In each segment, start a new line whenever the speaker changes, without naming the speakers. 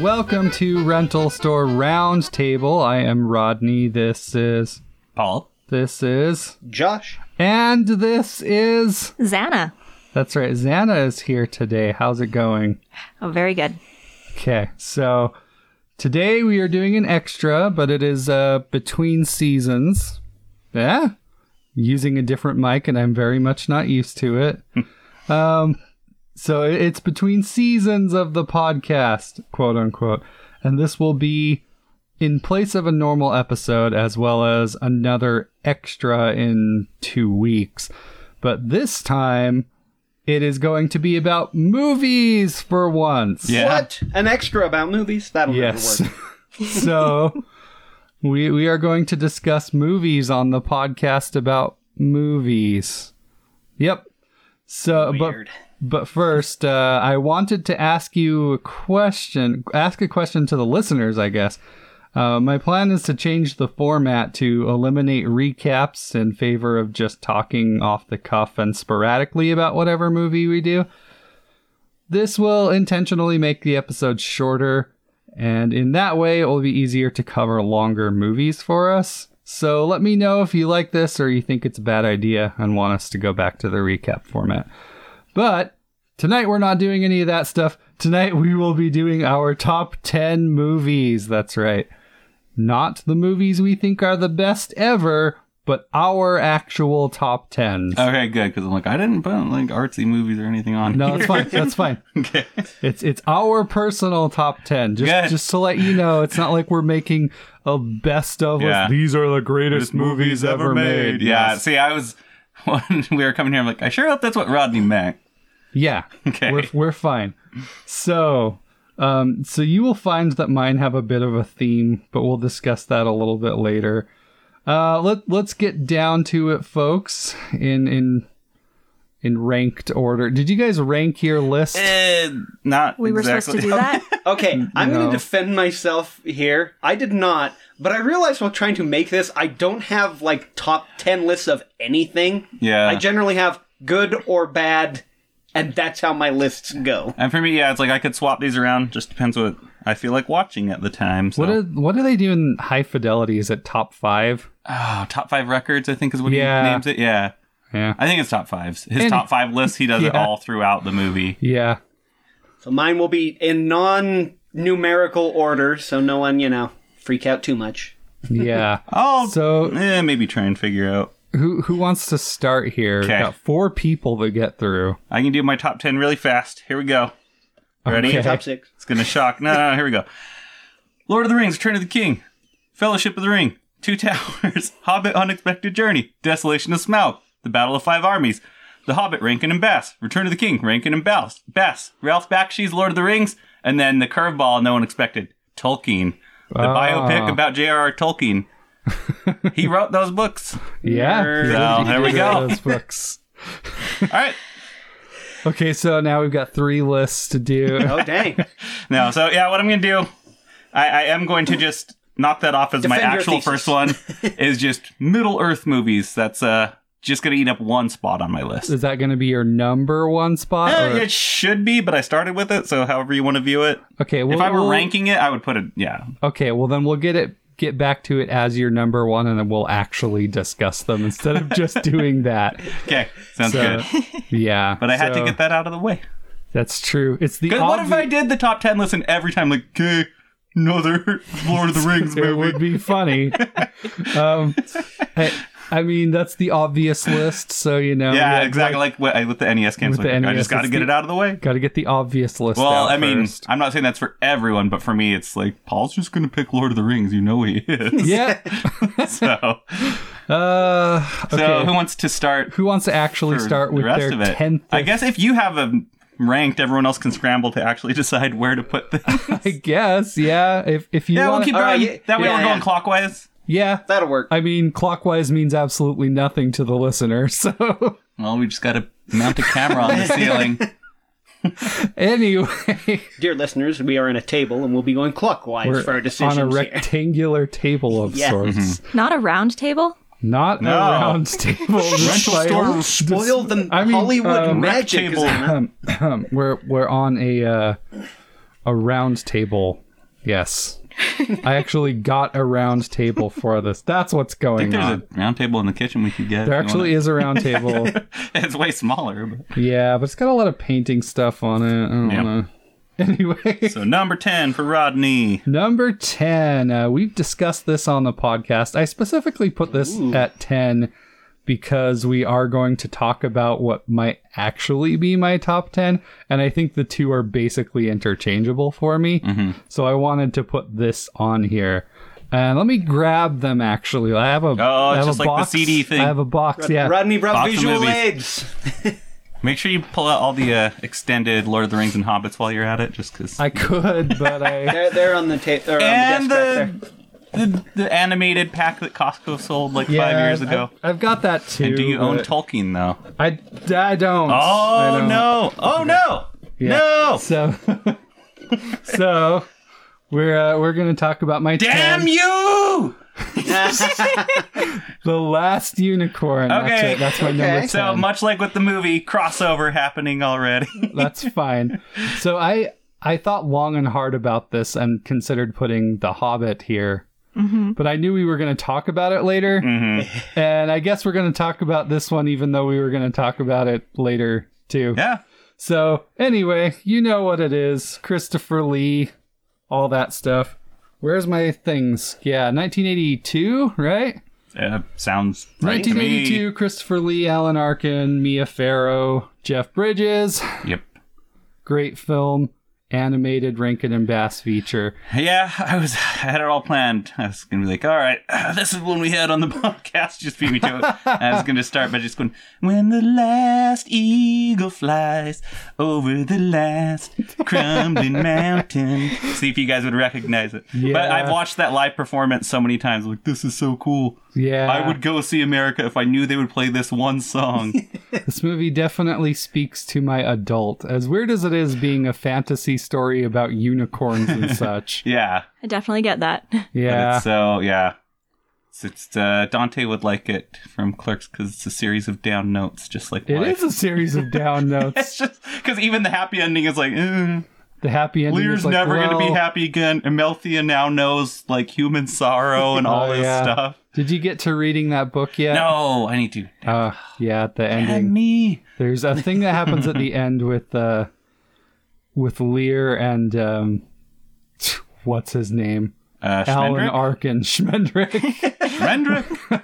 Welcome to Rental Store Roundtable. I am Rodney. This is
Paul.
this is
Josh.
and this is
Xana.
That's right. Xana is here today. How's it going?
Oh, very good.
Okay. So today we are doing an extra, but it is uh between seasons. Yeah. Using a different mic and I'm very much not used to it. um so it- it's between seasons of the podcast, quote unquote. And this will be in place of a normal episode as well as another extra in 2 weeks. But this time it is going to be about movies for once.
Yeah.
What? An extra about movies? That'll
Yes.
never work.
so we we are going to discuss movies on the podcast about movies. Yep. So
Weird.
but but first uh, I wanted to ask you a question, ask a question to the listeners, I guess. Uh, my plan is to change the format to eliminate recaps in favor of just talking off the cuff and sporadically about whatever movie we do. This will intentionally make the episodes shorter, and in that way, it will be easier to cover longer movies for us. So let me know if you like this or you think it's a bad idea and want us to go back to the recap format. But tonight, we're not doing any of that stuff. Tonight, we will be doing our top 10 movies. That's right. Not the movies we think are the best ever, but our actual top 10s.
Okay, good. Because I'm like, I didn't put like artsy movies or anything on.
No, that's fine. That's fine.
Okay.
It's it's our personal top ten. Just
Good.
just to let you know, it's not like we're making a best of.
Yeah.
List. These are the greatest movies ever made.
Yeah.
Yes.
See, I was when we were coming here. I'm like, I sure hope that's what Rodney meant.
yeah.
Okay.
We're we're fine. So, um, so you will find that mine have a bit of a theme, but we'll discuss that a little bit later. Uh, let let's get down to it, folks. In in in ranked order. Did you guys rank your list?
Eh, not.
We were
exactly.
supposed to do that.
Okay, I'm
No.
going to defend myself here. I did not, but I realized while trying to make this, I don't have like top 10 lists of anything.
Yeah.
I generally have good or bad, and that's how my lists go.
and for me, yeah, it's like I could swap these around. Just depends what I feel like watching at the time. So.
What are, what do they do in high fidelity? Is it top five?
oh, top five records? I think is what
Yeah.
he names it. Yeah.
Yeah.
I think it's top fives. His
And-
top five list, he does it
Yeah.
all throughout the movie.
Yeah.
So mine will be in non numerical order, so no one, you know, freak out too much.
Yeah.
Oh,
So-
eh, maybe try and figure out.
Who who wants to start here?
Okay.
Got four people to get through.
I can do my top ten really fast. Here we go. Ready?
Okay.
Top six.
It's gonna shock. No, no, no, here we go. Lord of the Rings: Return of the King, Fellowship of the Ring, Two Towers, Hobbit: Unexpected Journey, Desolation of Smaug, The Battle of Five Armies, The Hobbit: Rankin and Bass, Return of the King: Rankin and Bass, Bass, Ralph Bakshi's Lord of the Rings, and then the curveball no one expected: Tolkien, the
Ah.
biopic about J.R.R. Tolkien. he wrote those books.
Yeah.
So there we go.
Those books.
All right.
Okay, so now we've got three lists to do.
Oh, dang.
No, so yeah, what I'm gonna do, I, I am going to just knock that off as my
Defend your
actual
thesis.
first one is just Middle Earth movies. That's uh just gonna eat up one spot on my list.
Is that going to be your number one spot?
Uh,
or-
it should be, but I started with it, so however you want to view it.
Okay. Well,
If I were
we'll-
ranking it, I would put it. Yeah,
Okay. Well, then we'll get it. Get back to it as your number one, and then we'll actually discuss them instead of just doing that.
okay, sounds
So,
good.
yeah.
But I had
so
to get that out of the way.
That's true. It's the.
'Cause what if
obvi-
I did the top ten list and every time like, okay, another Lord of the Rings
it
movie?
would be funny. um, I, I mean, that's the obvious list, so you know.
yeah, exactly. Like, what I with the NES
With
cancel,
the E
I
NES,
just got to
it's
get
the-
it out of the way.
Got to get the obvious list.
Well,
out
I mean,
first.
I'm not saying that's for everyone, but for me, it's like Paul's just going to pick Lord of the Rings. You know he is.
yeah.
so,
Uh, okay.
so who
who,
wants to start?
wants to actually
for
start
the
with
rest
their
of it?
tenth?
I guess if you have a ranked, everyone else can scramble to actually decide where to put the.
I guess. Yeah. If if you
yeah, we'll
wanna-
keep
all
going.
right, yeah,
that way,
yeah,
we're going
yeah.
clockwise.
yeah.
That'll work.
I mean, clockwise means absolutely nothing to the listener. So
Well, we just got to mount a camera on the ceiling.
anyway,
Dear listeners, we are in a table and we'll be going clockwise
we're
for our
on
decisions
a
here. Mm-hmm.
rectangular table of
Yeah.
sorts,
Not a round table?
not
Mm-hmm. No.
a round table.
Rental
despite-
store
Spoil the
I mean,
uh,
Hollywood
um,
magic.
rectangle.
Zana.
we're we're on a uh, a round table Yes. I actually got a round table for this. That's what's going
There's
on.
a round table in the kitchen we could get.
There actually is a round table.
it's way smaller. But.
yeah, but it's got a lot of painting stuff on it. I don't
Yeah.
wanna- Anyway,
So number ten for Rodney.
number 10. Uh, we've discussed this on the podcast. I specifically put this at 10 because we are going to talk about what might actually be my top 10. And I think the two are basically interchangeable for me.
Mm-hmm.
So I wanted to put this on here. And let me grab them actually. I have a,
Oh,
I have
it's
a
just like the
box.
CD thing.
I have a box, yeah.
Rodney brought
Lots of
visual
movies.
aids.
Make sure you pull out all the uh, extended Lord of the Rings and Hobbits while you're at it, just because.
I could, but I.
They're, they're on the tape. They're on
And
the desk back there.
the, the the animated pack that Costco sold like
Yeah,
five years
I've-
ago.
I've, got that too.
and do you own
but
Tolkien though?
I, I don't. I
Oh
don't.
no! Oh no!
Yeah.
No!
So, so we're uh, we're gonna talk about my
Damn
10,
you!
the last unicorn. That's
Okay.
it. That's my number
Okay.
ten.
So much like with the movie crossover happening already.
That's fine. So I I thought long and hard about this and considered putting The Hobbit here. But I knew we were going to talk about it later.
Mm-hmm.
And I guess we're going to talk about this one, even though we were going to talk about it later, too.
yeah.
So, anyway, you know what it is Christopher Lee, all that stuff. Where's my things? Yeah, 1982, right?
Uh, sounds right to me.
1982, Christopher Lee, Alan Arkin, Mia Farrow, Jeff Bridges
Yep.
great film, animated Rankin and Bass feature.
Yeah, I was. I had it all planned. I was gonna be like, "All right, uh, this is one we had on the podcast." Just beat me to it. I was gonna start by just going, "When the last eagle flies over the last crumbling mountain." See if you guys would recognize it. But
Yeah.
I've watched that live performance so many times. I'm like, this is so cool.
Yeah,
I would go see America if I knew they would play this one song.
This movie definitely speaks to my adult. As weird as it is being a fantasy story about unicorns and such.
yeah.
I definitely get that.
But
Yeah,
it's uh, so yeah. It's, it's uh, Dante would like it from Clerks because it's a series of down notes, just like
it
life.
is a series of down notes.
It's just because even the happy ending is like, eh,
The happy ending
Lear's
is like,
never going to be
well,
happy again. Amelthea now knows like human sorrow and all
Oh,
this
yeah.
stuff.
Did you get to reading that book yet?
No, I need to.
Uh, yeah, at the
And
ending.
me.
There's a thing that happens at the end with uh, with Lear and um, what's his name,
Uh,
Alan
Shmendrick?
Arkin, Schmendrick.
Shmendrick?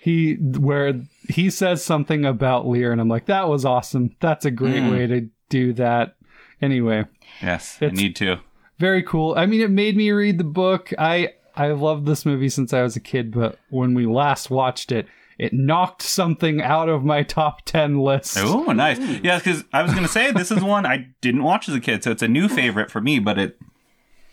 he where he says something about Lear, and I'm like, that was awesome. That's a great
Hmm.
way to do that. Anyway,
yes, I
It's-
need to.
very cool. I mean, it made me read the book. I I loved this movie since I was a kid, but when we last watched it, it knocked something out of my top ten list.
Oh, nice. Yeah, because I was going to say this is one I didn't watch as a kid, so it's a new favorite for me, but it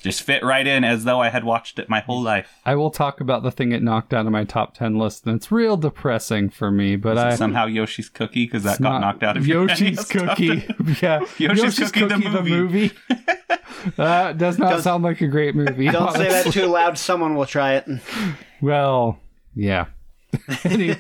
just fit right in as though I had watched it my whole life.
I will talk about the thing it knocked out of my top ten list, and it's real depressing for me. But I
Somehow Yoshi's Cookie, because that got
not-
knocked out of your
Yoshi's Cookie. yeah, Yoshi's,
Cookie, the movie.
that does not sound like a great movie.
Don't say that too loud. Someone will try it.
Well, yeah. anyway,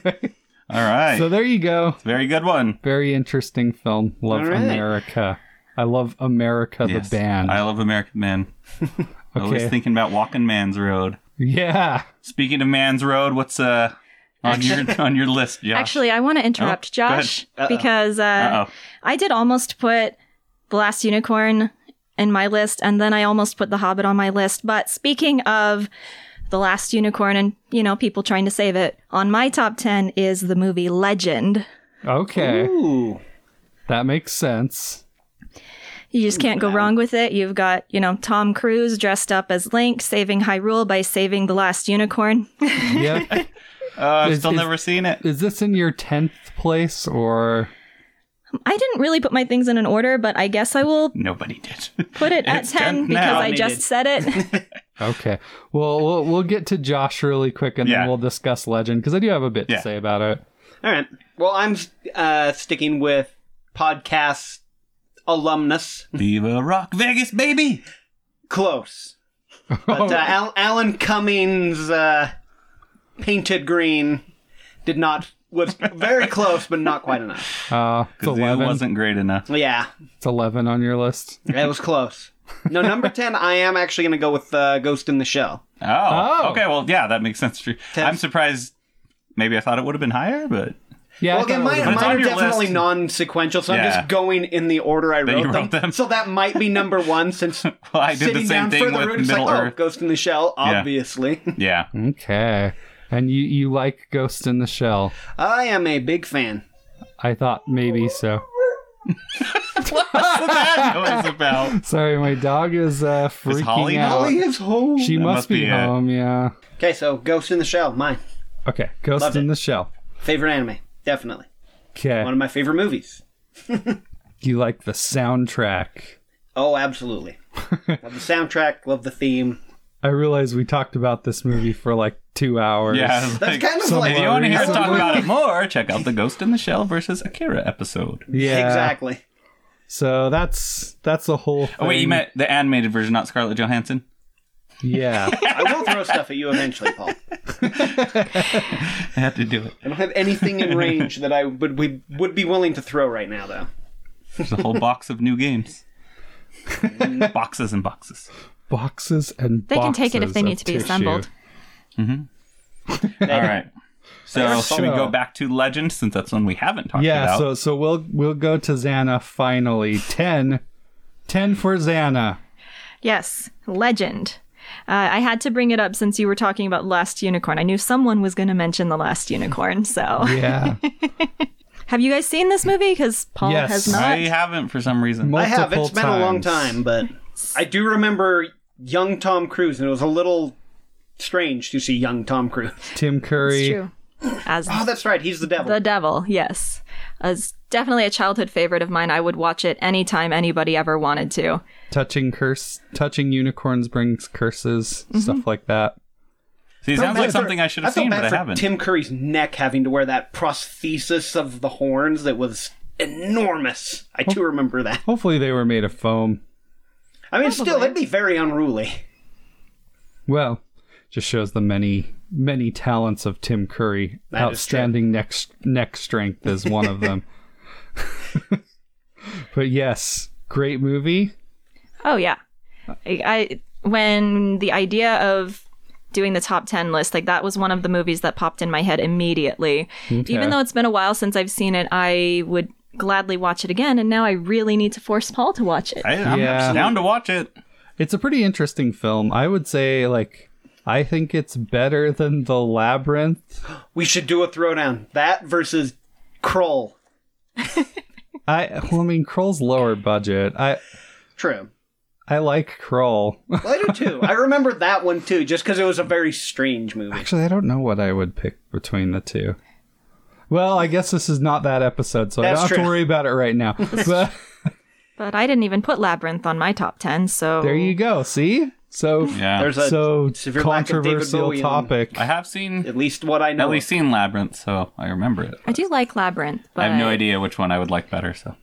All right.
so there you go.
Very good one.
Very interesting film. Love
All right.
America. I love America
Yes.
the band.
I love American Man. Always
Okay.
thinking about walking Man's Road.
yeah.
Speaking of Man's Road, what's uh on your on your list, Josh?
Actually, I want to interrupt
Oh, go ahead.
Josh because uh,
Uh-oh.
I did almost put The Last Unicorn in my list, and then I almost put The Hobbit on my list. But speaking of The Last Unicorn and, you know, people trying to save it, on my top 10 is the movie Legend.
Okay.
Ooh.
That makes sense.
You just can't go wrong with it. You've got, you know, Tom Cruise dressed up as Link saving Hyrule by saving the last unicorn.
Yep.
Uh, I've
Is-
still
is-
never seen it.
Is this in your 10th place or
I didn't really put my things in an order, but I guess I will
Nobody did.
put it at
It's
10
done
because
now.
I just said it.
Okay. Well, we'll we'll get to Josh really quick and
Yeah.
then we'll discuss Legend because I do have a bit
Yeah.
to say about it.
All right. Well, I'm uh, sticking with podcast alumnus.
Viva Rock Vegas, baby!
Close. But uh, Al- Alan Cummings' uh, Painted Green did not was very close, but not quite enough.
Uh, it's
Because it
11.
wasn't great enough.
Yeah,
It's 11 on your list.
it was close. No, number ten. I am actually going to go with uh, Ghost in the Shell.
Oh,
Oh.
okay. Well, yeah, that makes sense. True.
Ten.
I'm surprised. Maybe I thought it would have been higher, but
Yeah. I
Well,
thought
again,
it would've
mine,
But
been-
it's
mine
on
are
your
definitely
list.
non-sequential, so I'm
Yeah.
just going in the order I
That you
wrote,
wrote them.
So that might be number one, since
well, I did
sitting
the
down
same thing
further
with
root, it's
Middle
like,
Earth.
Oh, Ghost in the Shell,
Yeah.
obviously.
Yeah.
Okay. And you, you like Ghost in the Shell.
I am a big fan.
I thought maybe so.
that was about.
Sorry, my dog is uh, freaking
Holly
out.
Holly is home.
She must,
must
be,
be it.
home, yeah.
Okay, so Ghost in the Shell, mine
Okay, Ghost
Love
in
it.
the Shell.
favorite anime, definitely
Okay.
one of my favorite movies.
You like the soundtrack.
Oh, absolutely. love the soundtrack. Love the theme.
I realize we talked about this movie for like two hours.
Yeah. it's
That's
like-
kind of
some
like
If you want to hear us
That's
talk
what-
about it more, check out the Ghost in the Shell versus Akira episode.
Yeah.
Exactly.
So that's that's the whole thing.
Oh wait, you meant the animated version, not Scarlett Johansson.
Yeah.
I will throw stuff at you eventually, Paul.
I had to do it.
I don't have anything in range that I would we would be willing to throw right now, though.
There's a whole box of new games. boxes and boxes.
boxes and
They can take it if
boxes
they need
of
to be
tissue.
assembled.
All right. So
are
should we
so-
go back to Legend since that's one we haven't talked
Yeah,
about?
so so we'll we'll go to Xana finally. 10 10 for Xana.
Yes, legend. Uh, I had to bring it up since you were talking about Last Unicorn. I knew someone was going to mention the Last Unicorn. So,
Yeah.
have you guys seen this movie? Because Paul
Yes.
has not.
I haven't for some reason.
Multiple
I have. It's been a long
times.
time, but I do remember young Tom Cruise, and it was a little strange to see young Tom Cruise.
Tim
It's
Curry.
true. As
Oh, that's right. He's the devil.
the devil, yes, as definitely a childhood favorite of mine. I would watch it anytime anybody ever wanted to.
Touching curse touching unicorns brings curses,
Mm-hmm.
stuff like that.
See, it
I
sounds
feel
like
bad for-
something I should have
feel
seen,
bad
but I
for
haven't.
Tim Curry's neck having to wear that prosthesis of the horns that was enormous. I do remember that.
Hopefully they were made of foam.
I mean, still, that'd be very unruly.
Well, just shows the many many talents of Tim Curry.
That is true.
Outstanding neck neck strength is one of them. but yes, great movie.
Oh yeah, I, I when the idea of doing the top 10 list like that was one of the movies that popped in my head immediately even though it's been a while since i've seen it i would gladly watch it again and now i really need to force paul to watch it
I, I'm
Yeah.
down to watch it.
It's a pretty interesting film. I would say like I think it's better than The Labyrinth.
We should do a throwdown. That versus Kroll.
I well, I mean Kroll's lower budget. I
True.
I like Kroll.
Well, I do too. I remember that one too, just because it was a very strange movie.
Actually, I don't know what I would pick between the two. Well, I guess this is not that episode, so I don't
That's
have
true.
to worry about it right now. But
but i didn't even put labyrinth on my top 10 so
there you go. See, so
Yeah.
There's a
so
severe lack of David
controversial
Bowie in-
topic.
I have seen
at least what I know.
at least seen Labyrinth, so I remember it.
i do like labyrinth but
I have no idea which one I would like better. So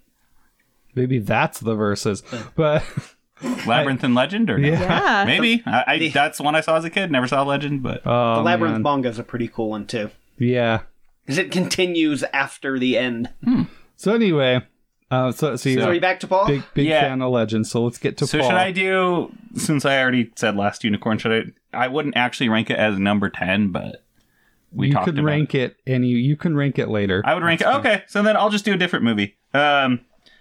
Maybe that's the verses, but
Labyrinth and Legend, or no?
yeah
maybe I, I, that's one I saw as a kid. Never saw Legend, but
oh,
the Labyrinth
man.
Bonga is a pretty cool one too,
yeah.
because it continues after the end.
So anyway, uh, so so
Are we
you're
back to Paul?
big big
Yeah.
fan of Legend. So let's get to
so
Paul.
should I do? Since I already said Last Unicorn, should I? I wouldn't actually rank it as number ten, but we
you
talked
could
about
rank it, and you you can rank it later.
I would rank it. Okay, so then I'll just do a different movie. Um,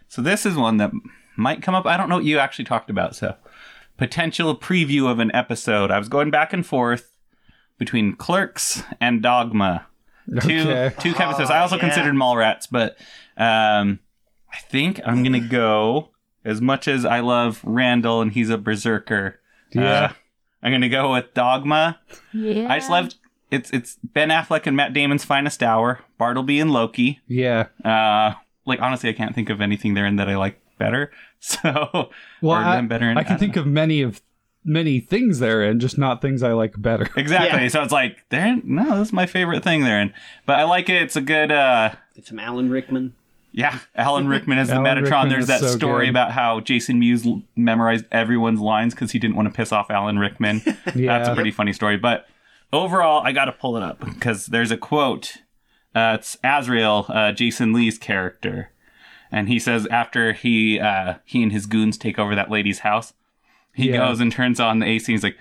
so this is one that might come up. I don't know what you actually talked about. So potential preview of an episode. I was going back and forth between Clerks and Dogma. Two
Okay.
two Kevin says. I also considered Mallrats, but um, I think I'm gonna go. As much as I love Randall and he's a berserker, uh,
Yeah.
I'm gonna go with Dogma.
yeah
I just love it's it's Ben Affleck and Matt Damon's finest hour, Bartleby and Loki.
yeah.
Uh, like honestly, I can't think of anything they're in that I like better. So,
Well,
or
I,
them better. In,
I can
don't
think of many of many things they're in, just not things I like better.
know. exactly.
Yeah.
So it's like they're no, this is my favorite thing they're in. But I like it. It's a good. uh
Get some Alan Rickman.
Yeah, Alan Rickman as the
Alan
Metatron.
Rickman
There's
is
that
so
story
good.
about how Jason Mewes l- memorized everyone's lines because he didn't want to piss off Alan Rickman.
Yeah.
That's a pretty funny story. But overall, I got to pull it up because there's a quote Uh, it's Azrael, uh, Jason Lee's character, and he says after he uh, he and his goons take over that lady's house, he
Yeah.
goes and turns on the AC. And he's like,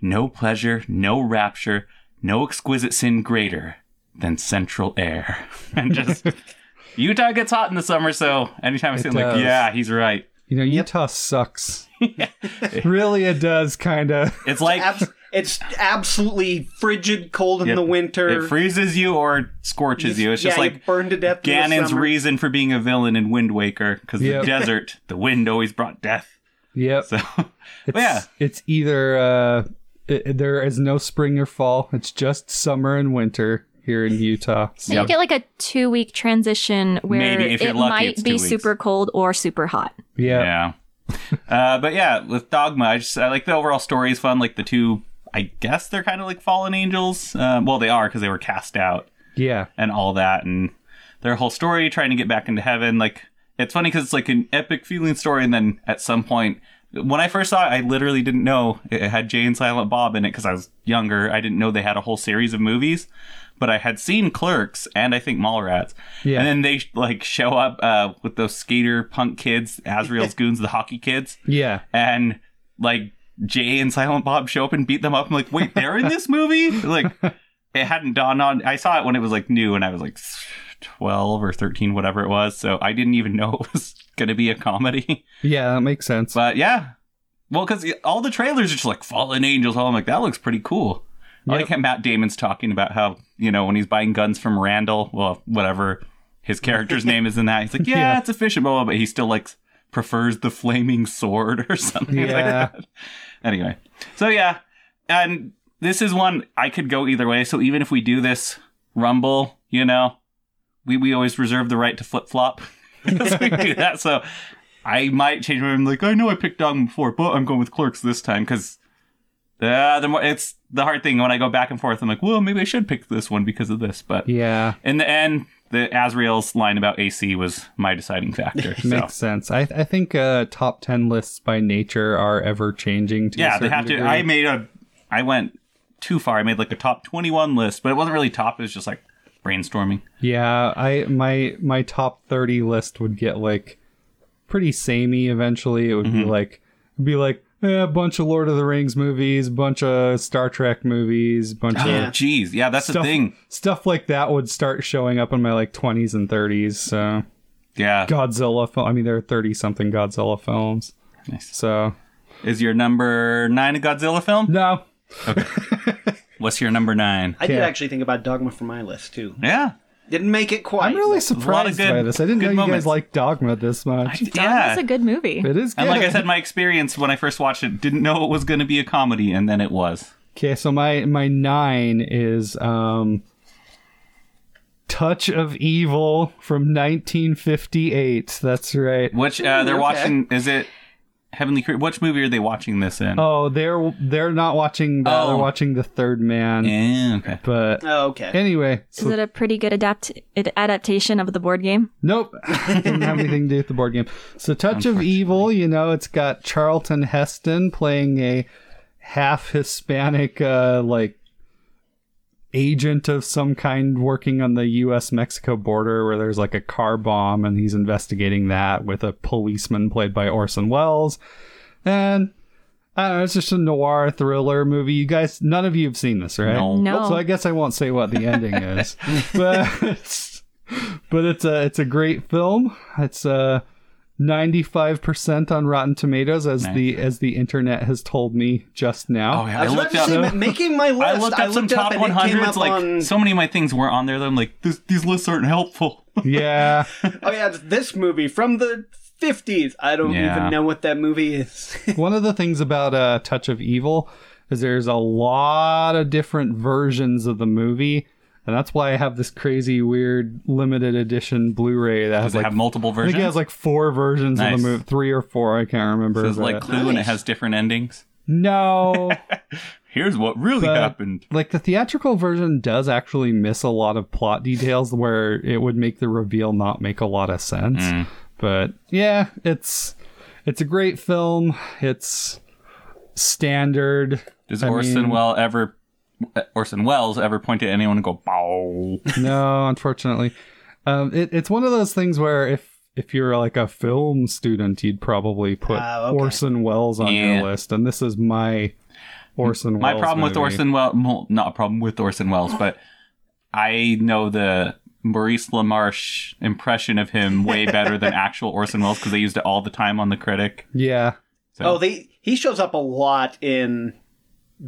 "No pleasure, no rapture, no exquisite sin greater than central air," and just. Utah gets hot in the summer, so anytime I see
It
him, like,
does.
yeah, he's right.
You know, Utah sucks. really, it does kind of.
It's like
Abs- it's absolutely frigid, cold in
Yep.
the winter.
It freezes you or scorches you. It's just
yeah,
like
you burn to death. in the
Ganon's
summer.
reason for being a villain in Wind Waker because
Yep.
the desert, the wind always brought death.
Yep.
So,
It's,
yeah.
It's either uh, it, there is no spring or fall. It's just summer and winter here in Utah.
So you get like a two week transition where
Maybe, if you're
it
lucky,
might
it's two
be
weeks.
super cold or super hot.
yeah.
yeah. uh, but yeah, with Dogma, I just I like the overall story is fun. Like the two, I guess they're kind of like fallen angels. Um, well, they are because they were cast out
Yeah.
and all that, and their whole story trying to get back into heaven. Like it's funny because it's like an epic feeling story, and then at some point. When I first saw it, I literally didn't know it had Jay and Silent Bob in it because I was younger. I didn't know they had a whole series of movies, but I had seen Clerks and I think Mallrats.
Yeah.
And then they like show up uh, with those skater punk kids, Azrael's goons, the hockey kids,
Yeah.
and like Jay and Silent Bob show up and beat them up. I'm like, wait, they're in this movie? Like, it hadn't dawned on. I saw it when it was like new, and I was like twelve or thirteen, whatever it was. So I didn't even know it was gonna be a comedy.
Yeah. That makes sense.
But yeah, well, because all the trailers are just like fallen angels. All I'm like, that looks pretty cool. I
Yep.
like how Matt Damon's talking about how you know when he's buying guns from Randall, well, whatever his character's name is in that. He's like, yeah,
Yeah.
it's efficient, blah, blah, but he still like prefers the flaming sword or something like
Yeah.
that. Anyway, so yeah, and this is one I could go either way. So even if we do this Rumble, you know, we we always reserve the right to flip flop. we do that, so I might change my mind. Like I know I picked Dogma before, but I'm going with Clerks this time because uh, the more it's the hard thing when I go back and forth. I'm like, well, maybe I should pick this one because of this. But
yeah.
in the end, the Azrael's line about AC was my deciding factor. So
Makes sense. I, I think uh, top ten lists by nature are ever changing. To a
yeah, they
certain
have to.
degree.
I made a, I went too far. I made like a top 21 list, but it wasn't really top. It was just like brainstorming.
Yeah, I my my top thirty list would get like pretty samey eventually. It would
Mm-hmm.
be like be like eh, a bunch of Lord of the Rings movies, bunch of Star Trek movies, bunch
Oh,
of
geez, yeah, that's the
stuff
thing.
stuff like that would start showing up in my like twenties and thirties. So
Yeah,
Godzilla film. I mean, there are thirty something Godzilla films.
Nice.
So
is your number nine a Godzilla film?
no,
What's your number nine?
I did
Yeah.
actually think about Dogma for my list too.
Yeah,
Didn't make it quite.
I'm really surprised
good-
by this. I didn't
good
know you
moments.
guys liked Dogma this much.
yeah.
It's a good movie.
It is good.
and like I said, my experience when I first watched it didn't know it was going to be a comedy, and then it was.
Okay, so my my nine is um, Touch of Evil from 1958. That's right.
Which uh, they're
okay.
watching? Is it Heavenly Creature? Which movie are they watching this in?
Oh, they're they're not watching that. They're
Oh.
watching the Third Man.
Yeah, okay.
But
Oh, okay.
anyway,
Is
so
it a pretty good adapt it- adaptation of the board game?
Nope. Didn't have anything to do with the board game. So Touch of Evil, you know, it's got Charlton Heston playing a half Hispanic uh like agent of some kind working on the US Mexico border where there's like a car bomb and he's investigating that with a policeman played by Orson Welles. And I don't know, it's just a noir thriller movie. You guys none of you have seen this, right?
No.
No.
So I guess I won't say what the ending is, but but it's a it's a great film. It's uh ninety five percent on Rotten Tomatoes, as the as the internet has told me just now.
Oh yeah,
I was about to say, ma- making my list.
I looked up some top
and it came
100s.
up
Like
on-
so many of my things were on there. That I'm like, this, these lists aren't helpful.
yeah,
oh yeah, it's this movie from the fifties. I don't
Yeah.
even know what that movie is.
one of the things about uh, Touch of Evil is there's a lot of different versions of the movie. And that's why I have this crazy, weird, limited edition Blu-ray that has
Does it
like
have multiple
I
versions?
think it has like four versions of
Nice.
the movie, three or four. I can't remember.
Does it
but-
like Clue and it
Nice.
has different endings.
no,
Here's what really
But-
happened.
like the theatrical version does actually miss a lot of plot details where it would make the reveal not make a lot of sense
Mm.
but yeah it's it's a great film it's standard
Does
I
Orson
mean-
Welles ever Orson Welles ever point at anyone and go bow.
no, unfortunately, um, it, it's one of those things where if if you're like a film student, you'd probably put
Ah, okay.
Orson Welles on
Oh, Yeah.
your list, and this is my Orson.
My
Welles
problem with
movie.
Orson Welles, well, not a problem with Orson Welles, but I know the Maurice LaMarche impression of him way better than actual Orson Welles because they used it all the time on the critic.
Yeah,
So,
Oh, they he shows up a lot in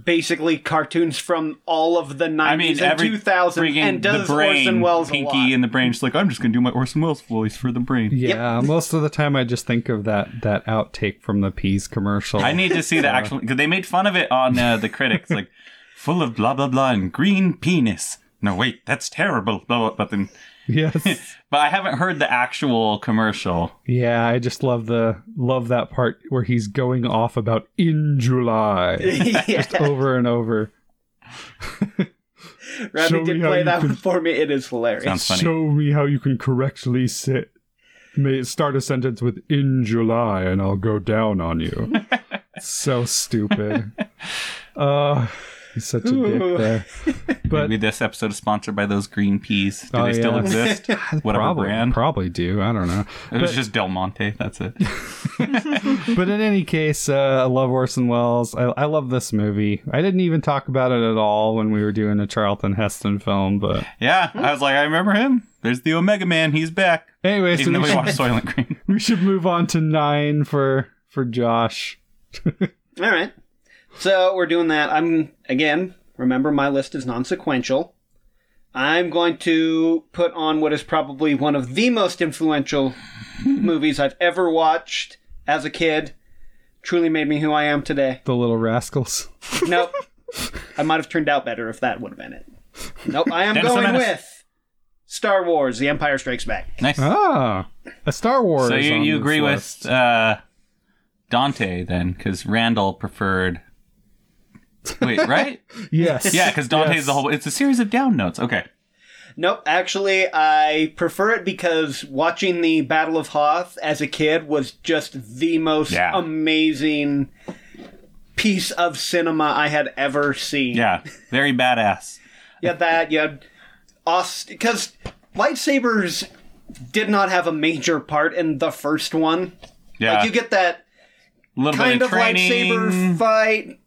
basically cartoons from all of the 90s
I mean,
and
every
2000s
friggin'
and does
the brain,
Orson Welles
Pinky
a lot.
and the brain. She's like, I'm just gonna do my Orson Welles voice for the brain.
yeah. Most of the time, I just think of that that outtake from the peas commercial.
I need to see the actual because they made fun of it on uh, the critics, like full of blah blah blah and green penis. No, wait, that's terrible. Blah, blah, but then,
yes.
but I haven't heard the actual commercial.
Yeah, I just love the love that part where he's going off about in July
yeah,
over and over.
Robbie
Show
did
me how
play
you
that
can-
one for me. It is hilarious.
Sounds funny.
Show me how you can correctly sit. May start a sentence with "in July" and I'll go down on you. so stupid. Uh, he's such a dick
Ooh.
there. But
Maybe this episode is sponsored by those green peas. Do
Oh,
they still
yeah.
exist? Whatever
probably
brand.
probably do. I don't know.
it was just Del Monte. That's it.
but in any case, uh, I love Orson Welles. I, I love this movie. I didn't even talk about it at all when we were doing a Charlton Heston film. But
Yeah, I was like, I remember him. There's the Omega Man. He's back.
anyway, so
Even though
we
we
should,
watched Soylent Green.
we should move on to nine for for Josh.
All right. So we're doing that. I'm again. Remember, my list is non-sequential. I'm going to put on what is probably one of the most influential movies I've ever watched as a kid. Truly made me who I am today.
The Little Rascals.
Nope. I might have turned out better if that would have been it. Nope. I am
Dennis the
going
Menace.
with Star Wars: The Empire Strikes Back.
Nice.
Ah, a Star Wars.
so you,
on
you
this
agree
list.
with uh, Dante then? Because Randall preferred. Wait, right?
Yes.
Yeah, because Dante's
Yes.
the whole. It's a series of down notes. Okay.
Nope, actually, I prefer it because watching the Battle of Hoth as a kid was just the most
Yeah.
amazing piece of cinema I had ever seen.
Yeah, very badass.
You had that, you had Austin, because lightsabers did not have a major part in the first one.
Yeah,
Like, you get that
a little
kind
bit
of
of, training.
lightsaber fight.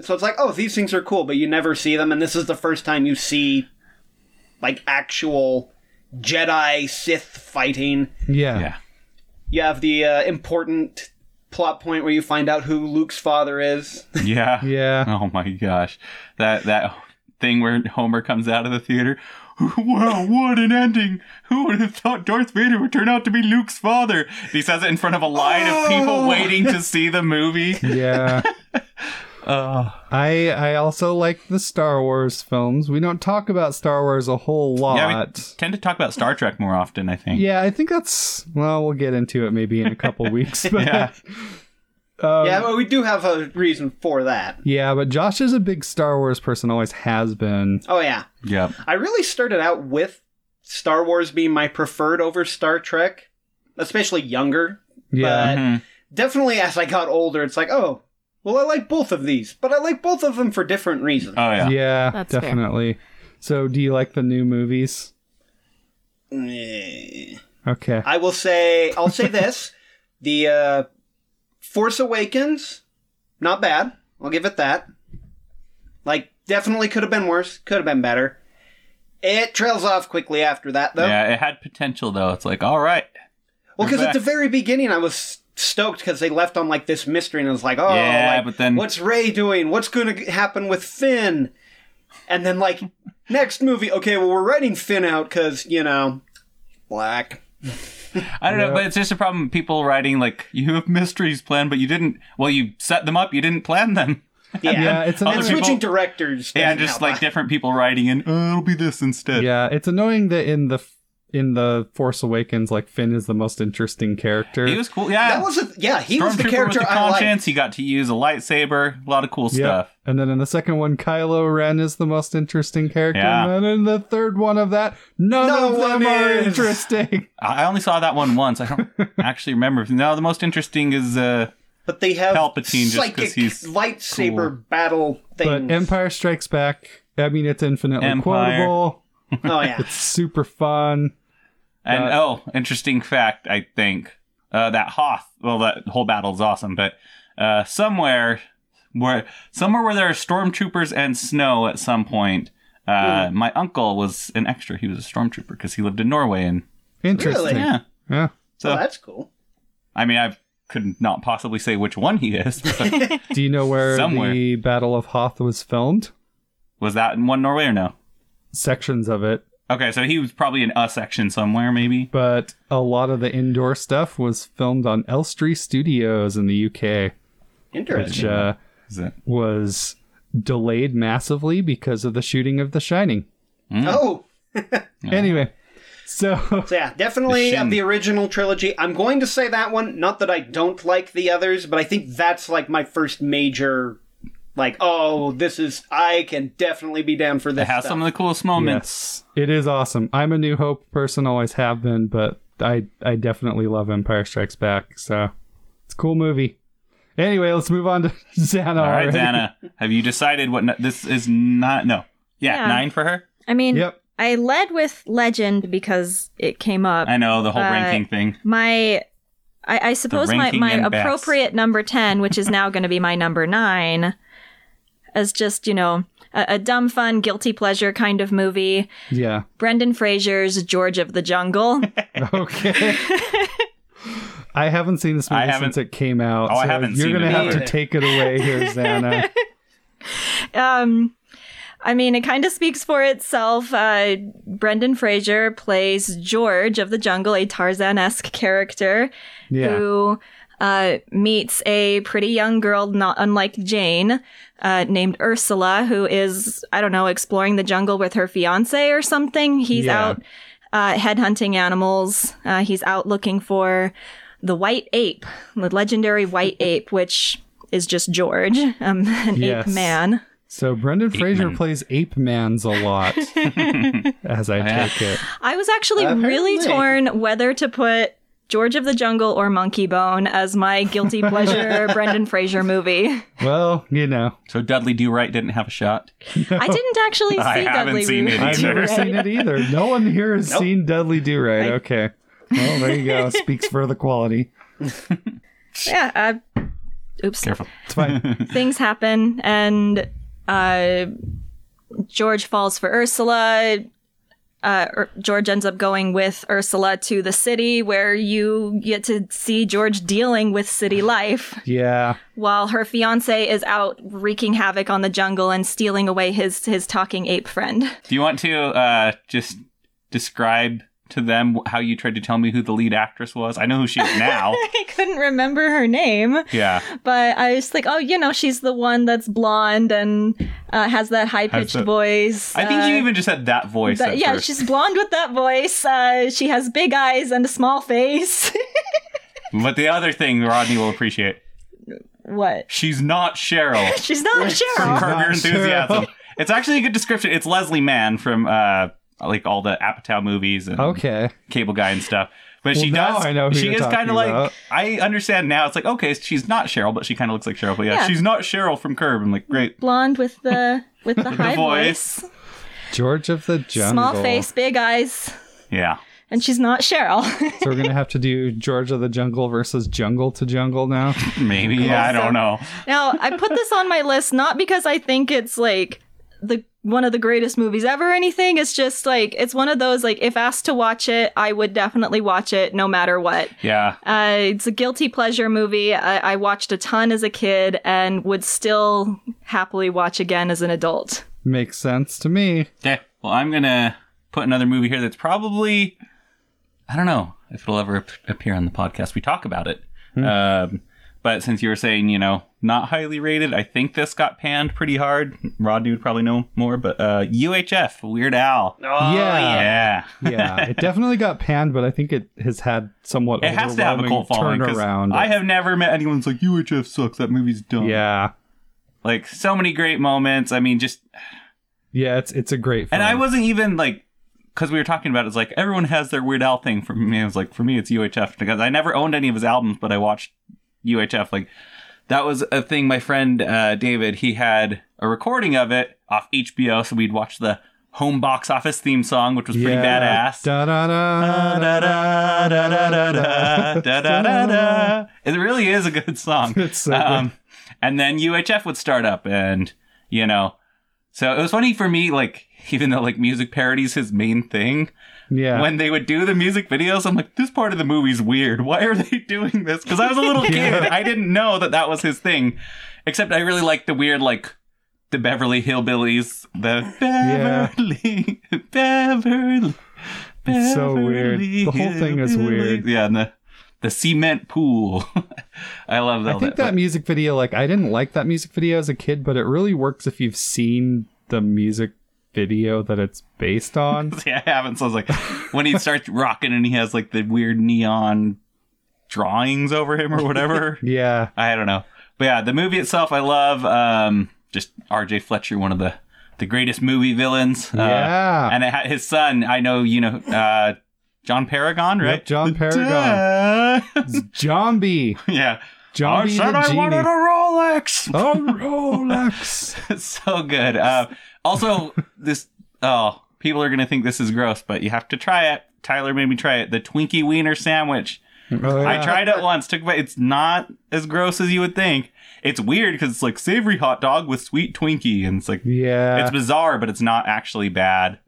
So it's like, oh, these things are cool, but you never see them, and this is the first time you see like actual Jedi Sith fighting.
Yeah.
Yeah,
You have the uh, important plot point where you find out who Luke's father is.
yeah,
Yeah.
Oh my gosh, that that thing where Homer comes out of the theater. Wow, what an ending! Who would have thought Darth Vader would turn out to be Luke's father? And He says it in front of a line of people
Oh.
waiting to see the movie.
Yeah.
Oh.
Uh, I I also like the Star Wars films. We don't talk about Star Wars a whole lot.
Yeah, we tend to talk about Star Trek more often. I think.
Yeah, I think that's well. We'll get into it maybe in a couple weeks. But,
Yeah.
um,
yeah,
yeah,
well, we do have a reason for that.
But Josh is a big Star Wars person. Always has been.
Oh yeah,
Yep.
I really started out with Star Wars being my preferred over Star Trek, especially younger.
Yeah.
But
Mhm.
definitely as I got older, it's like, oh, well, I like both of these, but I like both of them for different reasons.
Oh yeah.
yeah.
That's fair.
definitely. So, do you like the new movies?
Eh.
Okay.
I will say, I'll say this: the uh, Force Awakens, not bad. I'll give it that. Like, definitely could have been worse. Could have been better. It trails off quickly after that, though.
Yeah, it had potential though. It's like, all right.
well, because
we're
at the
back.
very beginning, I was stoked because they left on like this mystery, and I was like, oh,
Yeah,
like,
but then-
what's Ray doing? What's going to happen with Finn? And then like next movie, okay, well we're writing Finn out because you know, black.
I don't know, but it's just a problem. with People writing like, you have mysteries planned, but you didn't. Well, you set them up. You didn't plan them.
Yeah,
yeah, it's
Other
and
annoying.
people-
switching directors.
Yeah,
doesn't
just
help. Ah,
like different people writing in. Oh, it'll be this instead.
Yeah, it's annoying that in the in the Force Awakens, like Finn is the most interesting character.
He was cool. Yeah.
That was a yeah. He was the
Stormtrooper
character
with the
I liked.
conscience. He got to use a lightsaber. A lot of cool
Yeah.
stuff.
And then in the second one, Kylo Ren is the most interesting character.
Yeah.
And then in the third one of that, none
No
of them
one
are
is.
interesting.
I I only saw that one once. I don't actually remember. No, the most interesting is uh,
But they have
Palpatine just 'cause
psychic
he's
lightsaber battle
But
things.
Empire Strikes Back. I mean, it's infinitely
Empire.
quotable.
oh yeah,
It's super fun.
And oh, interesting fact, I think uh, that Hoth. Well, that whole battle's awesome, but uh, somewhere where somewhere where there are stormtroopers and snow at some point. Uh, My uncle was an extra. He was a stormtrooper because he lived in Norway, and
Interesting.
Really?
yeah.
Yeah.
So
oh, that's cool.
I mean, I could not possibly say which one he is. But
Do you know where
Somewhere.
the Battle of Hoth was filmed?
was that in one Norway or no?
Sections of it,
Okay, so he was probably in a section somewhere, maybe.
but a lot of the indoor stuff was filmed on Elstree Studios in the UK, which
Interesting.
uh,
Is it?
was delayed massively because of the shooting of The Shining.
Oh,
Anyway, so
so yeah, definitely
The
of
Shin.
the original trilogy. I'm going to say that one. Not that I don't like the others, but I think that's like my first major. Like, oh, this is I can definitely be down for this.
It has
stuff.
some of the coolest moments.
yes, it is awesome. I'm a New Hope person, always have been, but I I definitely love Empire Strikes Back. So it's a cool movie. Anyway, let's move on to Xana.
All right,
already.
Dana, have you decided what n- this is? Not no. Yeah,
Yeah.
nine for her.
I mean,
Yep.
I led with legend because it came up.
I know the whole
Uh,
ranking thing.
my I, I suppose my,
ranking
my
and best.
appropriate number 10 which is now going to be my number 9 as just you know a, a dumb fun guilty pleasure kind of movie
Yeah.
brendan fraser's george of the jungle
Okay. I haven't seen this
I
movie
haven't-
since it came out.
Oh, I
so
haven't
You're
seen
gonna
it
have
either.
to take it away here, Xana.
um I mean, it kind of speaks for itself. Uh, Brendan Fraser plays George of the Jungle, a Tarzan esque character
Yeah.
who uh, meets a pretty young girl, not unlike Jane, uh, named Ursula, who is, I don't know, exploring the jungle with her fiance or something. He's
Yeah.
out uh, headhunting animals, uh, he's out looking for the white ape, the legendary white ape, which is just George, um, an
Yes.
ape man.
So Brendan Fraser
Man.
plays Ape Man's a lot, as I
Oh, Yeah.
take it.
I was actually really
Apparently.
torn whether to put. George of the Jungle or Monkey Bone as my guilty pleasure Brendan Fraser movie.
Well, you know,
So Dudley Do Right didn't have a shot.
I didn't actually see
I haven't
Dudley
seen
Root.
it
I've
either.
never seen it either. No one here has
Nope.
seen Dudley Do Right. Okay. Well, there you go. Speaks for the quality.
Yeah. Uh, oops.
Careful.
It's fine.
Things happen, and uh, George falls for Ursula. Uh, Ur- George ends up going with Ursula to the city where you get to see George dealing with city life
Yeah.
while her fiance is out wreaking havoc on the jungle and stealing away his, his talking ape friend.
Do you want to uh, just describe to them wh- how you tried to tell me who the lead actress was? I know who she is now.
I couldn't remember her name.
yeah,
but I was like, oh, you know, she's the one that's blonde and uh, has that high pitched
the-
voice.
I think
uh,
you even just had that voice.
that-
at
yeah,
first.
she's blonde with that voice. Uh, she has big eyes and a small face.
But the other thing Rodney will appreciate,
what?
she's not Cheryl.
She's not Cheryl.
Curb
not
Your Enthusiasm.
Cheryl.
It's actually a good description. It's Leslie Mann from uh, like all the Apatow movies and
Okay.
Cable Guy and stuff. But she
now
does.
I know who
she
you're
is
talking
kind of like
about.
I understand now. It's like okay, she's not Cheryl, but she kind of looks like Cheryl. But yeah,
Yeah.
she's not Cheryl from Curb. I'm like great.
Blonde with the with the high
voice.
voice,
George of the Jungle.
small face, big eyes,
Yeah,
and she's not Cheryl.
So we're gonna have to do George of the Jungle versus Jungle to Jungle now.
maybe. Yeah, I don't know.
Now, I put this on my list not because I think it's like the one of the greatest movies ever or anything. It's just like it's one of those like if asked to watch it, I would definitely watch it no matter what.
Yeah,
Uh, it's a guilty pleasure movie. I, I watched a ton as a kid and would still happily watch again as an adult.
Makes sense to me.
Okay. Well, I'm gonna put another movie here that's probably I don't know if it'll ever ap- appear on the podcast. We talk about it.
Hmm.
Um, but since you were saying, you know, not highly rated, I think this got panned pretty hard. Rodney would probably know more, but uh, UHF, Weird Al.
Oh,
yeah.
Yeah.
yeah, it definitely got panned, but I think it has had somewhat
It has to have a
overwhelming
cult following. 'cause
turnaround.
I have never met anyone's like, UHF sucks. That movie's dumb.
yeah,
Like, so many great moments. I mean, just
yeah, it's it's a great. Film.
And I wasn't even like, because we were talking about it, it's like everyone has their Weird Al thing. For me, I was like, for me, it's UHF because I never owned any of his albums, but I watched UHF. Like that was a thing. My friend uh, David, he had a recording of it off HBO, so we'd watch the home box office theme song, which was pretty badass.
Da da da. da, da, da, da, da, da, da, da, da.
It really is a good song.
It's so good.
Um, and then UHF would start up, and you know, so it was funny for me. Like even though like music parodies his main thing,
Yeah.
when they would do the music videos, I'm like, this part of the movie's weird. Why are they doing this? Because I was a little kid, I didn't know that that was his thing. Except I really liked the weird like. The Beverly Hillbillies, the
Yeah.
Beverly, Beverly,
It's so weird. The whole thing is weird.
yeah, and the the cement pool. I love that.
I think that music video, like, I didn't like that music video as a kid, but it really works if you've seen the music video that it's based on.
See, I haven't. So I was like, when he starts rocking and he has like the weird neon drawings over him or whatever.
yeah.
I don't know. But yeah, the movie itself, I love. Um, just R.J. Fletcher, one of the the greatest movie villains. Uh,
Yeah.
and it had his son. I know you know uh, John Paragon, right?
Yep, John Paragon. Zombie.
yeah.
Zombie
I said
the
I
genie.
wanted a Rolex.
Oh, Rolex.
It's so good. Uh, also, this oh, people are gonna think this is gross, but you have to try it. Tyler made me try it. The Twinkie Wiener sandwich.
Oh,
I
yeah.
tried it once. Took a bite. It's not as gross as you would think. It's weird because it's like savory hot dog with sweet Twinkie, and it's like
Yeah.
it's bizarre, but it's not actually bad.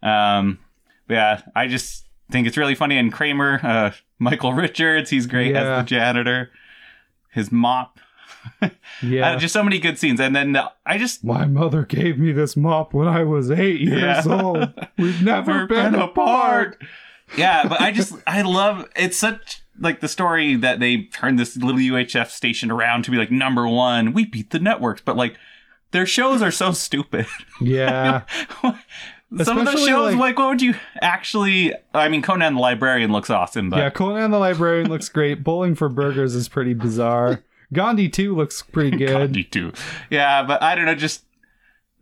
Um, but yeah, I just think it's really funny. And Kramer, uh, Michael Richards, he's great
Yeah.
as the janitor. His mop,
yeah.
Uh, just so many good scenes. And then the, I just
My mother gave me this mop when I was eight years
Yeah.
old. We've never
We've
been, apart.
yeah, but I just I love it's such like the story that they turned this little UHF station around to be like number one. We beat the networks, but like their shows are so stupid.
Yeah.
Some of those
Especially,
shows,
like-
like, what would you actually? I mean, Conan the Librarian looks awesome, but
Yeah. Conan the Librarian looks great. Bowling for Burgers is pretty bizarre. Gandhi too looks pretty good.
God, you do. Yeah, but I don't know. Just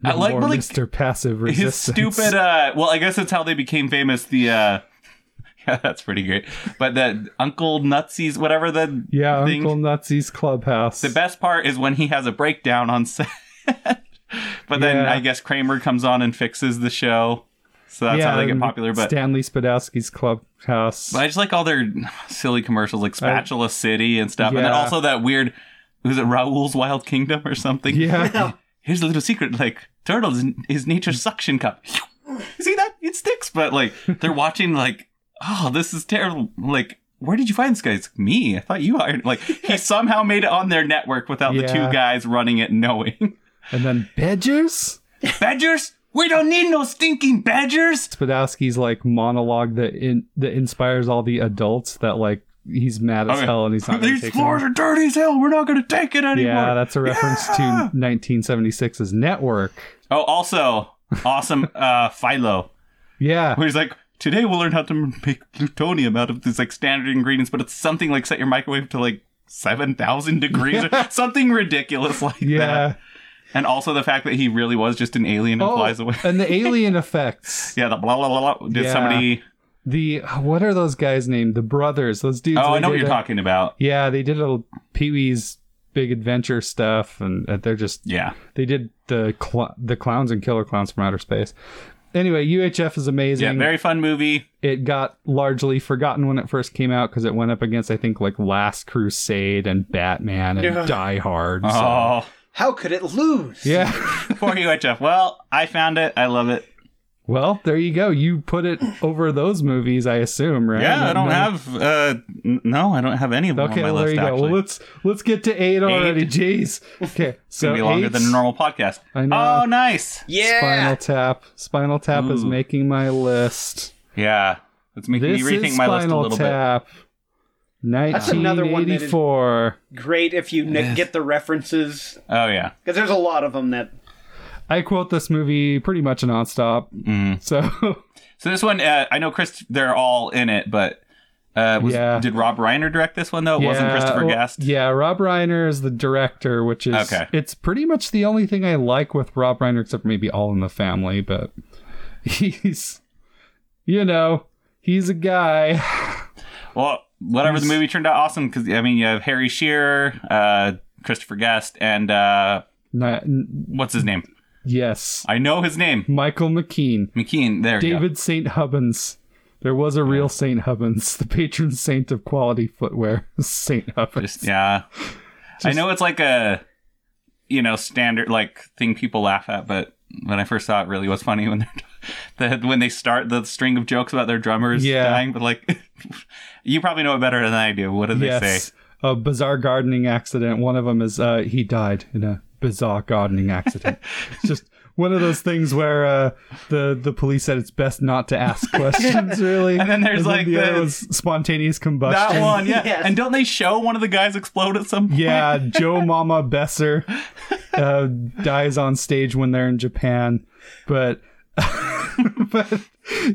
I like,
More
but, like
Mr. Passive
his
Resistance.
stupid. uh Well, I guess that's how they became famous. The uh yeah, that's pretty great. But the Uncle Nutsy's whatever the
yeah,
thing-
Uncle Nutsy's Clubhouse.
The best part is when he has a breakdown on set. but then
Yeah.
I guess Kramer comes on and fixes the show. So that's how they get
and
popular. But,
Stanley Spadowski's Clubhouse.
but I just like all their silly commercials like Spatula City and stuff. And then
yeah.
also that weird, was it Raoul's Wild Kingdom or something?
yeah.
Here's a little secret like, turtles is nature's suction cup. See that? It sticks. But like, they're watching, like, oh, this is terrible. Like, where did you find this guy? It's like, me. I thought you hired. Like, he somehow made it on their network without the
Yeah.
two guys running it knowing.
and then Badgers?
Badgers? We don't need no stinking badgers.
Spadowski's like monologue that in, that inspires all the adults that like he's mad as
Okay.
hell and he's not gonna
These
take
floors
it.
are dirty as hell. We're not going to take it anymore.
Yeah, that's a reference
Yeah.
to 1976's Network.
Oh, also awesome, uh, Philo,
Yeah.
who's like, today we'll learn how to make plutonium out of these like standard ingredients, but it's something like set your microwave to like seven thousand degrees or something ridiculous like that.
Yeah. Oh.
And also the fact that he really was just an alien and flies away.
and the alien effects.
Yeah, the blah blah blah. blah. Did
Yeah.
somebody?
The what are those guys named? The brothers. Those dudes.
Oh,
they
I know what
did
you're
a-
talking about.
Yeah, they did a Pee Wee's Big Adventure stuff, and uh, they're just
Yeah.
they did the cl- the clowns and killer clowns from outer space. Anyway, UHF is
Yeah,
amazing.
very fun movie.
it got largely forgotten when it first came out because it went up against I think like Last Crusade and Batman and
Yeah.
Die Hard. So.
Oh,
How could it lose?
Yeah.
poor UHF. Well, I found it. I love it.
Well, there you go. You put it over those movies, I assume, right?
Yeah, I don't
know.
have. Uh, n- no, I don't have any of them
Okay,
on my
well, there
list.
you go.
Actually,
Well, let's let's get to eight already. Jeez. Okay,
it's
so
gonna be longer
eight,
than a normal podcast.
I know.
Oh, nice.
Spinal
Yeah.
Tap. Spinal Tap is
Ooh.
making my list.
Yeah, it's making
This
me rethink
is
my list a
Spinal
little
Tap.
That's another one that is-
1984.
Great if you n- get the references
bit. Oh yeah,
because there's a lot of them that.
I quote this movie pretty much nonstop.
Mm.
So
so this one, uh, I know Chris. They're all in it, but uh, was,
Yeah.
did Rob Reiner direct this one though? It wasn't
yeah,
Christopher
well,
Guest.
Yeah, Rob Reiner is the director, which is
Okay.
it's pretty much the only thing I like with Rob Reiner, except for maybe All in the Family. But he's, you know, he's a guy.
Well, whatever the movie turned out awesome because I mean you have Harry Shearer, uh, Christopher Guest, and uh,
Ni- n-
what's his name?
yes,
I know his name,
Michael McKean,
McKean. There, you go.
David Saint Hubbins. There was a real Saint Hubbins, the patron saint of quality footwear. Saint Hubbins.
Just- yeah. I know it's like a you know standard like thing people laugh at, but when I first saw it, it really was funny when they're the, when they start the string of jokes about their drummers
Yeah.
dying. But like, you probably know it better than I do. What do they
yes.
say?
A bizarre gardening accident. One of them is uh, he died in a bizarre gardening accident. it's just one of those things where uh, the the police said it's best not to ask questions, really.
And then there's, like,
the
the-
other was spontaneous combustion.
That one, yeah.
Yes.
And don't they show one of the guys explode at some point?
Yeah, Joe Mama Besser uh, dies on stage when they're in Japan, but but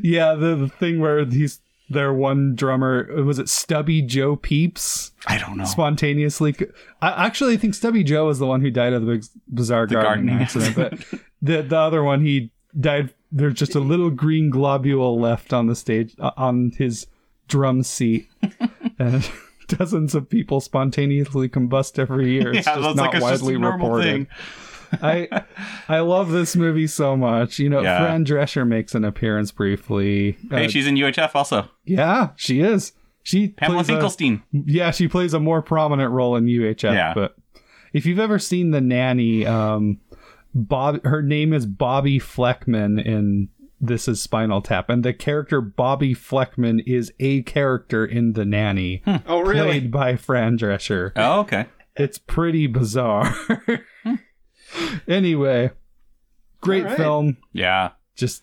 yeah, the, the thing where he's their one drummer was it Stubby Joe Peeps
I don't know.
spontaneously. c- I actually think Stubby Joe was the one who died of the biz- bizarre gardening,
gardening
accident, but the the other one he died. There's just a little green globule left on the stage uh, on his drum seat, and dozens of people spontaneously combust every year. It's just not widely reported. I I love this movie so much. You know,
Yeah.
Fran Drescher makes an appearance briefly. Uh,
Hey, she's in UHF also.
yeah, she is. She
Pamela
plays a-
Finkelstein.
yeah, she plays a more prominent role in UHF.
Yeah.
But if you've ever seen the nanny, um, Bob, her name is Bobby Fleckman in This Is Spinal Tap, and the character Bobby Fleckman is a character in the nanny,
Hmm.
Oh, really?
played by Fran Drescher.
Oh, okay.
It's pretty bizarre. anyway, great
All right.
film.
Yeah.
Just.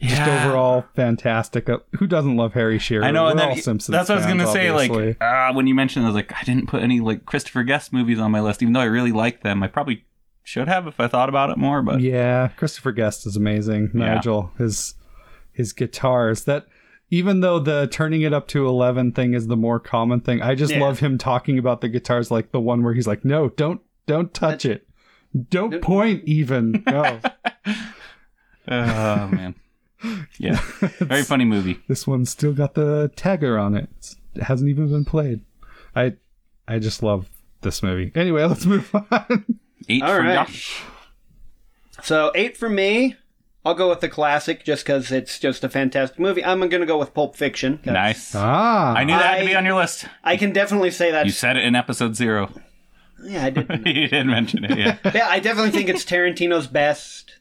Just
Yeah.
overall fantastic. Uh, Who doesn't love Harry Shearer?
I know,
We're
and then
all Simpsons
that's what I was
fans,
gonna say.
obviously.
Like uh, when you mentioned, I was like, I didn't put any like Christopher Guest movies on my list, even though I really like them. I probably should have if I thought about it more. But
Yeah, Christopher Guest is amazing.
Yeah.
Nigel, his his guitars that even though the turning it up to 11 thing is the more common thing, I just
Yeah.
love him talking about the guitars like the one where he's like, "No, don't don't touch it. Don't point even." No.
oh man, yeah, very funny movie.
this one's still got the tagger on it. It's- It hasn't even been played. I I just love this movie. Anyway, let's move on.
Eight
All
for
right.
Josh.
So eight for me. I'll go with the classic just because it's just a fantastic movie. I'm going to go with Pulp Fiction. 'cause
Nice.
ah.
I knew that had to be
I-
on your list.
I can definitely say that.
You said it in episode zero.
Yeah, I did.
you didn't mention it. Yeah.
yeah, I definitely think it's Tarantino's best.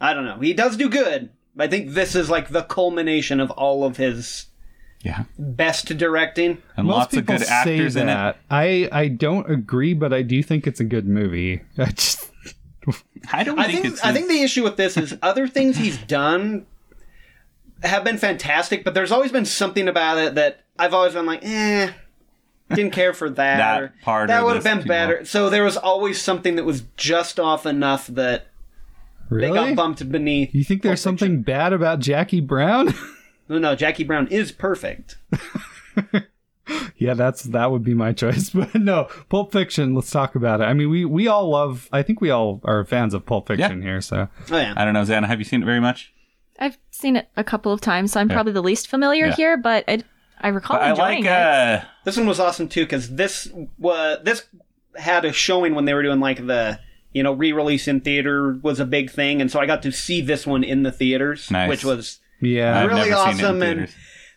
I don't know. He does do good, but I think this is like the culmination of all of his
yeah.
best directing.
And
Most
lots of
people
good
say
actors in it.
that. I I don't agree, but I do think it's a good movie. I just
I don't
I
think,
think
it's.
I think the issue with this is other things he's done have been fantastic, but there's always been something about it that I've always been like, eh, didn't care for that.
That
or,
part
that
or
would have
this
been
too
better.
much.
So there was always something that was just off enough that
really
they got bumped beneath.
you think there's something bad about Jackie Brown?
No, no, Jackie Brown is perfect.
yeah, that's that would be my choice. But no, Pulp Fiction. Let's talk about it. I mean, we we all love. I think we all are fans of Pulp Fiction here. So
Oh yeah.
I don't know, Xana. Have you seen it very much?
I've seen it a couple of times, so I'm probably the least familiar
Yeah.
here, but I, I recall
I
Oh, enjoying
like. uh
This one was awesome too because this was this had a showing when they were doing like the you know re-release in theater was a big thing, and so I got to see this one in the theaters,
Nice.
which was
yeah,
I've
really
never seen it in
awesome and-
theaters.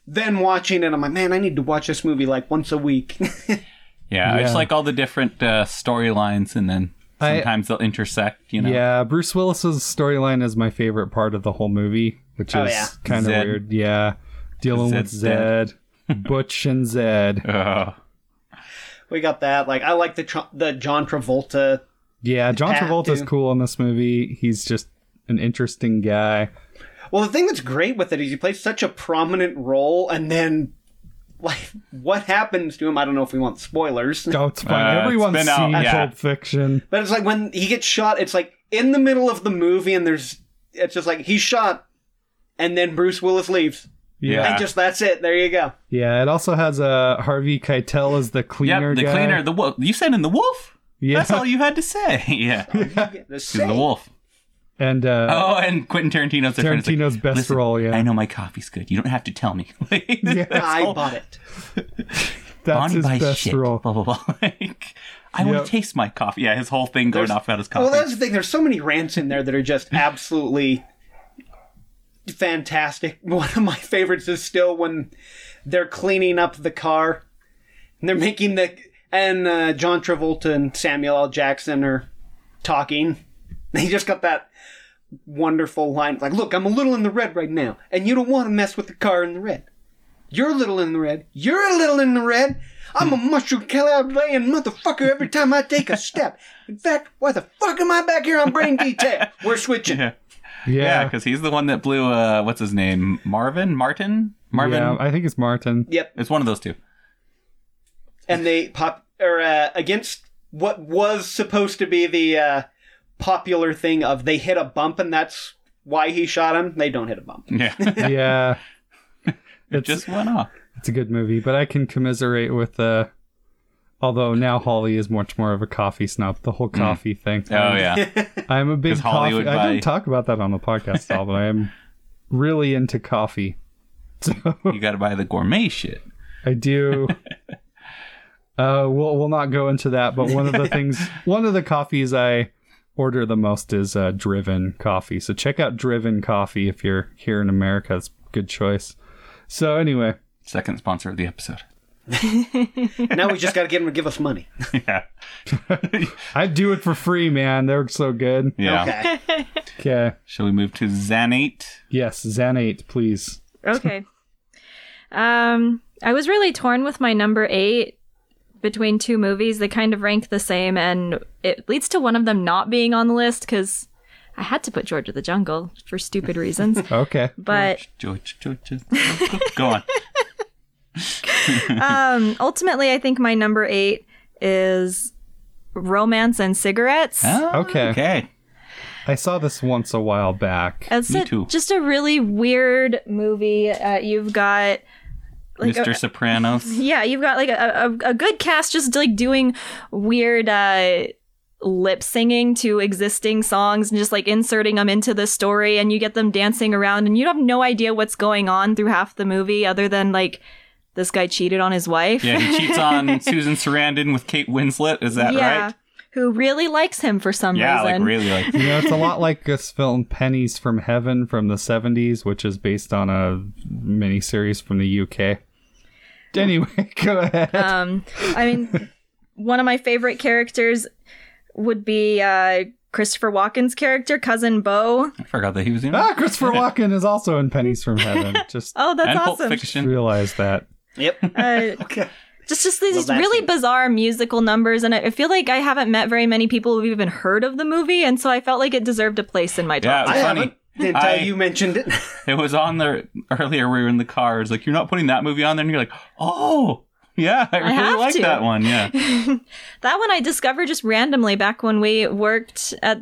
then watching it. I'm like, man, I need to watch this movie like once a week.
Yeah, I just
Yeah.
like all the different uh, storylines, and then
I-
sometimes they'll intersect. You know,
yeah. Bruce Willis's storyline is my favorite part of the whole movie, which
Oh,
is
yeah.
kind of
Zed.
weird. Yeah, dealing with
Zed's dead.
Zed, Butch and Zed.
Ugh.
we got that. Like, I like the tr- the John Travolta.
Yeah, John
Pat,
Travolta's
dude. cool
cool in this movie. He's just an interesting guy.
Well, the thing that's great with it is he plays such a prominent role, and then like what happens to him? I don't know if we want spoilers,
Oh, it's fine.
Uh, it's
Everyone's
been out,
seen
yeah.
Pulp Fiction.
but it's like when he gets shot. It's like in the middle of the movie, and there's it's just like he's shot, and then Bruce Willis leaves,
Yeah.
and just that's it. There you go.
Yeah, it also has uh, Harvey Keitel as the cleaner
Yep, the
guy.
cleaner, the wolf. You said in the wolf.
Yeah.
That's all you had to say. yeah,
The
in
same.
the wolf.
and uh,
Oh, and Quentin Tarantino's their friend. It's like,
Tarantino's best
"Listen,
role. Yeah,
I know my coffee's good. You don't have to tell me. Like, that's
I
all-
bought it.
that's
Bonnie
his
buys
best
shit.
role.
Blah blah blah. Like, I want
Yep. Oh,
to taste my coffee. Yeah, his whole thing going off about his coffee.
Well, that's the thing. There's so many rants in there that are just absolutely fantastic. One of my favorites is still when they're cleaning up the car and they're making the and uh, John Travolta and Samuel L. Jackson are talking. They just got that wonderful line like, "Look, I'm a little in the red right now, and you don't want to mess with the car in the red. You're a little in the red. You're a little in the red." I'm a mushroom laying motherfucker every time I take a step. In fact, why the fuck am I back here on brain detail? We're switching.
yeah,
Yeah,
because he's the one that blew. Uh, what's his name? Marvin? Martin? Marvin?
yeah, I think it's Martin.
Yep.
it's one of those two.
And they pop or uh, against what was supposed to be the uh, popular thing of they hit a bump and that's why he shot him. They don't hit a bump.
Yeah,
Yeah,
it
it's
just went off.
it's a good movie, but I can commiserate with Uh, although now Holly is much more of a coffee snob. The whole coffee thing.
Mm. Oh yeah,
I'm a big
'Cause Holly
coffee.
would
I
buy-
don't talk about that on the podcast at all, but I am really into coffee. So
you got to buy the gourmet shit.
I do. Uh, we'll we'll not go into that, but one of the things, one of the coffees I order the most is uh, Driven coffee. So check out Driven coffee if you're here in America. It's a good choice. So anyway,
Second sponsor of the episode.
now we just got to get him to give us money.
Yeah,
I do it for free, man. They're so good.
yeah.
Okay.
Okay.
Shall we move to Xanate?
Yes, Xanate, please.
uh,
Okay. um, I was really torn with my number eight between two movies. They kind of rank the same, and it leads to one of them not being on the list because I had to put George of the Jungle for stupid reasons.
Okay.
but
George, George, George. Go on.
um, ultimately, I think my number eight is romance and cigarettes.
Ah,
Okay.
Okay.
I saw this once a while back.
It's
Me
a-
too.
just a really weird movie. Uh, you've got like uh,
Mr.
a-
Sopranos.
yeah, you've got like a, a, a good cast just like doing weird uh, lip singing to existing songs and just like inserting them into the story, and you get them dancing around, and you have no idea what's going on through half the movie other than like this guy cheated on his wife.
Yeah, he cheats on Susan Sarandon with Kate Winslet. Is that
Yeah,
right?
Who really likes him for some
Yeah,
reason.
like really, like
You know, it's a lot like this film Pennies from Heaven from the 70s, which is based on a miniseries from the UK. Anyway, go ahead.
Um, I mean, one of my favorite characters would be uh, Christopher Walken's character, cousin Bo.
I forgot that he was in. it.
ah, Christopher Walken is also in Pennies from Heaven. Just
Oh, that's
and Pulp
awesome.
just
Fiction.
realized that.
Yep.
Uh,
Okay.
just just these
Well, that's
really
it.
bizarre musical numbers, and I, I feel like I haven't met very many people who've even heard of the movie, and so I felt like it deserved a place in my
Yeah,
top.
it was
I
funny.
haven't until
I-
you mentioned it.
It was on the earlier. We were in the car. It's like you're not putting that movie on there, and you're like, oh yeah, I really
have
like
to.
that one. Yeah,
That one I discovered just randomly back when we worked at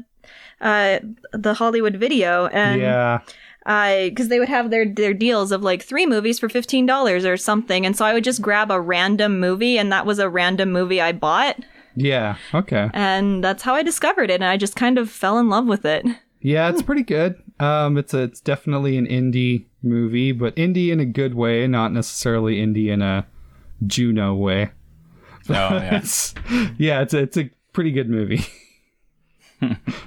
uh, the Hollywood Video, and
yeah.
because they would have their their deals of like three movies for fifteen dollars or something, and so I would just grab a random movie, and that was a random movie I bought,
Yeah. Okay.
and that's how I discovered it, and I just kind of fell in love with it.
Yeah, it's pretty good. Um, it's a, it's definitely an indie movie, but indie in a good way, not necessarily indie in a Juno way.
oh yeah.
It's, yeah, it's a, it's a pretty good movie.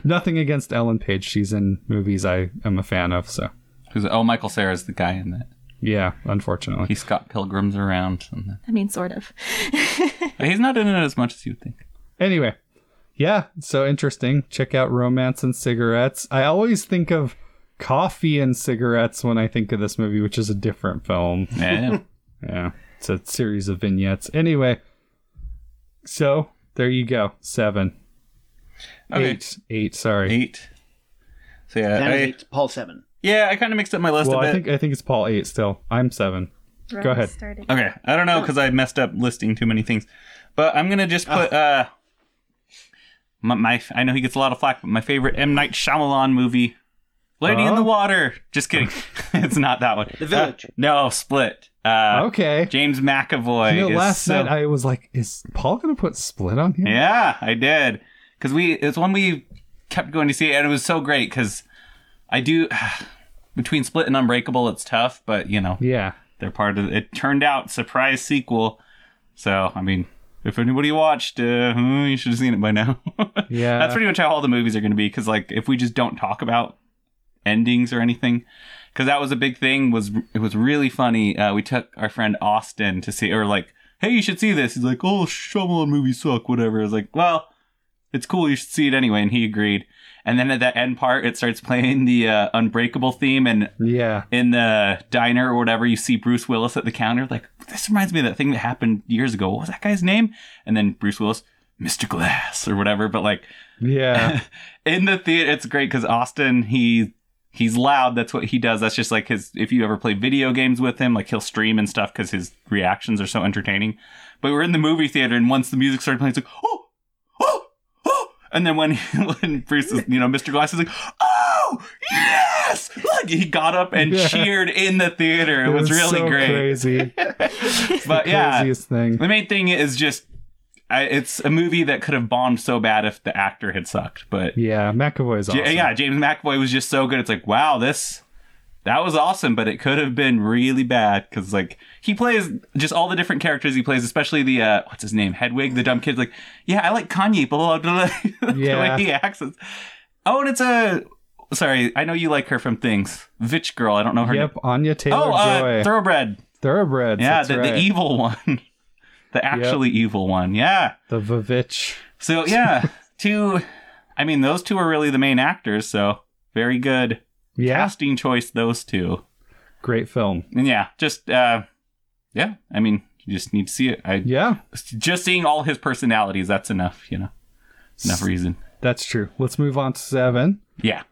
Nothing against Ellen Page; she's in movies I am a fan of. So
Who's- oh, Michael Sarah's the guy in that.
yeah, unfortunately,
He Scott Pilgrim's around. And
I mean, sort of.
but he's not in it as much as you would think.
Anyway, yeah, so interesting. Check out Romance and Cigarettes. I always think of coffee and cigarettes when I think of this movie, which is a different film.
Yeah.
Yeah, it's a series of vignettes. Anyway, so there you go. Seven,
Okay.
eight, eight. Sorry.
Eight. So yeah,
That
I,
is eight, Paul Seven.
yeah, I kind of mixed up my list
Well,
a bit.
I think I think it's Paul eight still. I'm seven. Go ahead.
Okay, I don't know because I messed up listing too many things, but I'm gonna just
Ah.
put uh, my, my I know he gets a lot of flack, but my favorite M Night Shyamalan movie, Lady in
Oh.
the Water. Just kidding, it's not that one.
The Village.
Uh, no, Split. Uh,
okay.
James McAvoy.
You know,
is
last
so-
night I was like, is Paul gonna put Split on here?
yeah, I did because we it's one we kept going to see it, and it was so great because I do between Split and Unbreakable, it's tough, but you know
Yeah.
they're part of it. Turned out surprise sequel, so I mean, if anybody watched, uh, hmm, you should have seen it by now.
Yeah.
that's pretty much how all the movies are going to be because like if we just don't talk about endings or anything because that was a big thing was it was really funny uh, we took our friend austin to see or like hey you should see this he's like oh Shyamalan movies suck whatever i was like well it's cool you should see it anyway and he agreed and then at that end part it starts playing the uh, unbreakable theme and
Yeah.
in the diner or whatever, you see Bruce Willis at the counter. Like, this reminds me of that thing that happened years ago. What was that guy's name? And then Bruce Willis, Mr. Glass or whatever. But like
Yeah.
in the theater, it's great because Austin, he he's loud. That's what he does. That's just like his. If you ever play video games with him, like he'll stream and stuff because his reactions are so entertaining. But we're in the movie theater, and once the music started playing, it's like oh, oh, oh, and then when when Bruce, is, you know, Mr. Glass is like oh yes, like he got up and
Yeah.
cheered in the theater. It, was, really
so
great.
Crazy.
But yeah,
Craziest thing.
the main thing is just. I, it's a movie that could have bombed so bad if the actor had sucked, but
Yeah. McAvoy's awesome.
J- Yeah, James McAvoy was just so good. It's like, wow, this that was awesome, but it could have been really bad because like he plays just all the different characters he plays, especially the uh, what's his name, Hedwig, the dumb kid. Like, yeah, I like Kanye, blah blah blah. blah.
Yeah.
the way he acts. is- Oh, and it's a sorry, I know you like her from Things, Vitch Girl. I don't know her.
Yep.
name.
Anya Taylor
Oh,
Joy.
uh, Thoroughbred.
Thoroughbreds.
Yeah,
that's
the, e-
right.
the evil one, the actually evil one. Yeah.
The Vavitch.
So yeah, two. I mean, those two are really the main actors. So very good
Yeah.
casting choice. Those two.
Great film.
And yeah, just uh, yeah. I mean, you just need to see it. I
Yeah.
just seeing all his personalities. That's enough. You know, enough reason.
That's true. Let's move on to seven.
Yeah.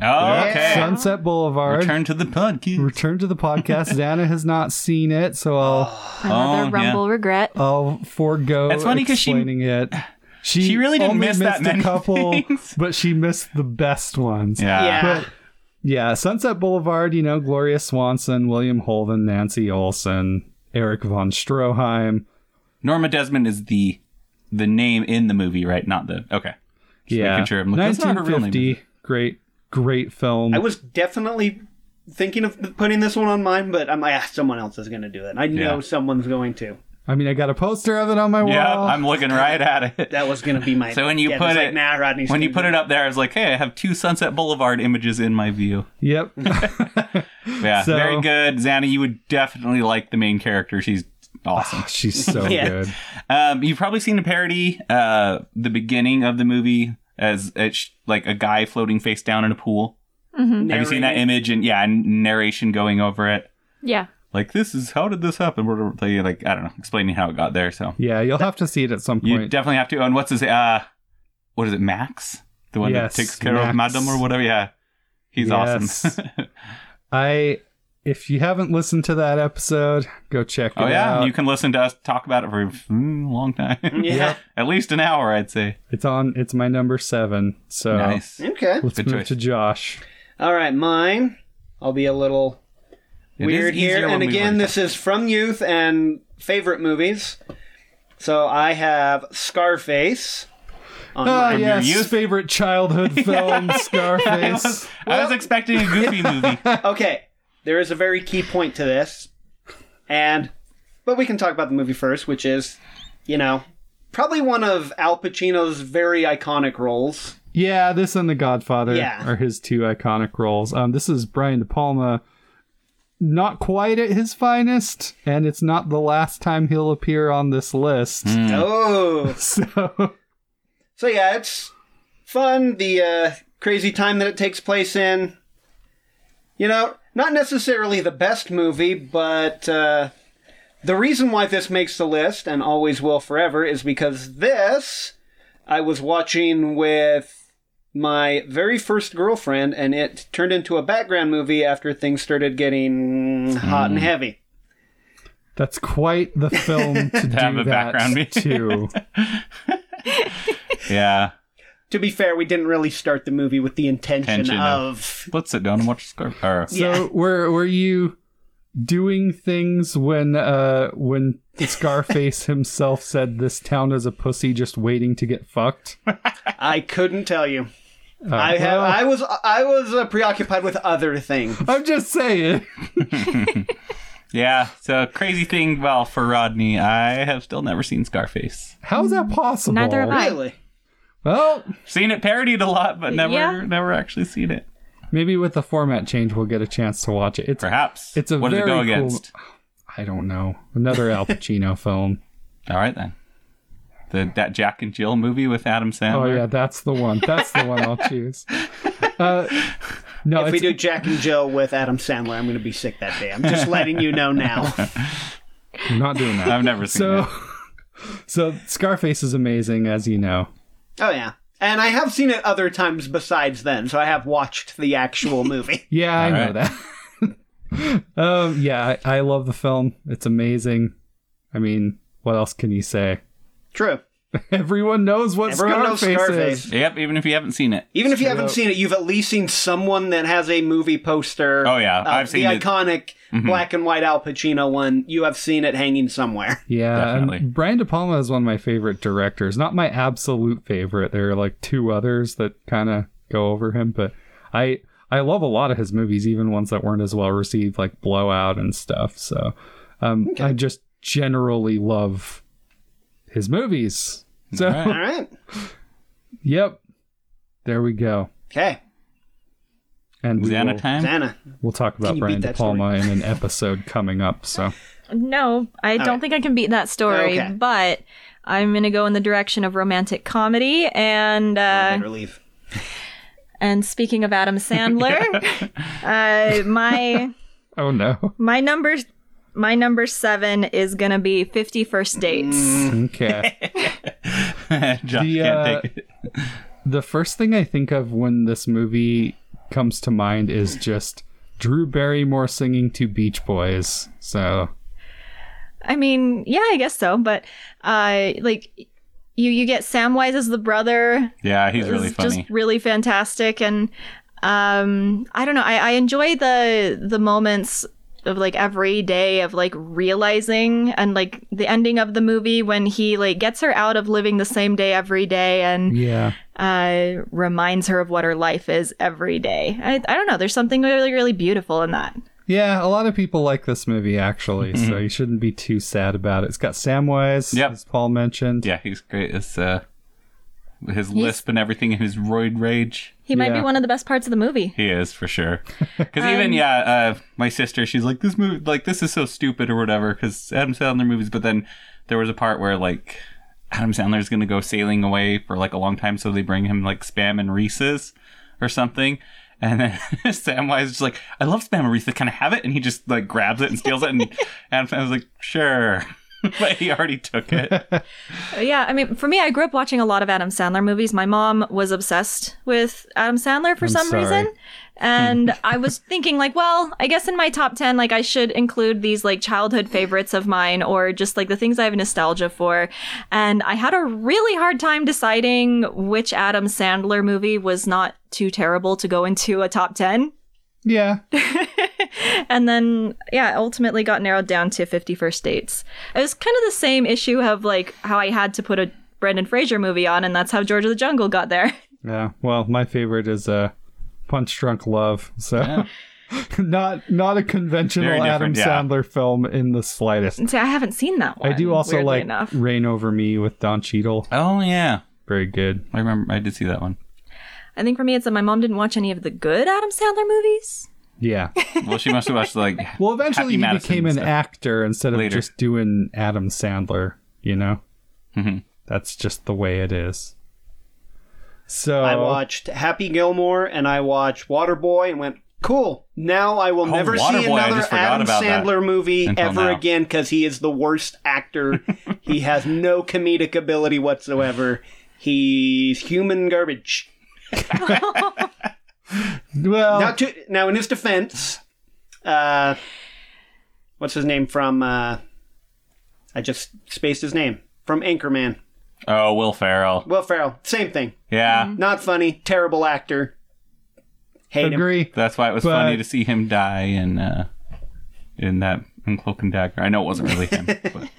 Oh, okay.
Sunset Boulevard. Return,
Return to the podcast.
to the podcast. Dana has not seen it, so I'll
Another
Oh,
rumble regret.
I'll forego
That's funny 'cause she-
explaining it. She,
she really didn't
only
miss that
missed
many
a couple,
things.
but she missed the best ones.
yeah.
yeah.
Yeah, Sunset Boulevard, you know, Gloria Swanson, William Holden, Nancy Olson, Eric von Stroheim.
Norma Desmond is the the name in the movie, right? Not the okay. Just
yeah.
making sure. I'm like, that's not her real name.
1950. Great, great film.
I was definitely thinking of putting this one on mine, but I'm like, ah, someone else is going to do it. I know
Yeah.
someone's going to.
I mean, I got a poster of it on my
Yep,
wall.
I'm looking right at it.
That was going to be my.
So when you
yeah,
put
it's
it-
like, nah, Rodney's
when you
gonna
put
do
it up there, I was like, hey, I have two Sunset Boulevard images in my view.
Yep.
Yeah,
So-
very good. Xana, you would definitely like the main character. She's awesome.
She's so
Yeah.
good.
Um, you've probably seen a parody, uh, the beginning of the movie as it's like a guy floating face down in a pool.
Mm-hmm.
Have you seen that
Narrating.
image and yeah, and narration going over it?
Yeah.
Like this is how did this happen? Whatever, They like I don't know, explaining how it got there. So
Yeah, you'll have to see it at some
you
point.
definitely have to. And what's his uh, what is it, Max? The one
Yes,
that takes care of
Max.
Madame or whatever. Yeah, he's
Yes.
awesome.
I, if you haven't listened to that episode, go check it
Oh yeah,
out.
you can listen to us talk about it for a mm, long time.
Yeah.
At least an hour, I'd say.
It's on. It's my number seven. So
Nice.
Okay.
let's
Good
move
choice.
to Josh.
All right, mine. I'll be a little
It
weird
is easier
here. And
when we
again,
learn.
this is from youth and favorite movies. So I have Scarface. On
Oh
my-
yes,
youth?
favorite childhood film,
I
Scarface.
was, I was expecting a goofy movie.
Okay, there is a very key point to this, and but we can talk about the movie first, which is, you know, probably one of Al Pacino's very iconic roles.
Yeah, this and The Godfather
Yeah.
are his two iconic roles. Um, this is Brian De Palma, not quite at his finest, and it's not the last time he'll appear on this list.
Hmm.
Oh,
So
so yeah, it's fun. The uh, crazy time that it takes place in. You know, not necessarily the best movie, but uh, the reason why this makes the list and always will forever is because this I was watching with my very first girlfriend, and it turned into a background movie after things started getting hot and heavy.
that's quite the film to, do
have a
that
background meeting.
too.
yeah.
To be fair, we didn't really start the movie with the intention
Tension
of
Let's sit down and watch Scarf. Or,
So were were you doing things when uh when Scarface himself said this town is a pussy just waiting to get fucked.
I couldn't tell you.
Uh,
I have.
well-
I was. I was uh, preoccupied with other things.
I'm just saying.
Yeah, so crazy thing, well, for Rodney, I have still never seen Scarface.
How's that possible?
Neither have I.
Really?
Well,
Seen it parodied a lot, but never
Yeah.
never actually seen it.
maybe with the format change we'll get a chance to watch it. It's
Perhaps.
It's a
what did it
very
go
cool-
against?
I don't know. Another Al Pacino film.
All right then. The that Jack and Jill movie with Adam
Oh
Sandler.
yeah, that's the one. That's the one I'll choose. Uh, no,
If we
it's,
do Jack and Jill with Adam Sandler, I'm going to be sick that day. I'm just letting you know now.
I'm not doing that.
I've never seen
So,
it.
so Scarface is amazing, as you know.
Oh yeah, and I have seen it other times besides then, so I have watched the actual movie.
Yeah, I
All
know that. um, yeah, I, I love the film. It's amazing. I mean, what else can you say?
True.
Everyone knows what
Everyone knows
Scarface,
Scarface.
is.
Yep, even if you haven't seen it.
Even if you
Straight
haven't
up.
seen it, you've at least seen someone that has a movie poster.
Oh, yeah.
of
I've seen
the
it. Mm-hmm.
iconic black and white Al Pacino one. You have seen it hanging somewhere.
Yeah,
Definitely.
and Brian De Palma is one of my favorite directors. Not my absolute favorite. There are like two others that kind of go over him, but I I love a lot of his movies, even ones that weren't as well received, like Blowout and stuff. So um, I just generally love his movies. So
All right.
All right.
yep, there we go.
Okay.
And we
Xana
will,
time?
Xana.
we'll talk
Can
about
you
Brian
beat
De
that
Palma in an episode coming up. So
No, I don't
right.
think I can beat that story,
Okay.
but I'm going to go in the direction of romantic comedy. And uh,
Better leave.
and speaking of Adam Sandler, uh, my
oh no,
my number my number seven is going to be 50 First Dates.
okay.
Josh
The, uh,
can't take it.
the first thing I think of when this movie comes to mind is just Drew Barrymore singing to Beach Boys. So
I mean, yeah, I guess so. But uh, like you, you get Samwise as the brother.
Yeah, he's really
is
funny.
Just really fantastic, and um, I don't know. I, I enjoy the the moments of like every day of like realizing and like the ending of the movie when he like gets her out of living the same day every day and
yeah,
uh, reminds her of what her life is every day. I, I don't know. There's something really really beautiful in that.
yeah, a lot of people like this movie actually. So you shouldn't be too sad about it. It's got Samwise,
Mm-hmm. Yep.
as Paul mentioned.
Yeah, he's great. It's uh his lisp and everything and his roid rage.
He might
Yeah.
be one of the best parts of the movie.
He is for sure. Because even yeah, uh, my sister, she's like this movie, like this is so stupid or whatever. Because Adam Sandler movies, but then there was a part where like Adam Sandler's gonna go sailing away for like a long time, so they bring him like spam and Reese's or something. And then Samwise is just like, I love spam and Reese's. Can I have it? And he just like grabs it and steals it. And Adam Sandler's like, sure. but he already took it.
Yeah, I mean, for me, I grew up watching a lot of Adam Sandler movies. My mom was obsessed with Adam Sandler for
I'm
some
sorry.
reason. And I was thinking, like, well, I guess in my top 10, like, I should include these, like, childhood favorites of mine or just, like, the things I have nostalgia for. And I had a really hard time deciding which Adam Sandler movie was not too terrible to go into a top 10.
Yeah,
And then, yeah, ultimately got narrowed down to 51st Dates. It was kind of the same issue of like how I had to put a Brendan Fraser movie on, and that's how George of the Jungle got there.
yeah. Well, my favorite is uh, Punch Drunk Love. So. Not not a
Very
conventional Adam
different, yeah.
Sandler film in the slightest.
See, I haven't seen that one.
I do also
weirdly
like
Enough.
Rain Over Me with Don Cheadle.
Oh yeah,
Very good.
I remember. I did see that one.
I think for me, it's that my mom didn't watch any of the good Adam Sandler movies.
Yeah.
Well, she must have watched like.
Well, eventually
Happy
he
Madison
became an
stuff.
actor instead of
Later.
just doing Adam Sandler, you know?
Mhm.
That's just the way it is. So,
Oh.
I watched Happy Gilmore and I watched Waterboy and went, cool. Now I will never see
Oh, Waterboy, I
another
just forgot
Adam
about that
Sandler movie
until
ever
now.
again because he is the worst actor. he has no comedic ability whatsoever. He's human garbage.
well,
Now, to, now in his defense, uh, what's his name from? Uh, I just spaced his name from Anchorman.
Oh, Will Ferrell.
Will Ferrell, same thing.
Yeah.
Mm-hmm.
Not funny. Terrible actor. Hate him.
agree.
That's why it was
But-
funny to see him die in uh, in that in Cloak and Dagger. I know it wasn't really him, but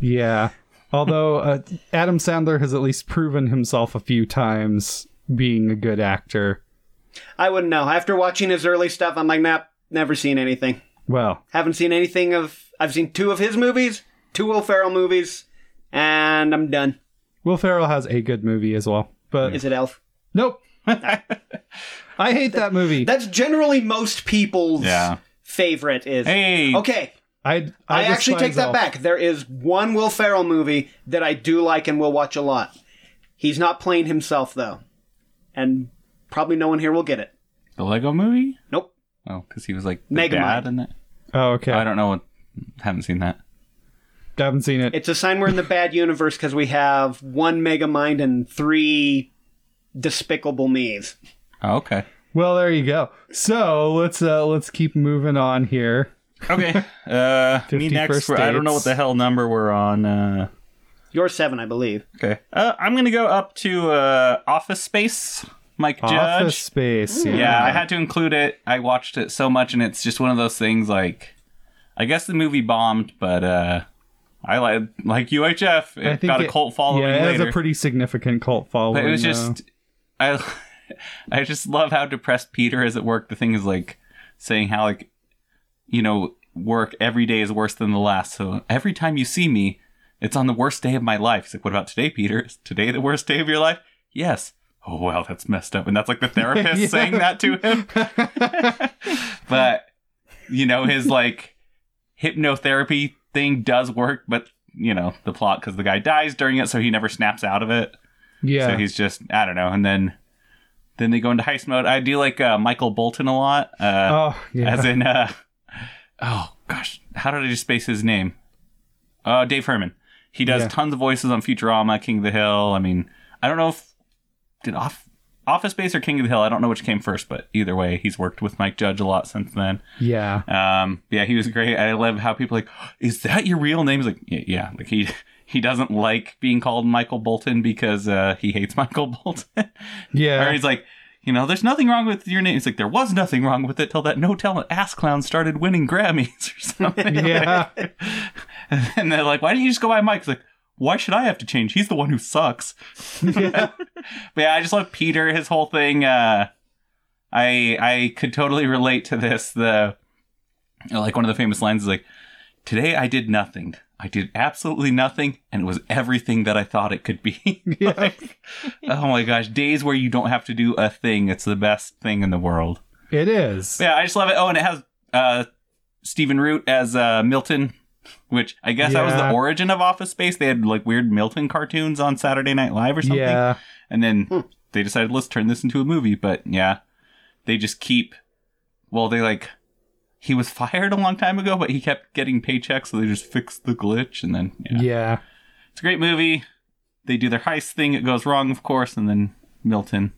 Yeah. Although uh, Adam Sandler has at least proven himself a few times being a good actor.
I wouldn't know. After watching his early stuff, I'm like, nah, never seen anything.
Well,
Haven't seen anything of. I've seen two of his movies, two Will Ferrell movies, and I'm done.
Will Ferrell has a good movie as well, but
Is it Elf?
nope. I hate that movie.
That's generally most people's
Yeah.
favorite. Is
hey,
okay.
I I,
I, actually
despise
take that
all-
back. There is one Will Ferrell movie that I do like and will watch a lot. He's not playing himself though, and probably no one here will get it.
the Lego Movie.
Nope.
Oh, because he was like the
Megamind.
dad in that.
Oh, okay.
I
I
don't know. what Haven't seen that.
haven't seen it.
It's a sign we're in the bad universe because we have one Mega Mind and three Despicable Me's.
Oh, okay.
Well, there you go. So let's uh let's keep moving on here.
Okay. Uh,
50
me next.
first
I don't know what
dates.
the hell number we're on. Uh,
You're seven, I believe.
okay. Uh, I'm gonna go up to uh, Office Space. Mike Judge.
Office Space.
Yeah, I had to include it. I watched it so much, and it's just one of those things. Like, I guess the movie bombed, but uh, I like like UHF. It
I think
got a cult following
Yeah, it
later.
has a pretty significant cult following.
but it was
though.
just, I, I just love how depressed Peter is at work. The thing is like saying how like, you know, work every day is worse than the last. So every time you see me, it's on the worst day of my life. He's like, what about today, Peter? Is today the worst day of your life? Yes. Oh wow, that's messed up. And that's like the therapist
Yeah.
saying that to him. but you know his like hypnotherapy thing does work but you know the plot because the guy dies during it so he never snaps out of it
yeah.
so he's just i don't know and then then they go into heist mode i do like uh, michael bolton a lot uh,
oh yeah.
as in uh, oh gosh how did i just space his name uh, dave herman he does
Yeah.
tons of voices on futurama king of the hill i mean i don't know if did off office space or king of the hill i don't know which came first but either way he's worked with mike judge a lot since then
yeah.
um, yeah, he was great. I love how people are like, is that your real name? He's like, yeah, yeah. like he he doesn't like being called Michael Bolton because uh, he hates Michael Bolton. or
Yeah.
he's like, you know, there's nothing wrong with your name. He's like, there was nothing wrong with it till that no talent ass clown started winning Grammys or something.
Yeah.
and they're like, why didn't you just go by Mike? He's like, why should I have to change? He's the one who sucks. but yeah, I just love Peter, his whole thing. Uh, I I could totally relate to this. The like one of the famous lines is like, "Today I did nothing. I did absolutely nothing, and it was everything that I thought it could be."
Yeah.
Like, oh my gosh, days where you don't have to do a thing. It's the best thing in the world.
It is.
Yeah, I just love it. Oh, and it has uh, Stephen Root as uh, Milton, which I guess that was the
Yeah.
origin of Office Space. They had like weird Milton cartoons on Saturday Night Live or something.
Yeah.
And then they decided, let's turn this into a movie. But yeah, they just keep. Well, they like. He was fired a long time ago, but he kept getting paychecks, so they just fixed the glitch. And then, yeah.
Yeah.
It's a great movie. They do their heist thing, it goes wrong, of course, and then Milton.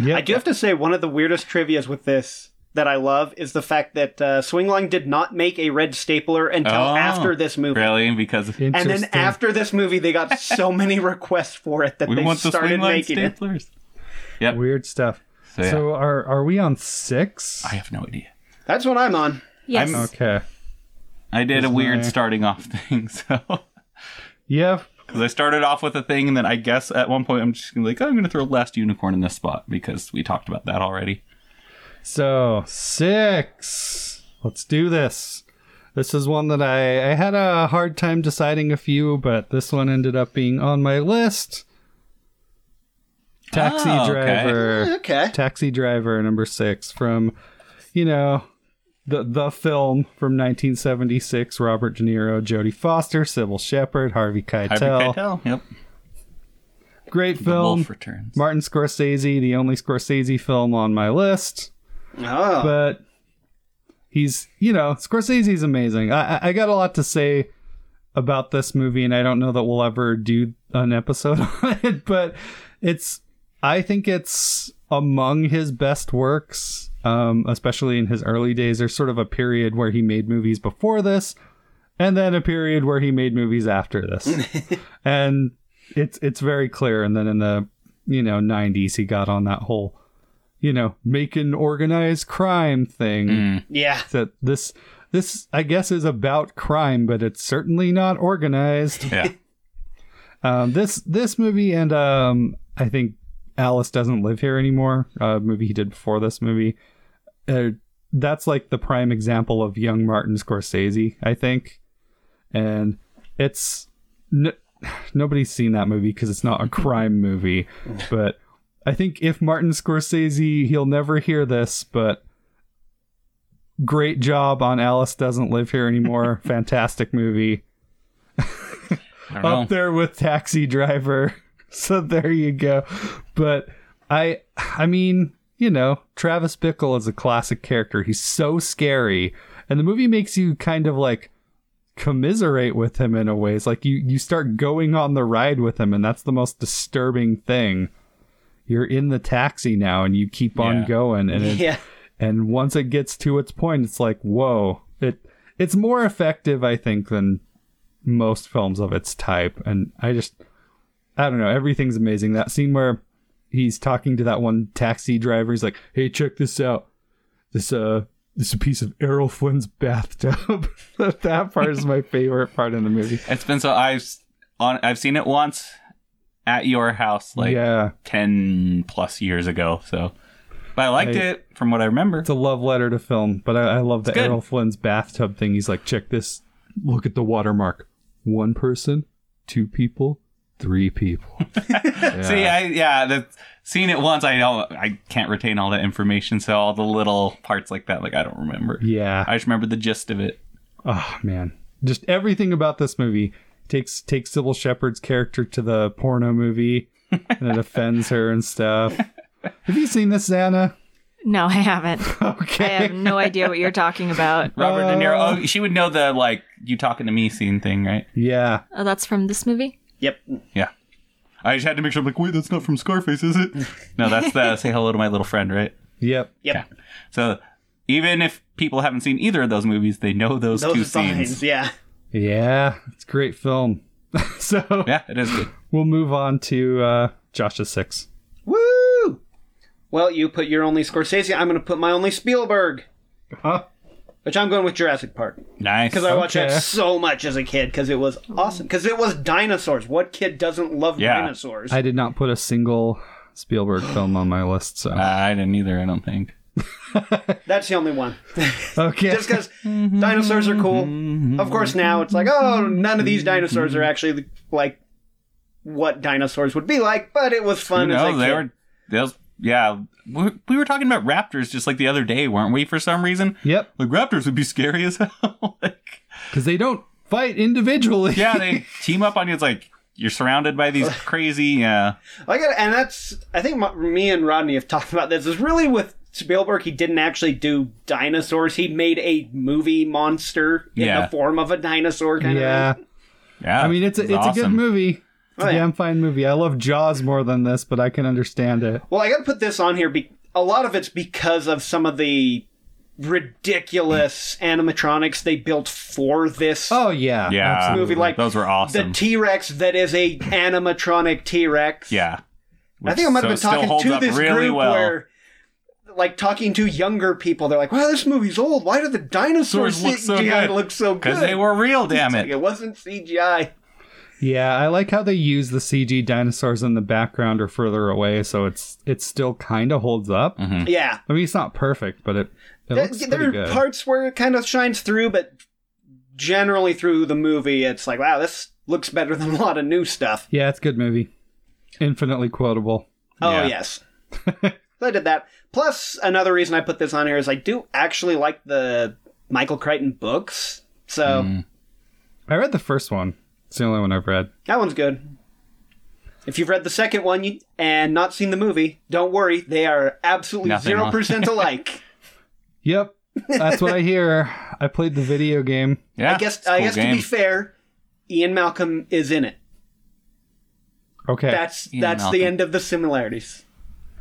Yep.
I do have to say, one of the weirdest trivias with this that I love is the fact that uh, Swingline did not make a red stapler until
Oh,
after this movie.
Really? Because
And then
Interesting.
after this movie, they got so many requests for it that
we
they
want the swing
started
line
making it.
staplers. Yep.
weird stuff. So,
So, yeah.
are are we on six?
I have no idea.
That's what I'm on.
Yes.
I'm-
okay.
I did a weird
my-
starting off thing, so because
Yeah.
I started off with a thing, and then I guess at one point I'm just gonna be like, oh, I'm gonna throw last unicorn in this spot because we talked about that already.
So six. Let's do this. This is one that I, I had a hard time deciding a few, but this one ended up being on my list. Taxi
Oh, okay.
driver.
Okay.
Taxi Driver number 6 from you know the the film from 1976 Robert De Niro, Jodie Foster, Sybil Shepherd, Harvey Keitel.
Harvey Keitel, yep.
Great
The
film.
Wolf returns.
Martin Scorsese, the only Scorsese film on my list,
Oh.
but he's, you know, Scorsese's amazing. I I- I got a lot to say about this movie and I don't know that we'll ever do an episode on it, but it's I think it's among his best works, um, especially in his early days. There's sort of a period where he made movies before this, and then a period where he made movies after this, and it's it's very clear. And then in the you know 90s, he got on that
Mm. Hmm,
whole you know making organized crime thing
yeah.
that this This, I guess, is about crime, but it's certainly not organized.
Yeah.
Um, this this movie and um, I think Alice doesn't live here anymore. Uh, movie he did before this movie. Uh, that's like the prime example of young Martin Scorsese, I think. And it's n- nobody's seen that movie because it's not a crime movie. But I think if Martin Scorsese, he'll never hear this, but. Great job on Alice Doesn't Live Here Anymore. Fantastic movie
I
up
don't know.
there with taxi driver so there you go but i i mean you know travis bickle is a classic character he's so scary and the movie makes you kind of like commiserate with him in a way it's like you you start going on the ride with him and that's the most disturbing thing you're in the taxi now and you keep on
Yeah.
going and it,
Yeah.
and once it gets to its point it's like whoa it it's more effective i think than most films of its type and i just i don't know everything's amazing that scene where he's talking to that one taxi driver he's like hey check this out this uh this is a piece of errol flynn's bathtub that part is my favorite part in the movie
It's been so I've s- on I've seen it once at your house like
yeah
ten plus years ago. So, but I liked
I-
it from what I remember.
it's a love letter to film but i, I love the
good.
errol flynn's bathtub thing he's like check this look at the watermark one person two people three people yeah.
See,
Uh,
I yeah, that seen it once. I don't. I can't retain all that information, so all the little parts like that, like I don't remember.
yeah
I just remember the gist of it.
Oh man, just everything about this movie takes takes Sybil Shepherd's character to the porno movie, and it offends her and stuff. Have you seen this, Anna?
No, I haven't. I
Okay.
have no idea what you're talking about.
Robert De
Oh.
Niro.
Uh.
Oh, she would know the like you talking to me scene thing, right?
Yeah,
Oh, that's from this movie?
Yep.
Yeah. I just had to make sure. I'm like, wait, that's not from Scarface, is it? no, that's the say hello to my little friend, right?
yep.
Yep.
Yeah. So even if people haven't seen either of those movies, they know those,
Those
two
are signs.
scenes.
Yeah.
Yeah, it's a great film. so
Yeah, it is good.
we'll move on to uh, Josh's six.
Woo! Well, you put your only Scorsese. I'm going to put my only Spielberg,
Oh.
Huh?
which I'm going with Jurassic Park
Nice.
because I watched that
Okay.
so much as a kid because it was awesome. Because it was dinosaurs. What kid doesn't love
Yeah.
dinosaurs?
I did not put a single Spielberg film on my list. So
Uh,
Ah.
I didn't either. I don't think.
That's the only one.
okay,
Just because
Mm-hmm.
dinosaurs are cool. Of course, now it's like, oh, none of these dinosaurs
Mm-hmm.
are actually the- like what dinosaurs would be like, but it was fun.
You
as a
know, they
kid.
were. Those, yeah, we, we were talking about raptors just like the other day, weren't we? For some reason,
yep,
like raptors would be scary as hell. like,
because they don't fight individually.
yeah, they team up on you. It's like you're surrounded by these crazy. Uh,
I got, and that's I think my, me and Rodney have talked about this. Is really with Spielberg, he didn't actually do dinosaurs. He made a movie monster in
Yeah.
the form of a dinosaur kind
yeah.
of thing.
yeah,
I mean, it's a, it's a good
awesome.
movie. It's
Oh,
a
yeah.
damn fine movie. I love Jaws more than this, but I can understand it.
Well, I got to put this on here. Be, a lot of it's because of some of the ridiculous animatronics they built for this.
Oh yeah,
Yeah,
absolutely.
movie, like
those were awesome.
The T Rex that is a animatronic T Rex.
yeah,
I think I might have
So still
been
holds
talking to
up
this
really
group
well.
where, like, talking to younger people, they're like, "Wow, this movie's old. Why do the dinosaurs
Dinosaurs look so
CGI
good."
look so good?"
because they were real. Damn
Like,
it.
it wasn't CGI.
yeah. I like how they use the CG dinosaurs in the background or further away, so it's it still kind of holds up.
Yeah,
I mean, it's not perfect, but it it
Mm. There-
looks
there
pretty
are
good.
parts where it kind of shines through, but generally through the movie, it's like, "Wow, this looks better than a lot of new stuff."
yeah, it's a good movie. Infinitely quotable.
Oh
Yeah.
yes. so I did that. Plus another reason I put this on here is I do actually like the Michael Crichton books. So
Hmm. I read the first one. It's the only one I've read.
that one's good. If you've read the second one you, and not seen the movie, don't worry, they are absolutely
Nothing
zero
wrong.
percent alike.
Yep, that's what I hear. I played the video game.
Yeah,
I guess
it's a
I
cool
guess to
game.
be fair, Ian Malcolm is in it.
Okay,
That's
Ian
that's
Malcolm.
the end of the similarities.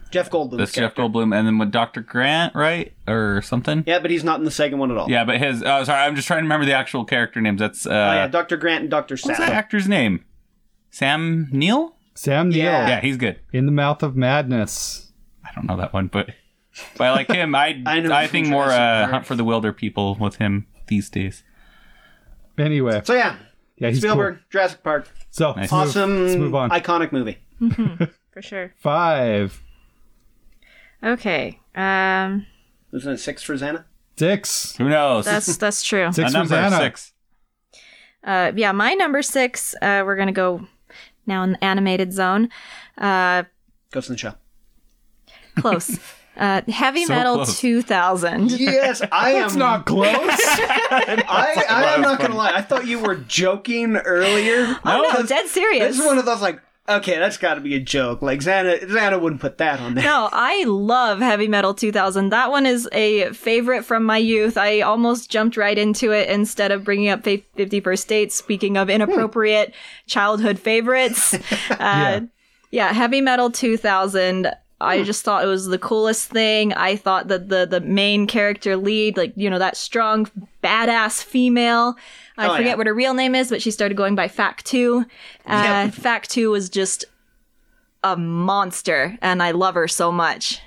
Jeff Goldblum.
That's Jeff Goldblum, and then with Dr. Grant, right, or something.
Yeah, but he's not in the second one at all.
Yeah, but his. Oh, sorry, I'm just trying to remember the actual character names. That's uh,
Oh, yeah, Dr. Grant and Dr.
what's that
Sap.
actor's name? Sam Neill.
Sam Neill
Yeah.
Yeah, he's good.
in the mouth of madness.
I don't know that one, but but I like him. I
I know
I
who
think more
Jurassic
uh,
Park.
Hunt for the Wilder people with him. these days.
Anyway,
So yeah,
yeah, he's cool.
Spielberg, Jurassic Park,
So let's
Nice.
move-
awesome,
Let's move on.
iconic movie.
for sure.
Five,
Okay, um,
Isn't it six for Xana?
six,
Who knows?
that's that's true.
six
a
for
number of
Xana.
six.
Uh, yeah, my number six. Uh, we're gonna go now in the animated zone. Uh,
Ghost in the Shell.
close. uh, heavy
So
metal
close. two
two thousand.
Yes, I am.
It's not close.
I, I am not gonna lie. I thought you were joking earlier.
Oh no,
Because
dead serious.
This is one of those like, okay, that's got to be a joke. Like Xana, Xana wouldn't put that on there.
No, I love Heavy Metal 2000. That one is a favorite from my youth. I almost jumped right into it instead of bringing up Fa- 51st Dates. Speaking of inappropriate childhood favorites, uh, yeah. Heavy Metal 2000. I just thought it was the coolest thing. I thought that the the main character lead, like you know, that strong badass female. I
Oh,
forget
yeah.
what her real name is, but she started going by Fact Two. Uh,
Yep.
Fact Two was just a monster and I love her so much.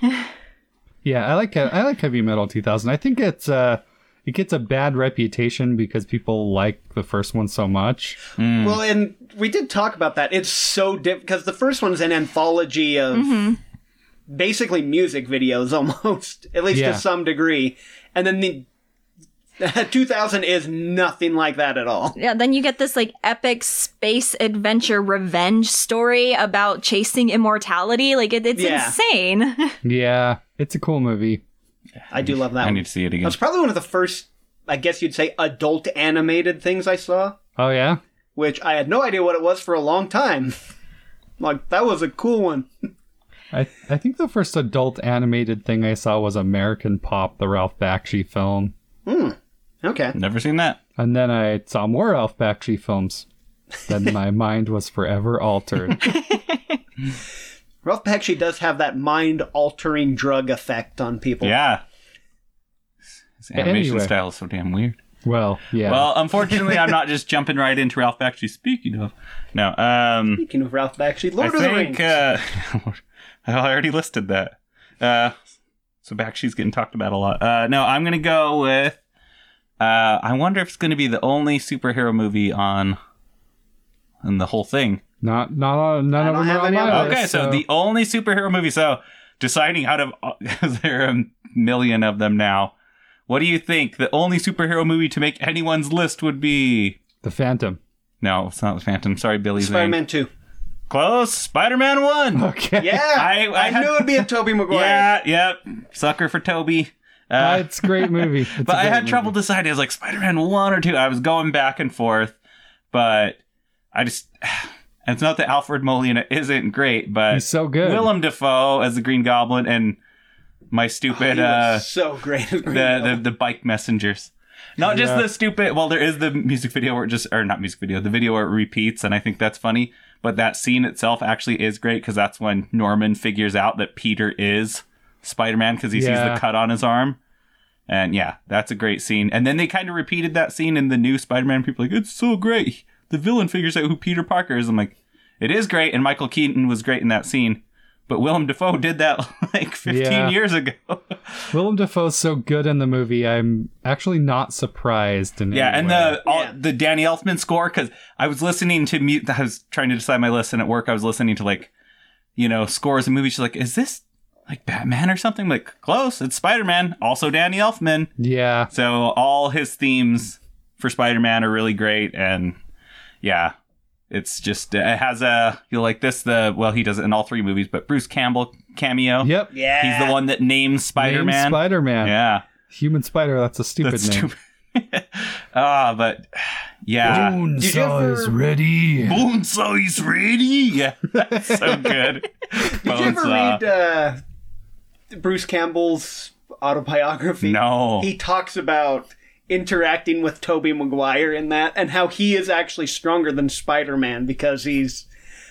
Yeah, I like I like heavy metal 2000. I think it's uh it gets a bad reputation because people like the first one so much.
Hmm.
Well, and we did talk about that. It's so different because the first one's an anthology of
Mm-hmm.
basically music videos, almost at least
Yeah.
to some degree, and then the. 2000 is nothing like that at all.
yeah, then you get this like epic space adventure revenge story about chasing immortality. Like it, it's
Yeah.
insane.
Yeah, it's a cool movie.
I do love that
I
one.
need to see it again.
That's probably one of the first, I guess you'd say, adult animated things I saw,
Oh yeah.
which I had no idea what it was for a long time. like, that was a cool one.
I I think the first adult animated thing I saw was American Pop, the Ralph Bakshi film.
Okay.
Never seen that.
And then I saw more Ralph Bakshi films. Then my mind was forever altered.
Ralph Bakshi does have that mind altering drug effect on people.
Yeah. His animation
Anyway.
style is so damn weird.
Well, yeah.
Well, unfortunately, I'm not just jumping right into Ralph Bakshi. Speaking of, no, um,
Speaking of Ralph Bakshi, Lord
I
of the
think
Rings.
uh, I already listed that. Uh, so Bakshi's getting talked about a lot. Uh, no, I'm gonna go with. Uh, I wonder if it's gonna be the only superhero movie on, on the whole thing.
not not on, none
I
of them
don't have
are on
any
my
of
list,
Okay, so, the only superhero movie. So deciding out of uh, there are a million of them now. What do you think the only superhero movie to make anyone's list would be?
the Phantom.
No, it's not the Phantom. Sorry, Billy. Zane.
Spider Man 2.
Close. Spider-Man One.
Okay.
Yeah!
I-
I,
I had-
knew it'd be a Tobey Maguire.
Yeah. Yep. Sucker for Toby.
Uh,
Uh,
it's a great movie. It's a
but I
great
had
movie.
trouble deciding. I was like Spider-Man One or Two. I was going back and forth, but I just. and It's not that Alfred Molina isn't great, but
He's so good.
Willem Dafoe as the Green Goblin and my
He
stupid
was
uh,
so great. as Green
the,
Goblin.
the the bike messengers. Not just
Yeah.
the stupid. Well, there is the music video where it just or not music video, the video where it repeats, and I think that's funny. But that scene itself actually is great because that's when Norman figures out that Peter is Spider Man because he sees
Yeah.
the cut on his arm. And yeah, that's a great scene. And then they kind of repeated that scene in the new Spider Man. People are like, it's so great. The villain figures out who Peter Parker is. I'm like, it is great. And Michael Keaton was great in that scene. But Willem Dafoe did that like 15
Yeah.
years ago.
Willem Dafoe's so good in the movie. I'm actually not surprised. In
Yeah,
any
and
way.
the all,
Yeah.
the Danny Elfman score because I was listening to mute. I was trying to decide my list, and at work I was listening to like, you know, scores and movies. She's like, "Is this like Batman or something?" I'm like, close. It's Spider Man. Also Danny Elfman.
yeah,
So all his themes for Spider Man are really great, and yeah, it's just it has a you like this the well he does it in all three movies, but Bruce Campbell cameo.
yep.
yeah.
he's the one that names Spider Man.
Spider Man.
yeah,
Human Spider. That's a stupid
that's
name.
stupid. Ah, but yeah.
Oh,
Did you ever- is
ready.
Bonesaw is ready. Yeah, that's so good.
Did you ever read uh, Bruce Campbell's autobiography?
no.
He talks about interacting with Toby Maguire in that and how he is actually stronger than Spider-Man because he's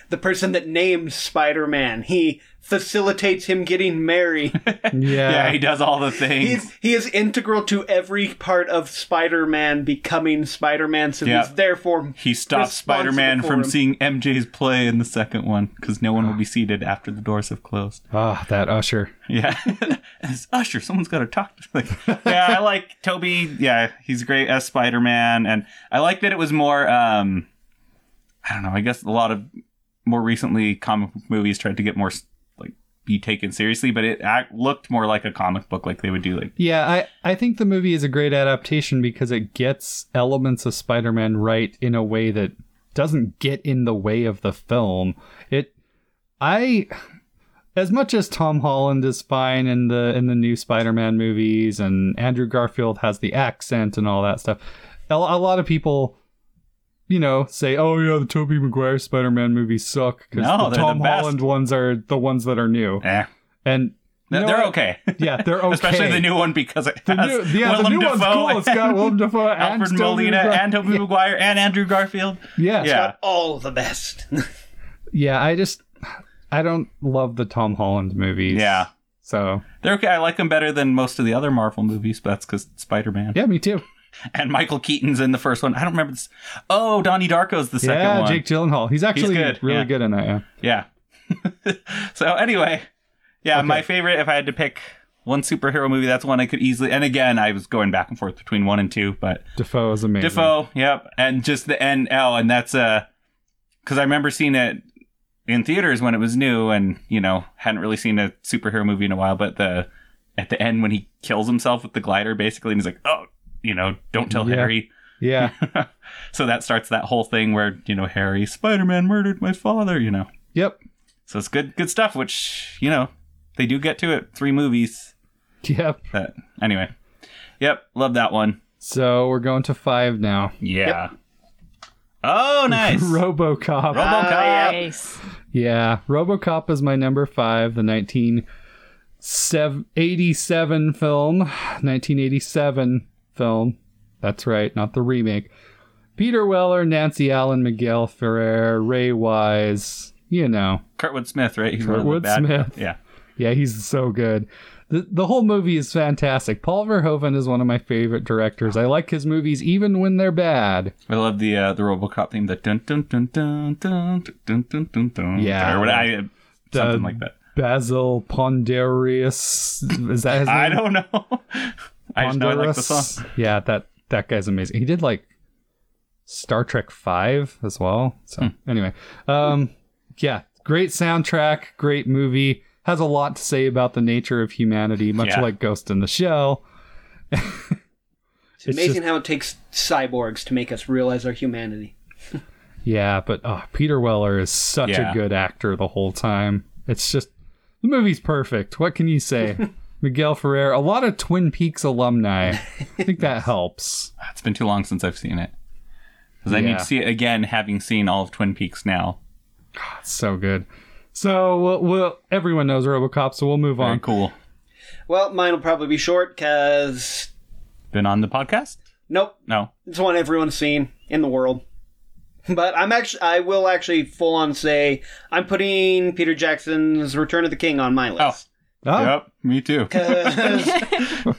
the person that named Spider-Man. He facilitates him getting married.
Yeah.
Yeah, he does all the things.
He's, he is integral to every part of Spider-Man becoming Spider-Man, so
Yeah.
he's therefore
He stops
responsible
Spider Man
for
from
him.
seeing MJ's play in the second one because no one will be seated after the doors have closed.
Ah, that Usher.
Yeah. as Usher, someone's got to talk to like, Yeah, I like Toby. Yeah, he's great as Spider Man. And I like that it was more, um, I don't know, I guess a lot of more recently comic book movies tried to get more, like, be taken seriously, but it act, looked more like a comic book, like they would do, like,
Yeah, I, I think the movie is a great adaptation because it gets elements of Spider Man right in a way that doesn't get in the way of the film. It I as much as Tom Holland is fine in the in the new Spider Man movies and Andrew Garfield has the accent and all that stuff, a, a lot of people you know, say, oh yeah, the Tobey Maguire Spider-Man movies suck because the
No, they're the
Tom
best.
Holland ones are the ones that are new,
eh.
and you know
they're
what?
okay.
Yeah, they're okay.
Especially the new one because it
The
has
new, yeah, the
Willem
new one's
Dafoe
cool. It's got
and
Willem Dafoe and
Alfred
Tobey
Molina
Maguire.
and Toby Maguire and Andrew Garfield.
Yeah, yeah,
Yeah.
Got all the best.
yeah. I just, I don't love the Tom Holland movies.
Yeah.
So
They're okay. I like them better than most of the other Marvel movies, but that's because Spider Man.
yeah, me too.
And Michael Keaton's in the first one. I don't remember this. Oh, Donnie Darko's the second
yeah,
one.
Jake Gyllenhaal. He's actually
good,
really
yeah.
good in that. Yeah.
Yeah. so, anyway, yeah, my favorite, if I had to pick one superhero movie, that's one I could easily. And again, I was going back and forth between one and two, but
Defoe is amazing.
Defoe, yep, and just the NL, and that's uh, because I remember seeing it in theaters when it was new, and you know hadn't really seen a superhero movie in a while. But the at the end when he kills himself with the glider, basically, and he's like, oh, you know, don't tell
Yeah.
Harry.
Yeah,
So that starts that whole thing where you know Harry Spider Man murdered my father, you know.
yep,
So it's good good stuff, which you know they do get to it. Three movies,
yep.
but anyway, yep, love that one.
So we're going to five now.
Yeah. Oh, nice.
RoboCop.
RoboCop.
Nice.
Yeah, RoboCop is my number five, the 1987 film. 1987 film. That's right, not the remake. Peter Weller, Nancy Allen, Miguel Ferrer, Ray Wise. You know,
Kurtwood Smith, right? He's one of
Kurtwood
the bad.
Smith.
Yeah.
yeah, he's so good. The, the whole movie is fantastic. Paul Verhoeven is one of my favorite directors. I like his movies even when they're bad.
I love the uh, the RoboCop theme. The dun dun dun dun dun dun dun dun dun.
Yeah.
Or what, I,
The-
something like that.
Basil Ponderius. Is that his name?
I don't know. I just know I like the song.
Honduras. Yeah, that that guy's amazing. He did like Star Trek Five as well. So
Hmm.
anyway, um, yeah, great soundtrack, great movie. Has a lot to say about the nature of humanity, much
Yeah.
like Ghost in the Shell.
It's
It's
amazing how it takes cyborgs to make us realize our humanity.
Yeah, but oh, Peter Weller is such
Yeah.
a good actor the whole time. It's just the movie's perfect. What can you say? Miguel Ferrer, a lot of Twin Peaks alumni. I think that helps.
Ah, It's been too long since I've seen it. Because I
Yeah.
need to see it again, having seen all of Twin Peaks now.
So good. So we'll, we'll everyone knows RoboCop, so we'll move
Very
on.
cool.
Well, mine will probably be short because
Been on the podcast?
nope,
No.
it's one everyone's seen in the world. But I'm actually, I will actually full on say I'm putting Peter Jackson's Return of the King on my list.
Oh,
Yep. Me too.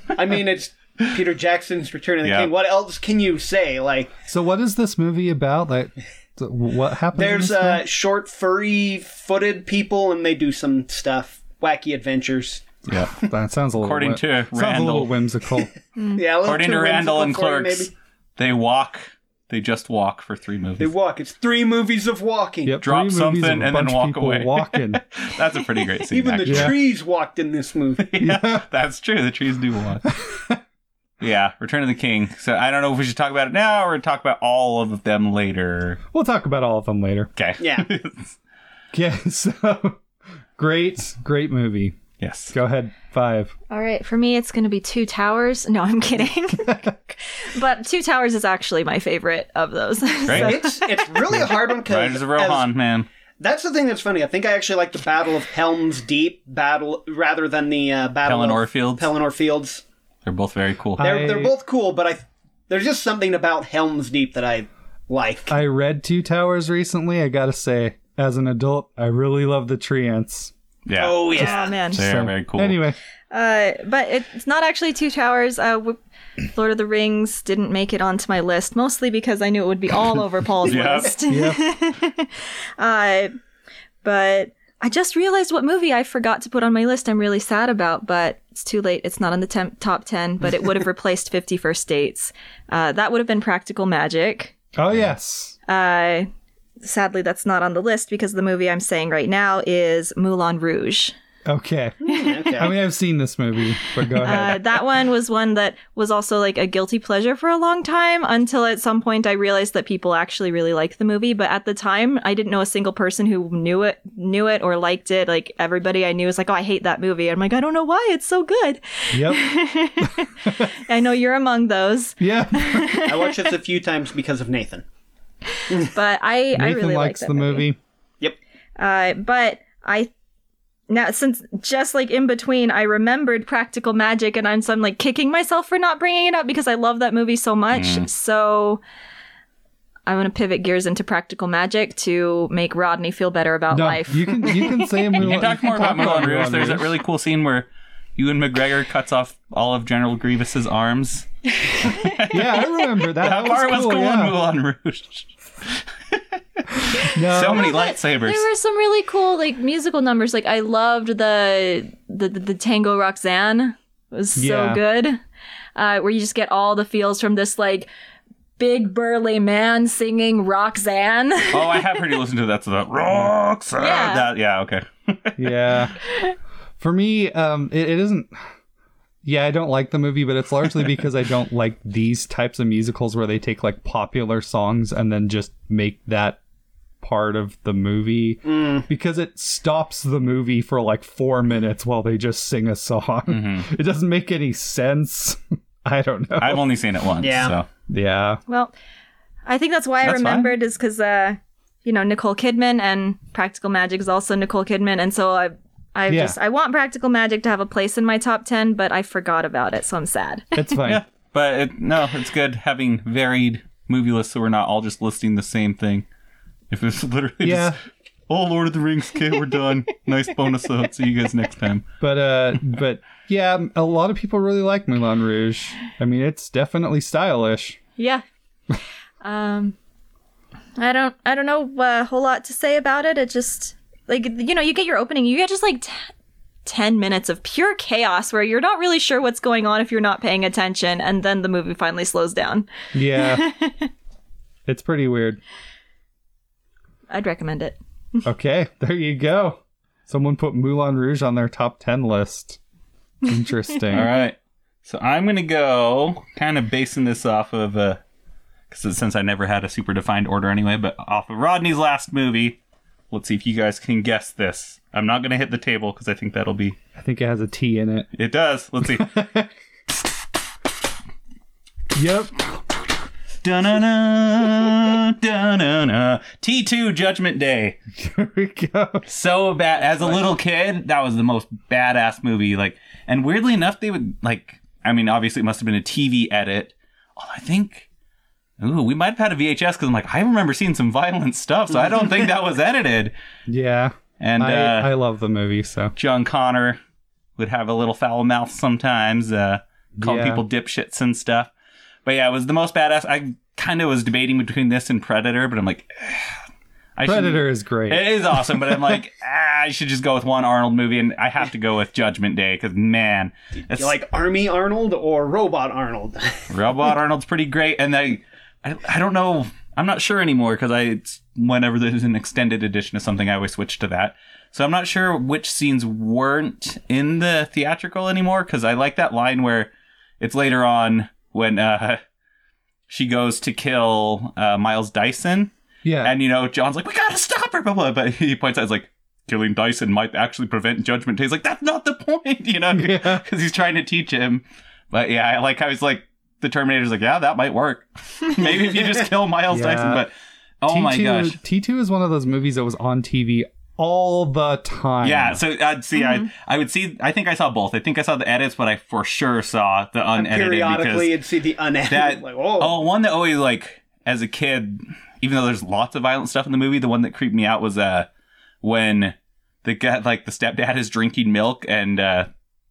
I mean, it's Peter Jackson's Return of the
Yeah.
King. What else can you say? Like,
So what is this movie about? Like, th- what happens? in
there's
this film?
uh, short, furry-footed people, and they do some stuff, wacky adventures.
Yeah.
that sounds a little
according
whim-
to
sounds a
Randall.
little whimsical.
Yeah, a little
According
too
to Randall
whimsical
and
for me,
Clerks,
maybe.
they walk. They just walk for three movies.
They walk. It's three movies of walking.
Yep,
Drop
three movies
something
of a
and then
bunch of
walk
people
away.
Walking.
That's a pretty great scene.
Even the
actually.
trees walked in this movie.
yeah, that's true. The trees do walk. yeah, Return of the King. So I don't know if we should talk about it now or talk about all of them later.
We'll talk about all of them later.
Okay.
Yeah.
Yeah. So great, great movie.
yes.
Go ahead. Five.
All right, for me, it's going to be Two Towers. No, I'm kidding. but Two Towers is actually my favorite of those.
Right.
It's it's really a hard one
Riders
because
of Rohan, man.
that's the thing that's funny. I think I actually like the Battle of Helm's Deep battle rather than the uh, Battle
Pelennor
of
Fields.
Pelennor Fields.
They're both very cool.
I-
They're they're both cool, but I there's just something about Helm's Deep that I like.
I read Two Towers recently. I gotta say, As an adult, I really love the tree ants.
Yeah.
Oh
Oh
yeah.
man.
They're very cool.
Anyway,
Uh, but it's not actually Two Towers. Uh, w- Lord of the Rings didn't make it onto my list, mostly because I knew it would be all over Paul's
Yep.
list.
yeah,
Uh, but I just realized what movie I forgot to put on my list. I'm really sad about, but it's too late. It's not on the temp- top ten, but it would have replaced Fifty First Dates. Uh, that would have been Practical Magic.
oh yes,
Uh, sadly, that's not on the list because the movie I'm saying right now is Moulin Rouge.
okay.
Okay.
I mean, I've seen this movie, but go ahead.
Uh, that one was one that was also like a guilty pleasure for a long time until at some point I realized that people actually really liked the movie. But at the time, I didn't know a single person who knew it, knew it or liked it. Like everybody I knew was like, "Oh, I hate that movie." I'm like, "I don't know why. It's so good."
Yep,
I know you're among those,
yep. Nathan
I watched this a few times because of Nathan.
but I I really
likes
liked that
the movie.
Yep.
Uh, but I now since just like in between, I remembered Practical Magic, and I'm so I'm like kicking myself for not bringing it up because I love that movie so much.
Mm.
So I'm gonna pivot gears into Practical Magic to make Rodney feel better about
No,
life.
you can you can say Mulan.
You can talk more about Moulin Rouge. There's that
Rouge.
really cool scene where Ewan McGregor cuts off all of General Grievous's arms.
Yeah, I remember that.
That
That
part was cool,
yeah.
in Moulin Rouge.
No,
So many
there
lightsabers.
were some really cool like musical numbers. Like I loved the the the, the Tango Roxanne It was so
Yeah.
good. Uh, where you just get all the feels from this like big burly man singing Roxanne.
Oh, I have heard you listen to that. So that rocks.
Yeah.
That, yeah. Okay.
yeah. For me, um, it, it isn't. Yeah, I don't like the movie, but it's largely because I don't like these types of musicals where they take like popular songs and then just make that part of the movie
Mm.
because it stops the movie for like four minutes while they just sing a song.
Mm-hmm.
It doesn't make any sense. I don't know.
I've only seen it once.
Yeah.
So.
yeah.
Well, I think that's why I
That's fine.
remembered is because uh, you know Nicole Kidman and Practical Magic is also Nicole Kidman, and so I I
Yeah.
just I want Practical Magic to have a place in my top ten, but I forgot about it, so I'm sad.
It's fine.
Yeah. But it, no, it's good having varied movie lists so we're not all just listing the same thing. If it's literally
Yeah.
just, oh, Lord of the Rings, okay, we're done. nice bonus episode. See you guys next time.
But uh, but yeah, a lot of people really like Moulin Rouge. I mean, it's definitely stylish.
yeah. um, I don't I don't know a whole lot to say about it. It just like you know you get your opening, you get just like. T- 10 minutes of pure chaos where you're not really sure what's going on if you're not paying attention and then the movie finally slows down.
Yeah. it's pretty weird.
I'd recommend it.
Okay, there you go. Someone put Moulin Rouge on their top 10 list. Interesting.
All right. So I'm going to go kind of basing this off of, uh, 'cause since I never had a super defined order anyway, but off of Rodney's last movie. Let's see if you guys can guess this. I'm not going to hit the table because I think that'll be.
I think it has a T in it.
It does. Let's see.
Yep.
Dun-na-na, dun-na-na. T2 Judgment Day.
Here we go.
So bad. As a little kid, that was the most badass movie. Like, and weirdly enough, they would like. I mean, obviously, it must have been a TV edit. Although I think, ooh, we might have had a VHS because I'm like, I remember seeing some violent stuff, so I don't think that was edited.
Yeah.
And
I,
uh,
I love the movie, so.
John Connor would have a little foul mouth sometimes, uh, call
Yeah.
people dipshits and stuff. But yeah, it was the most badass. I kind of was debating between this and Predator, but I'm like, I should-
Predator is great.
It is awesome, but I'm like, ah, I should just go with one Arnold movie, and I have to go with Judgment Day because man, it's
You like Army Arnold or Robot Arnold?
Robot Arnold's pretty great, and I, I, I don't know, I'm not sure anymore because I, it's, whenever there's an extended edition of something, I always switch to that. So I'm not sure which scenes weren't in the theatrical anymore because I like that line where it's later on when uh, she goes to kill uh, Miles Dyson.
yeah.
And you know, John's like, we gotta stop her, blah blah. But he points out, he's like, killing Dyson might actually prevent Judgment Day. He's like, that's not the point, you know, because
Yeah.
he's trying to teach him. But yeah, I like how he's like, the Terminator's like, yeah, that might work. Maybe if you just kill Miles
Yeah.
Dyson. But oh my
T2
gosh,
T2 is one of those movies that was on TV all the Mm-hmm. time.
yeah. So I'd see, I I would see. I think I saw both. I think I saw the edits, but I for sure saw the unedited because
Periodically, you'd see the unedited.
that
like, oh,
oh one that always like as a kid even though there's lots of violent stuff in the movie, the one that creeped me out was uh when the guy like the stepdad is drinking milk and uh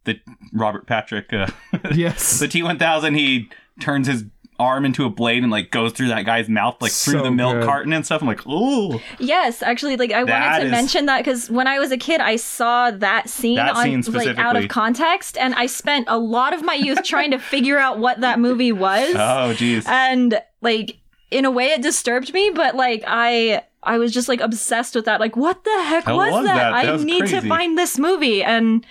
the Robert Patrick uh,
Yes.
the T one thousand he turns his arm into a blade and like goes through that guy's mouth like through
So
the milk
good.
carton and stuff. I'm like, ooh,
Yes, actually, like I
That
wanted to
is-
mention that because when I was a kid, I saw that scene
That
on
scene
like out
specifically.
of context, and I spent a lot of my youth trying to figure out what that movie was,
oh geez,
and like in a way, it disturbed me. But like I, I was just like obsessed with that. Like, what the heck
How
was,
was
that?
that?
I
That was
need
crazy.
to find this movie, and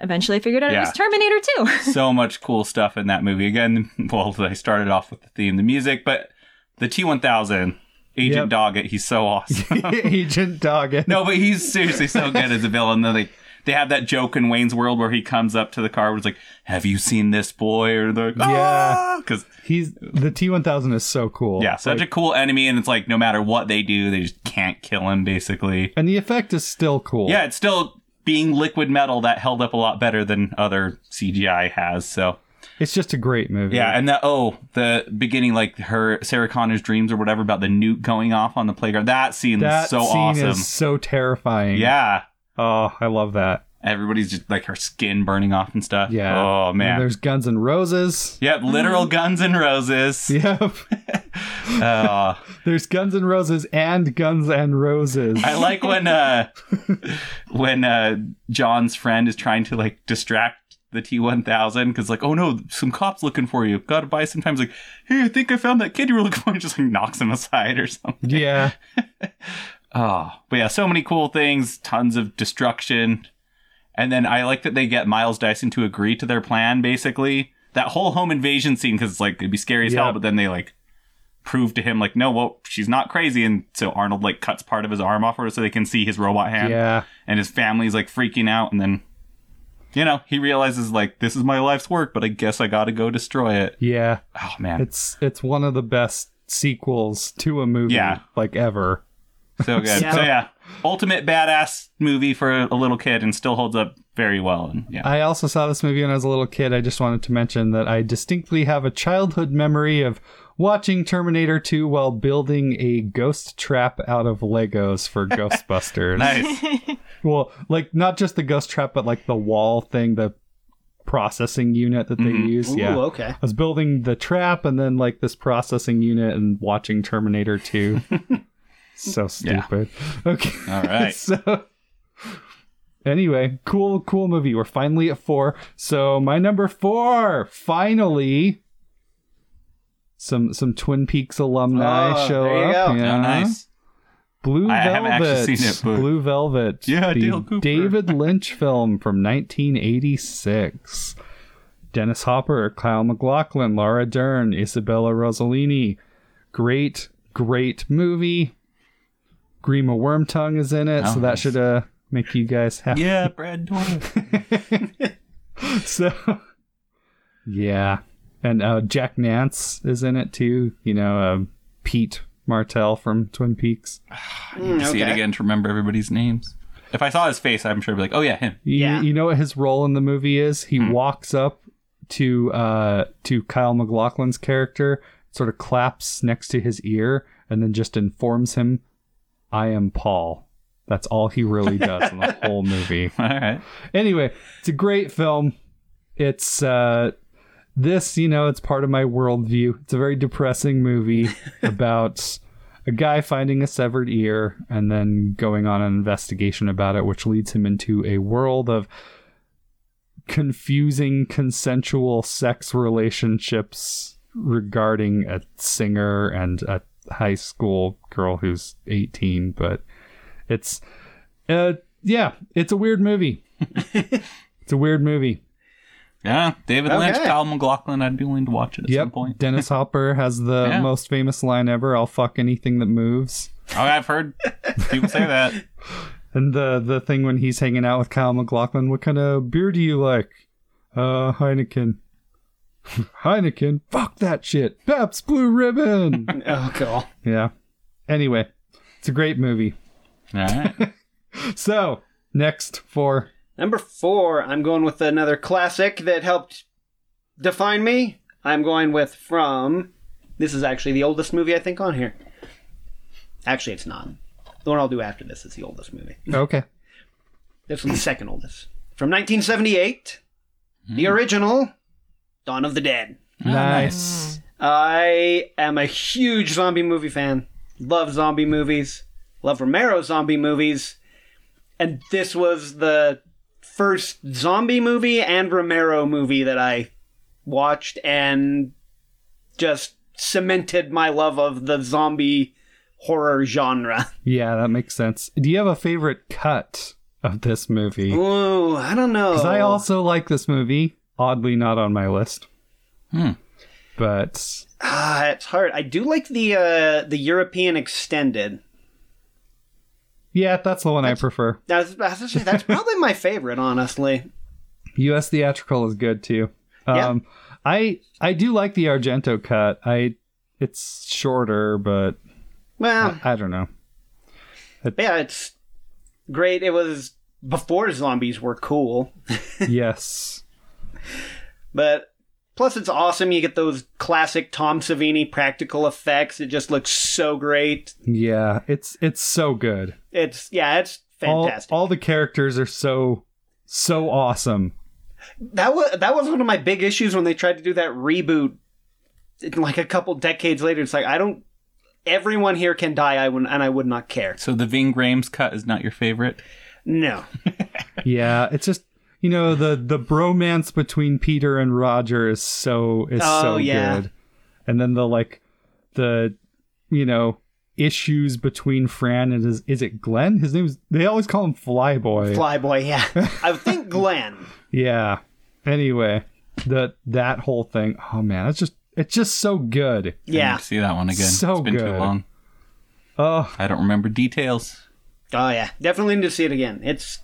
eventually, I figured out it
Yeah.
was Terminator Two.
so much cool stuff in that movie. Again, well, I started off with the theme, the music, but the T one thousand Agent
Yep.
Doggett, he's so awesome.
Agent Doggett.
No, but he's seriously so good as a villain. Though they they have that joke in Wayne's World where he comes up to the car and is like, "Have you seen this boy?" Or they're like, "Ah!" because
He's the T one thousand is so cool.
yeah, such
Like,
a cool enemy, and it's like no matter what they do, they just can't kill him. Basically,
and the effect is still cool.
yeah, it's still being liquid metal that held up a lot better than other CGI has. So
It's just a great movie.
yeah, and the oh, the beginning like her Sarah Connor's dreams or whatever about the nuke going off on the playground. That scene
that
is so
scene
awesome.
is so terrifying.
yeah.
Oh, I love that.
Everybody's just like her skin burning off and stuff.
Yeah.
Oh man.
And there's Guns and Roses.
Yep, literal Guns and Roses.
Yep.
Uh,
There's Guns and Roses and Guns and Roses.
I like when uh, when uh, John's friend is trying to like distract the T one thousand because like, oh no, some cops looking for you. Got to buy. Sometimes like, hey, I think I found that kid you were looking for. And just like knocks him aside or something.
yeah.
Oh, but yeah, so many cool things. Tons of destruction, and then I like that they get Miles Dyson to agree to their plan. Basically, that whole home invasion scene because it's like it'd be scary as hell,
Yeah.
but then they like prove to him like, no, well, she's not crazy, and so Arnold like cuts part of his arm off her so they can see his robot hand,
Yeah.
and his family's like freaking out, and then. You know, he realizes like this is my life's work, but I guess I gotta go destroy it.
Yeah.
Oh man,
It's it's one of the best sequels to a movie
Yeah.
like ever.
so good.
Yeah.
So yeah, ultimate badass movie for a, a little kid, and still holds up very well. And yeah,
I also saw this movie when I was a little kid. I just wanted to mention that I distinctly have a childhood memory of watching Terminator 2 while building a ghost trap out of Legos for Ghostbusters.
Nice.
Well, like not just the ghost trap, but like the wall thing, the processing unit that they use.
Ooh,
yeah.
okay.
I was building the trap and then like this processing unit and watching Terminator 2. so stupid. Okay.
All right.
so anyway, cool, cool movie. We're finally at four. So my number four, finally. Some some Twin Peaks alumni
Oh,
show
there you
up.
go.
Yeah.
Oh, nice.
Blue
I
Velvet.
haven't actually seen it, but-
Blue Velvet.
Yeah,
the
Dale Cooper.
David Lynch film from 1986. Dennis Hopper, Kyle MacLachlan, Laura Dern, Isabella Rossellini. Great, great movie. Grima Wormtongue is in it,
Oh,
so that
nice.
should uh, make you guys happy.
Yeah, Brad Dorff.
So, yeah, and uh, Jack Nance is in it too. You know, um Pete Martell from Twin Peaks.
Mm,
See it
okay.
again to remember everybody's names. If I saw his face, I'm sure I'd be like, oh yeah, him.
You,
Yeah.
you know what his role in the movie is? He walks up to uh to Kyle McLaughlin's character, sort of claps next to his ear, and then just informs him, "I am Paul." That's all he really does in the whole movie.
All right.
Anyway, it's a great film. It's uh this, you know, it's part of my worldview. It's a very depressing movie about a guy finding a severed ear and then going on an investigation about it, which leads him into a world of confusing consensual sex relationships regarding a singer and a high school girl who's 18. But it's, uh, yeah, it's a weird movie. it's a weird movie.
Yeah, David Lynch,
Okay.
Kyle McLaughlin. I'd be willing to watch it at some point.
Dennis Hopper has the
Yeah.
most famous line ever I'll fuck anything that moves.
Oh, I've heard people say that.
And the, the thing when he's hanging out with Kyle McLaughlin, what kind of beer do you like? Uh, Heineken. Heineken? Fuck that shit. Pabst Blue Ribbon.
Oh, cool.
yeah. Anyway, it's a great movie.
All right.
So, next for.
Number four, I'm going with another classic that helped define me. I'm going with from. This is actually the oldest movie I think on here. Actually, it's not. The one I'll do after this is the oldest movie.
Okay.
This one's the second oldest. From 1978, the original Dawn of the Dead.
Ah,
nice.
I am a huge zombie movie fan. Love zombie movies. Love Romero zombie movies. And this was the first zombie movie and Romero movie that I watched and just cemented my love of the zombie horror genre.
Yeah, that makes sense. Do you have a favorite cut of this movie?
Ooh, I don't know.
'Cause I also like this movie. Oddly, not on my list.
Hmm.
But
Ah, it's hard. I do like the uh, the European extended.
yeah, that's the one I prefer.
That's, that's, that's probably my favorite, honestly.
U.S. theatrical is good too. Um,
Yeah.
I I do like the Argento cut. I it's shorter, but
Well,
I don't know.
yeah, it's great. It was before zombies were cool,
yes,
but plus it's awesome. You get those classic Tom Savini practical effects. It just looks so great.
yeah, it's it's so good.
It's yeah, it's fantastic.
All all the characters are so so awesome.
that was that was one of my big issues when they tried to do that reboot. Like a couple decades later, it's like I don't. Everyone here can die. I would, and I would not care.
So the Ving Grahams cut is not your favorite.
No.
Yeah, it's just you know the the bromance between Peter and Roger is so is so
Oh, yeah.
good, and then the like the you know issues between Fran and his is it Glenn? His name's they always call him Flyboy.
Flyboy, yeah. I would think Glenn.
yeah. Anyway, that that whole thing. Oh man, it's just it's just so good.
I need
Yeah.
to see that one again.
So
it's been too
good.
long.
Oh
I don't remember details.
Oh yeah. Definitely need to see it again. It's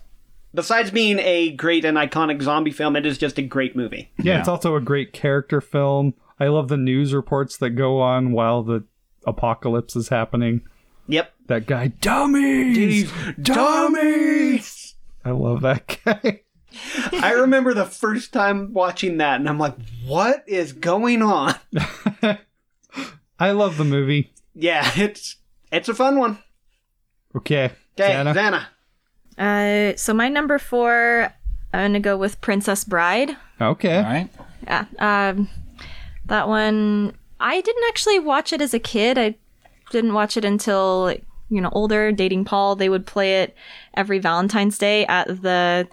besides being a great and iconic zombie film, it is just a great movie.
yeah, it's also a great character film. I love the news reports that go on while the apocalypse is happening.
Yep.
That guy, dummies, dummies. I love that guy.
I remember the first time watching that and I'm like, what is going on?
I love the movie.
Yeah, it's it's a fun one.
Okay,
Okay,
Xana?
Xana.
Uh, so my number four, I'm gonna go with Princess Bride.
Okay,
All right.
Yeah. Um, that one, I didn't actually watch it as a kid. I didn't watch it until, you know, older, dating Paul. They would play it every Valentine's Day at the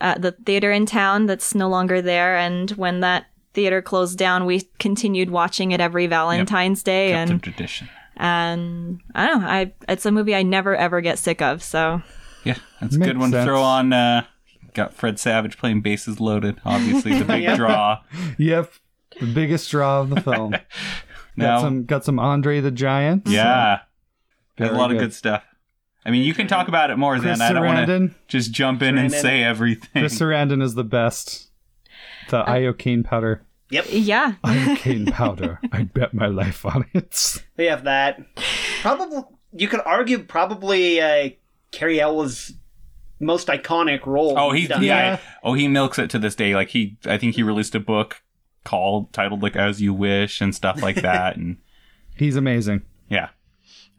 at the theater in town that's no longer there. And when that theater closed down, we continued watching it every Valentine's Day.
Kept the
And
tradition.
and I don't know. I it's a movie I never ever get sick of. So
Yeah, that's a
Makes
good one. to
sense.
Throw on. Uh, got Fred Savage playing bases loaded. Obviously, the big draw.
yep, the biggest draw of the film.
Now,
Got some, got some Andre the Giant.
yeah, there's a
Very
lot of
good.
good stuff. I mean, you can talk about it more
Chris
than I don't want to
Sarandon.
just jump in and
Sarandon.
say everything.
Chris Sarandon is the best. The iocane powder.
yeah,
Iocane powder. I bet my life on it.
We have that. Probably you could argue probably uh Carrie Elwes' most iconic role.
Oh, he's yeah.
done.
Oh, he milks it to this day. Like he, I think he released a book called titled like "As You Wish" and stuff like that. And
He's amazing.
yeah,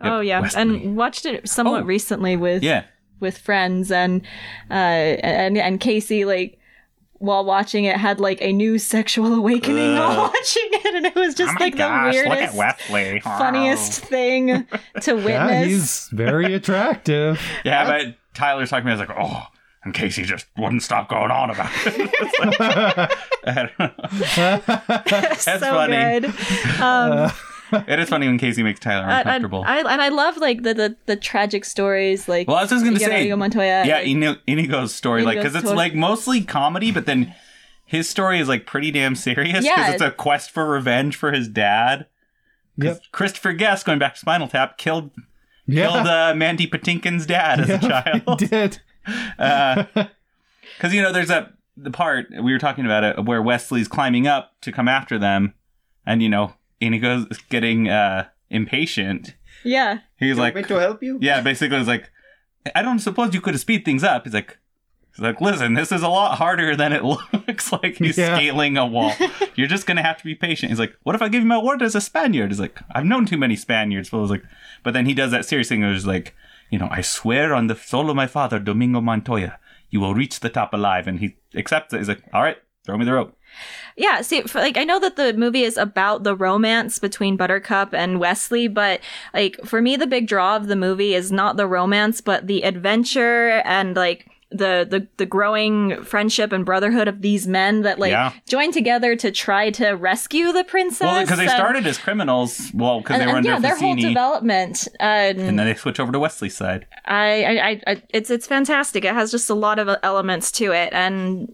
oh yeah,
Wesley.
and watched it somewhat
Oh.
recently with
yeah,
with friends and uh and and Casey like while watching it had like a new sexual awakening while watching it and it was
Oh
just like the weirdest
Wesley.
funniest thing to witness.
Yeah, he's very attractive.
Yeah, but Tyler's talking to me. I was like, oh, in case he just wouldn't stop going on about it. It's like- I don't know.
so
funny.
good. Um,
Uh,
It is funny when Casey makes Tyler
and-
uncomfortable.
and I and I love like the the, the tragic stories like
well, I was just gonna
Guillermo
say,
Montoya.
yeah,
like-
Ini- Inigo's story, like, because
Inigo's
it's
story.
like mostly comedy, but then his story is like pretty damn serious because
Yeah.
it's a quest for revenge for his dad.
Yep.
Christopher Guest, going back to Spinal Tap, killed killed
Yeah,
uh, Mandy Patinkin's dad as a
he
child.
did.
Because you know, there's that the part we were talking about it where Wesley's climbing up to come after them, and you know, Inigo's getting uh, impatient.
yeah.
He's
You want
like,
me to help you?
yeah, basically, it's like, I don't suppose you could have speed things up. He's like, He's like, listen, this is a lot harder than it looks like he's
Yeah.
scaling a wall. You're just going to have to be patient. He's like, what if I give you my word as a Spaniard? He's like, I've known too many Spaniards. But I was like, but then he does that serious thing. It was like, you know, I swear on the soul of my father, Domingo Montoya, you will reach the top alive. And he accepts it. He's like, all right, throw me the rope.
Yeah, see, for, like I know that the movie is about the romance between Buttercup and Wesley, but like for me, the big draw of the movie is not the romance, but the adventure and like the the, the growing friendship and brotherhood of these men that like
Yeah.
join together to try to rescue the princess.
Well, because they
and-
started as criminals. Well, because
and,
they were
and,
under
yeah, their whole
Ficini.
development. Um,
And then they switch over to Wesley's side.
I, I, I, I, it's it's fantastic. It has just a lot of uh, elements to it, and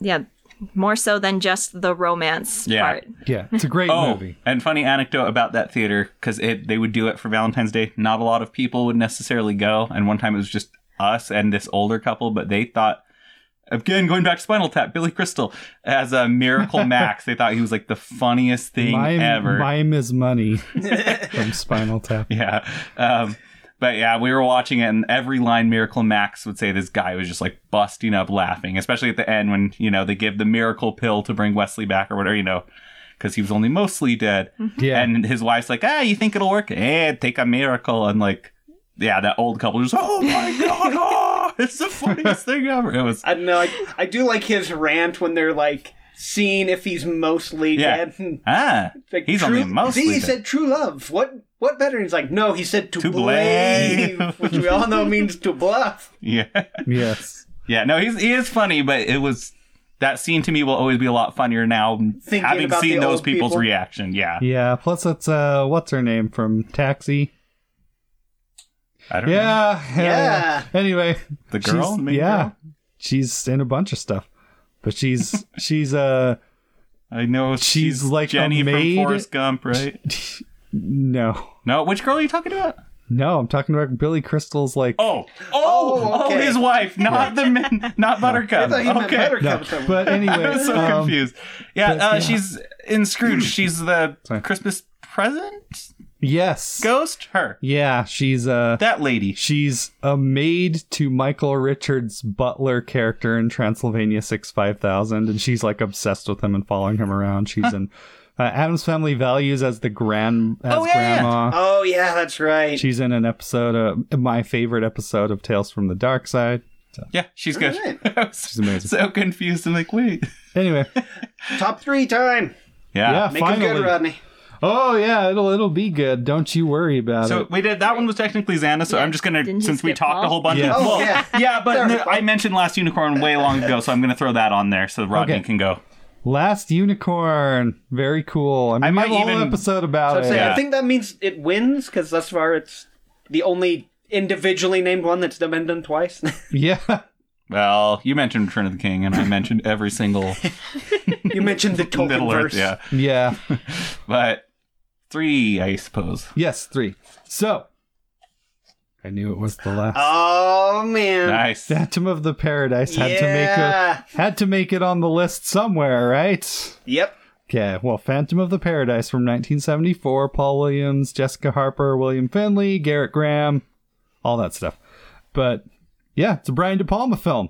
yeah, more so than just the romance
Yeah.
part.
Yeah, it's a great
Oh,
movie.
and funny anecdote about that theater because it they would do it for Valentine's Day. Not a lot of people would necessarily go, and one time it was just us and this older couple, but they thought. Again, going back to Spinal Tap, Billy Crystal as a Miracle Max. They thought he was like the funniest thing
Mime,
ever.
Mime is money from Spinal Tap.
Yeah. Um, but yeah, we were watching it, and every line Miracle Max would say this guy was just like busting up laughing, especially at the end when, you know, they give the miracle pill to bring Wesley back or whatever, you know, because he was only mostly dead.
Yeah.
And his wife's like, ah, you think it'll work? Eh, take a miracle. And like, yeah, that old couple just, oh my God, ah, it's the funniest thing ever. It was,
I don't know. I, I do like his rant when they're like seeing if he's mostly
Yeah.
dead.
ah,
Like,
he's
true,
only mostly
See, he
dead.
said true love. What what better? He's like, no, he said to,
To
blame,
blame.
which we all know means to bluff.
yeah.
yes.
Yeah, no, he's he is funny, but it was that scene to me will always be a lot funnier now,
Thinking
having
about
seen
the
those
old
people's
people.
reaction. Yeah,
Yeah. Plus, it's uh, what's her name from Taxi?
I don't know.
Yeah.
Yeah.
Anyway,
The girl,
she's-
the main
yeah,
girl?
she's in a bunch of stuff, but she's she's uh
I know
She's
she's
like
like
a
Jenny from
maid.
Forrest Gump, right?
no.
No, which girl are you talking about?
No, I'm talking about Billy Crystal's like
Oh, oh,
Oh,
oh,
okay.
his wife, not the man, not
I
Buttercup.
thought he meant
okay,
better
no.
come from-
But anyway,
I was so
um,
confused. Yeah,
but,
uh,
yeah.
she's in Scrooge. She's the
Sorry.
Christmas present
yes.
ghost. Her,
Yeah, she's uh
that lady.
she's a maid to Michael Richards' butler character in Transylvania 65000 and she's like obsessed with him and following him around. She's in uh, Adam's Family Values as the grand as
Oh, yeah, yeah.
grandma.
oh yeah, that's right.
She's in an episode of my favorite episode of Tales from the Dark Side.
Yeah, she's good.
Alright.
I was
She's amazing.
So confused. I'm like, wait.
Anyway,
Top three time.
yeah,
Make
finally.
him good, Rodney.
Oh yeah, it'll it'll be good. Don't you worry about
So
it.
we did that one was technically Xana, so
Yeah.
I'm just gonna
Didn't you
since we
skip
talked
Paul?
a whole bunch.
Yeah.
Of,
Oh,
well,
yeah.
yeah, but n- I mentioned Last Unicorn way long ago, so I'm gonna throw that on there so Rodney
Okay.
can go.
Last unicorn, very cool. I mean,
I
we
might
have a whole
even-
episode about
I'd say,
it.
Yeah.
I think that means it wins because thus far it's the only individually named one that's been done twice.
Yeah,
Well, you mentioned Return of the King, and I mentioned every single
you mentioned the token
Middle Earth.
verse.
Yeah,
yeah,
but three, I suppose.
yes, three. So I knew it was the last.
Oh man.
Nice.
Phantom of the Paradise had to make a,
Yeah.
had to make it on the list somewhere, right?
Yep.
Okay, well, Phantom of the Paradise from 1974, Paul Williams, Jessica Harper, William Finley, Garrett Graham, all that stuff. But yeah, it's a Brian De Palma film.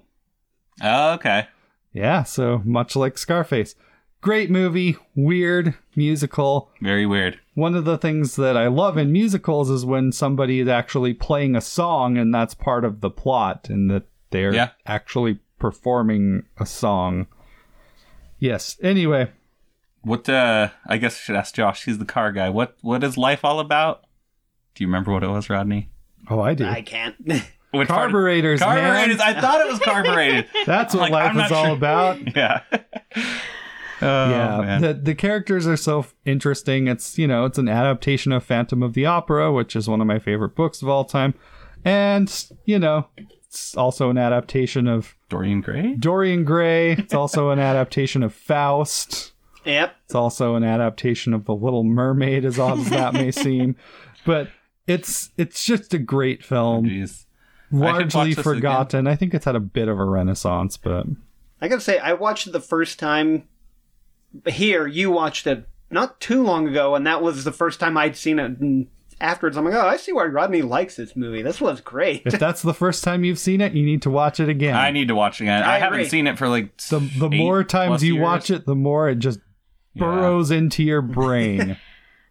Okay.
Yeah, so much like Scarface. Great movie, weird musical.
Very weird.
One of the things that I love in musicals is when somebody is actually playing a song and that's part of the plot and that they're
Yeah.
actually performing a song. Yes, anyway,
What? uh I guess I should ask Josh. He's the car guy. What? What is life all about? Do you remember what it was, Rodney?
oh, I do.
I can't.
Which part-
Carburetors,
Carburetors.
man.
I thought it was carburetors.
That's what
Like,
life
I'm
is
not
all
sure.
about.
yeah. Oh,
yeah,
man.
the the characters are so f- interesting. It's you know it's an adaptation of Phantom of the Opera, which is one of my favorite books of all time, and you know it's also an adaptation of
Dorian Gray.
Dorian Gray. It's also an adaptation of Faust.
yep.
It's also an adaptation of The Little Mermaid, as odd as that may seem, but it's it's just a great film,
Jeez.
largely
watch this
forgotten. I think it's had a bit of a renaissance, but
I gotta say, I watched it the first time here. You watched it not too long ago, and that was the first time I'd seen it in afterwards, I'm like, oh, I see why Rodney likes this movie. This was great.
If that's the first time you've seen it, you need to watch it again.
I need to watch it again. I,
I
haven't
agree.
seen it for like
the the
eight
more times
plus
you
years.
watch it, the more it just burrows into your brain.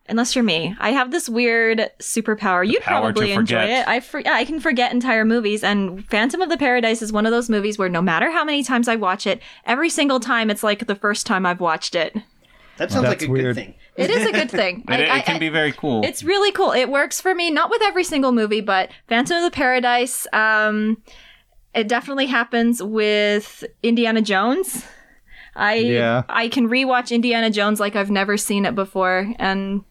Unless you're me, I have this weird superpower. You'd
power to
probably enjoy
forget.
it. I for- yeah, I can forget entire movies, and Phantom of the Paradise is one of those movies where no matter how many times I watch it, every single time it's like the first time I've watched it.
That sounds
That's
like a
weird.
good thing.
It is a good thing.
It,
Like, I-
it can
I-
be very cool.
It's really cool. It works for me, not with every single movie, but Phantom of the Paradise. Um, it definitely happens with Indiana Jones. I
Yeah.
I can rewatch Indiana Jones like I've never seen it before, and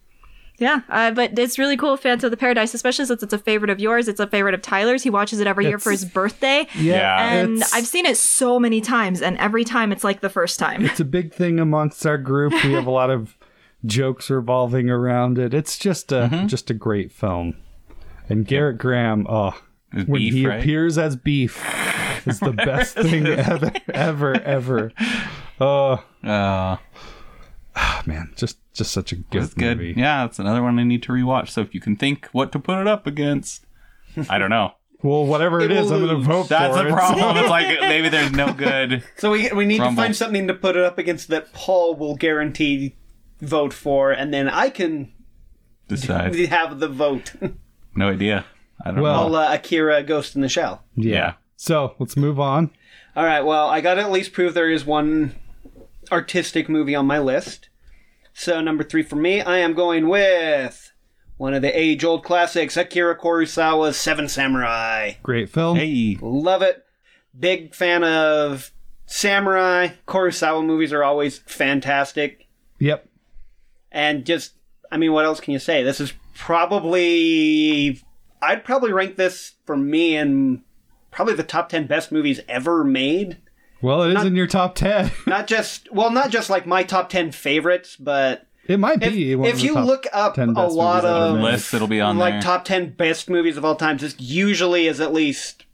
yeah, uh, but it's really cool. Phantom of the Paradise, especially since it's a favorite of yours. It's a favorite of Tyler's. He watches it every year for
It's-
his birthday,
Yeah.
and
it's-
I've seen it so many times, and every time it's like the first time.
it's a big thing amongst our group. We have a lot of jokes revolving around it. It's just a
Mm-hmm.
just a great film. And Garrett Graham, oh,
It's
when
beef,
he
right?
appears as beef, is the best thing ever, ever, ever. Oh
Uh,
Ah, man, just just such a good,
it's good.
movie.
Yeah, it's another one I need to rewatch. So if you can think what to put it up against, I don't know.
Well, whatever it
It
is,
will
I'm going to
lose.
vote
That's
for
the
it.
problem. It's like maybe there's no good.
So we we need
Rumble.
to find something to put it up against that Paul will guarantee vote for, and then I can
Decide.
have the vote.
No idea. I don't
Well-
know.
All uh, Akira Ghost in the Shell.
Yeah.
So let's move on.
All right. Well, I got to at least prove there is one artistic movie on my list. So number three for me, I am going with one of the age-old classics, Akira Kurosawa's Seven Samurai.
Great film.
Hey.
Love it. Big fan of samurai. Kurosawa movies are always fantastic.
Yep.
And just, I mean, what else can you say? This is probably, I'd probably rank this for me in probably the top 10 best movies ever made.
Well, it is in your top ten.
Not just, well, not just like my top 10 favorites, but
It might
if,
be. one of
if
the
you
top
look up a
10 best
lot
movies ever
of
made.
Lists, it'll be on
like
there.
top 10 best movies of all time, this usually is at least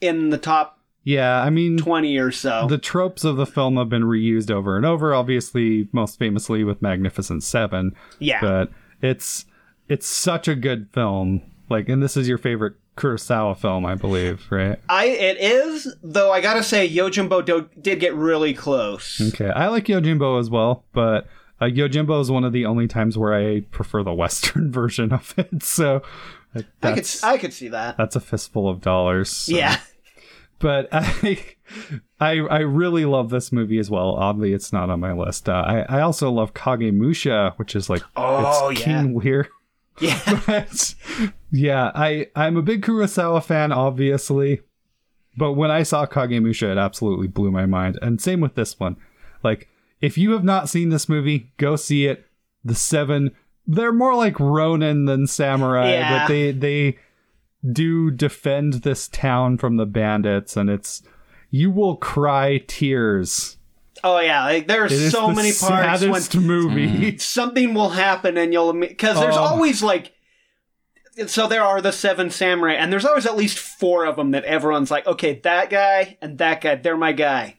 in the top
Yeah, I mean,
20 or so.
the tropes of the film have been reused over and over. Obviously, most famously with Magnificent Seven.
Yeah.
but it's it's such a good film. Like, and this is your favorite Kurosawa film, I believe, right?
I it is though. I gotta say, Yojimbo do- did get really close.
Okay, I like Yojimbo as well, but uh, Yojimbo is one of the only times where I prefer the Western version of it. So uh,
I could
that's
I could see that.
that's uh, a fistful of dollars. so.
Yeah,
but I, I, I really love this movie as well. Oddly, it's not on my list. Uh, I, I also love Kagemusha, which is like
Oh,
it's
yeah.
King Lear.
yeah.
But, yeah, I, I'm a big Kurosawa fan, obviously, but when I saw Kagemusha, it absolutely blew my mind. And same with this one. Like, if you have not seen this movie, go see it. The Seven, they're more like Ronin than samurai,
Yeah.
but they they do defend this town from the bandits, and it's you will cry tears.
Oh yeah. Like, there are
It is
so
the
many parts when Mm.
saddest movie.
something will happen, and you'll because there's
Oh.
always like. So there are the seven samurai, and there's always at least four of them that everyone's like, okay, that guy and that guy, they're my guy.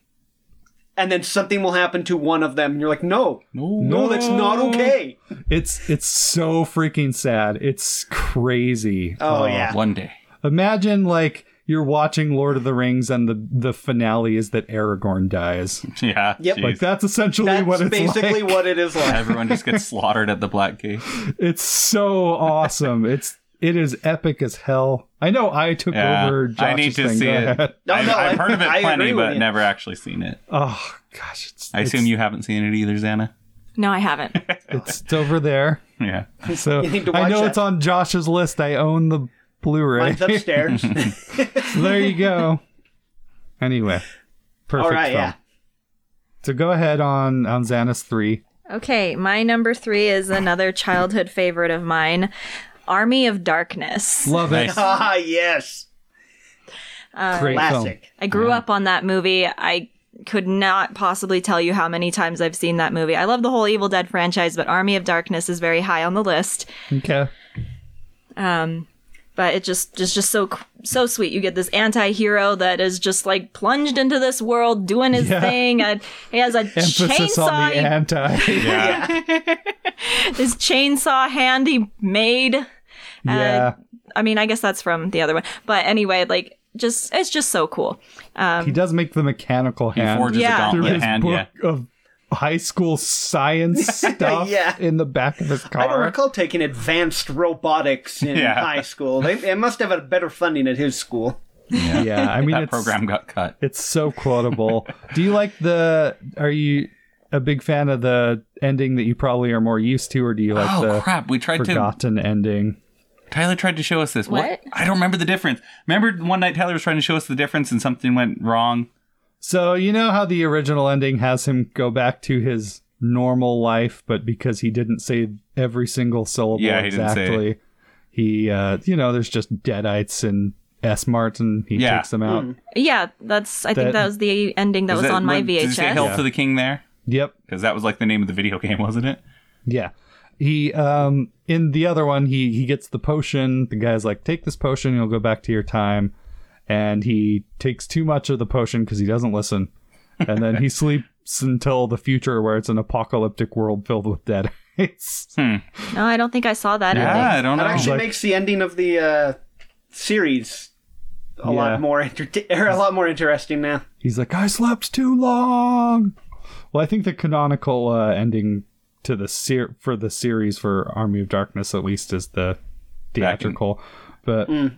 And then something will happen to one of them, and you're like, no,
No.
no, that's not okay.
It's it's so freaking sad. It's crazy.
Oh, yeah.
One day.
Imagine like you're watching Lord of the Rings and the the finale is that Aragorn dies.
Yeah.
Yep.
jeez.
Like that's essentially
That's
what it's
basically
like.
what it is like.
Everyone just gets slaughtered at the Black Cave.
It's so awesome. it's it is epic as hell. I know I took
Yeah.
over Josh's
I need to
thing.
see
Go
it.
ahead.
No,
I've,
no,
I've heard of it
I agree
plenty,
with
but
you.
never actually seen it.
Oh gosh, it's
I assume
it's,
you haven't seen it either, Xana.
No, I haven't.
it's, it's over there.
Yeah.
So
You need to
I
watch
know
that.
it's on Josh's list. I own the Blu-ray.
Mine's upstairs.
there you go. Anyway, perfect
All right,
film.
yeah.
So go ahead on on Xanus three.
Okay, my number three is another childhood favorite of mine Army of Darkness.
Love it.
Nice.
Ah, yes.
Great film.
Classic.
I grew up on that movie. I could not possibly tell you how many times I've seen that movie. I love the whole Evil Dead franchise, but Army of Darkness is very high on the list. Um,
Okay.
But it just just just so so sweet. You get this anti-hero that is just like plunged into this world doing his
Yeah.
thing. And he has a
Emphasis
chainsaw.
on the
he
anti.
Uh,
Yeah.
this chainsaw hand he made
Yeah.
I mean, I guess that's from the other one. But anyway, like just it's just so cool.
um,
he does make the mechanical
He
hand
forges
Yeah.
a
through
gauntlet
his
hand.
book
Yeah.
of high school science stuff
Yeah.
in the back of his
I don't
car.
recall taking advanced robotics in
Yeah.
high school. They, they must have had better funding at his school.
yeah, I mean
That
it's,
program got cut.
It's so quotable. Do you like the? Are you a big fan of the ending that you probably are more used to, or do you like
Oh
the
crap! We tried to
forgotten ending?
Tyler tried to show us this.
What?
I don't remember the difference. Remember one night Tyler was trying to show us the difference and something went wrong?
So you know how the original ending has him go back to his normal life, but because he didn't say every single syllable
Yeah, he didn't say
exactly, he uh, you know there's just deadites and S Martin. He
Yeah.
takes them out.
Yeah, that's I think
That-
that was the ending that was on my
Did you say
VHS.
Hail to the King there?
Yep.
Because that was like the name of the video game, wasn't it?
Yeah. He um in the other one he he gets the potion. The guy's like, "Take this potion, you'll go back to your time." And he takes too much of the potion cuz he doesn't listen. And then he sleeps until the future where it's an apocalyptic world filled with deadites.
No, I don't think I saw that.
Yeah,
ending.
Ah, I don't know.
That actually
Like-
makes the ending of the uh, series a
Yeah.
lot more enter- or a lot more interesting now.
He's like, "I slept too long." Well, I think the canonical uh, ending to the ser- for the series for Army of Darkness at least is the
Back in-
theatrical. But
oh,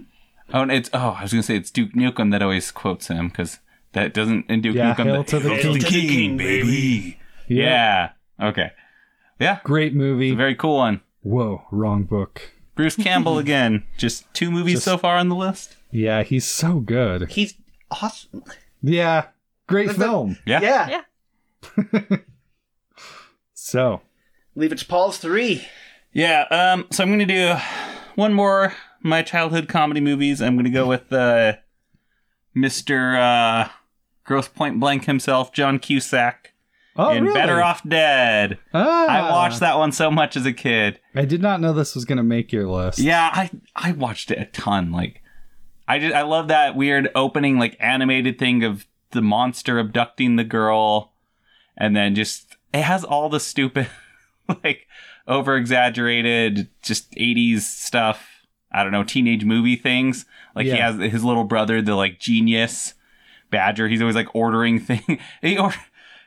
and it's oh, I was gonna say it's Duke Nukem that always quotes him because that doesn't in Duke
Yeah,
Nukem.
Hail
that-
to the
Hail
King.
King,
baby. Yeah. Okay. Yeah.
great movie.
Very cool one.
Whoa, wrong book.
Bruce Campbell again. Just two movies so far on the list.
Yeah, he's so good.
He's awesome.
Yeah, great
That's
film.
Yeah.
Yeah.
Yeah.
So,
Leave it's Paul's three.
Yeah, um, so I'm gonna do one more my childhood comedy movies. I'm gonna go with uh, Mr. Uh, Gross Point Blank himself, John Cusack,
oh,
in
really?
Better Off Dead.
Ah,
I watched that one so much as a kid.
I did not know this was gonna make your list.
Yeah, I I watched it a ton. Like, I just I love that weird opening like animated thing of the monster abducting the girl, and then just it has all the stupid like over exaggerated just eighties stuff. I don't know teenage movie things. Like he
Yeah.
has his little brother, the like genius badger. He's always like ordering thing. he or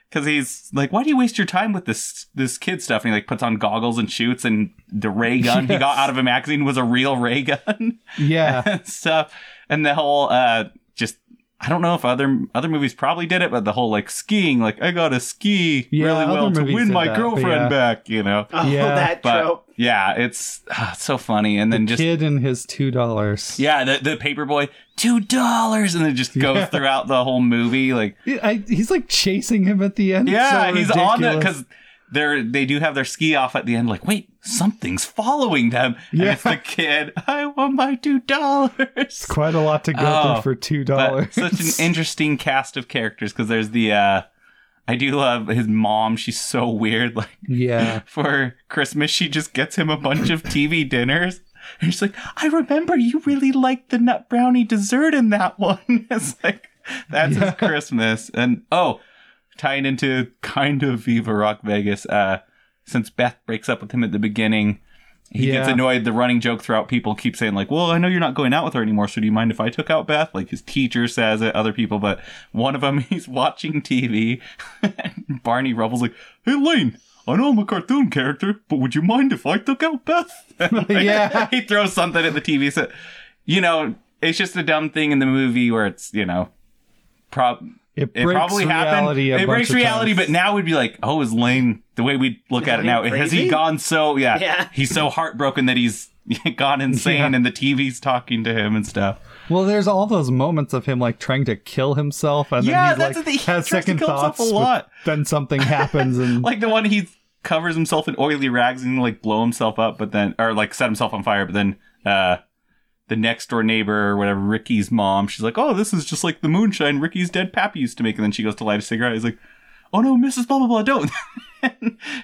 because he's like, why do you waste your time with this this kid stuff? And he like puts on goggles and shoots, and the ray gun he got out of a magazine was a real ray gun
yeah,
and stuff. And the whole uh, just I don't know if other other movies probably did it, but the whole like skiing, like I gotta ski
Yeah,
really
other
well to
movies
win
did
my
that, but
girlfriend
yeah.
back, you know.
Oh,
Yeah,
that
But
trope.
yeah, it's, ah, it's so funny, and then just
kid and his two dollars.
yeah, the the paper boy two dollars, and it just goes
Yeah.
throughout the whole movie, like.
I, he's like chasing him at the end. It's
Yeah,
so
he's on it
ridiculous.
because they're they do have their ski off at the end. Like, wait, something's following them. And
Yeah.
it's the kid. I want my two dollars.
It's quite a lot to go
Oh,
through for two
But
dollars.
such an interesting cast of characters because there's the. uh I do love his mom. She's so weird. Like
yeah,
for Christmas, she just gets him a bunch of TV dinners. And she's like, I remember you really liked the nut brownie dessert in that one. it's like, that's his Christmas. And oh, tying into kind of Viva Rock Vegas, uh, since Beth breaks up with him at the beginning, he gets
Yeah.
annoyed. The running joke throughout people keep saying, like, well, I know you're not going out with her anymore, so do you mind if I took out Beth? Like his teacher says it, other people, but one of them, he's watching TV. and Barney Rubble's like, hey, Lane, I know I'm a cartoon character, but would you mind if I took out Beth? And, like,
Yeah.
He throws something at the TV. So, you know, it's just a dumb thing in the movie where it's, you know, prob
it,
it
breaks
probably happened.
reality. a
It
bunch
breaks
of
reality,
times.
but now we'd be like, oh, is Lane the way we look at
Isn't
it now?
he
Has he
crazy?
gone so? Yeah,
Yeah.
he's so heartbroken that he's gone insane,
Yeah.
and the TV's talking to him and stuff.
Well, there's all those moments of him like trying to kill himself, and
Yeah,
then he like,
that's the thing. He
has
tries to
second
kill himself
thoughts.
a
but
lot.
Then something happens, and
Like the one he covers himself in oily rags and like blow himself up, but then or like set himself on fire, but then uh, the next door neighbor or whatever, Ricky's mom, she's like, oh, this is just like the moonshine Ricky's dead pappy used to make, and then she goes to light a cigarette. He's like, oh no, Mrs. Blah blah blah, don't.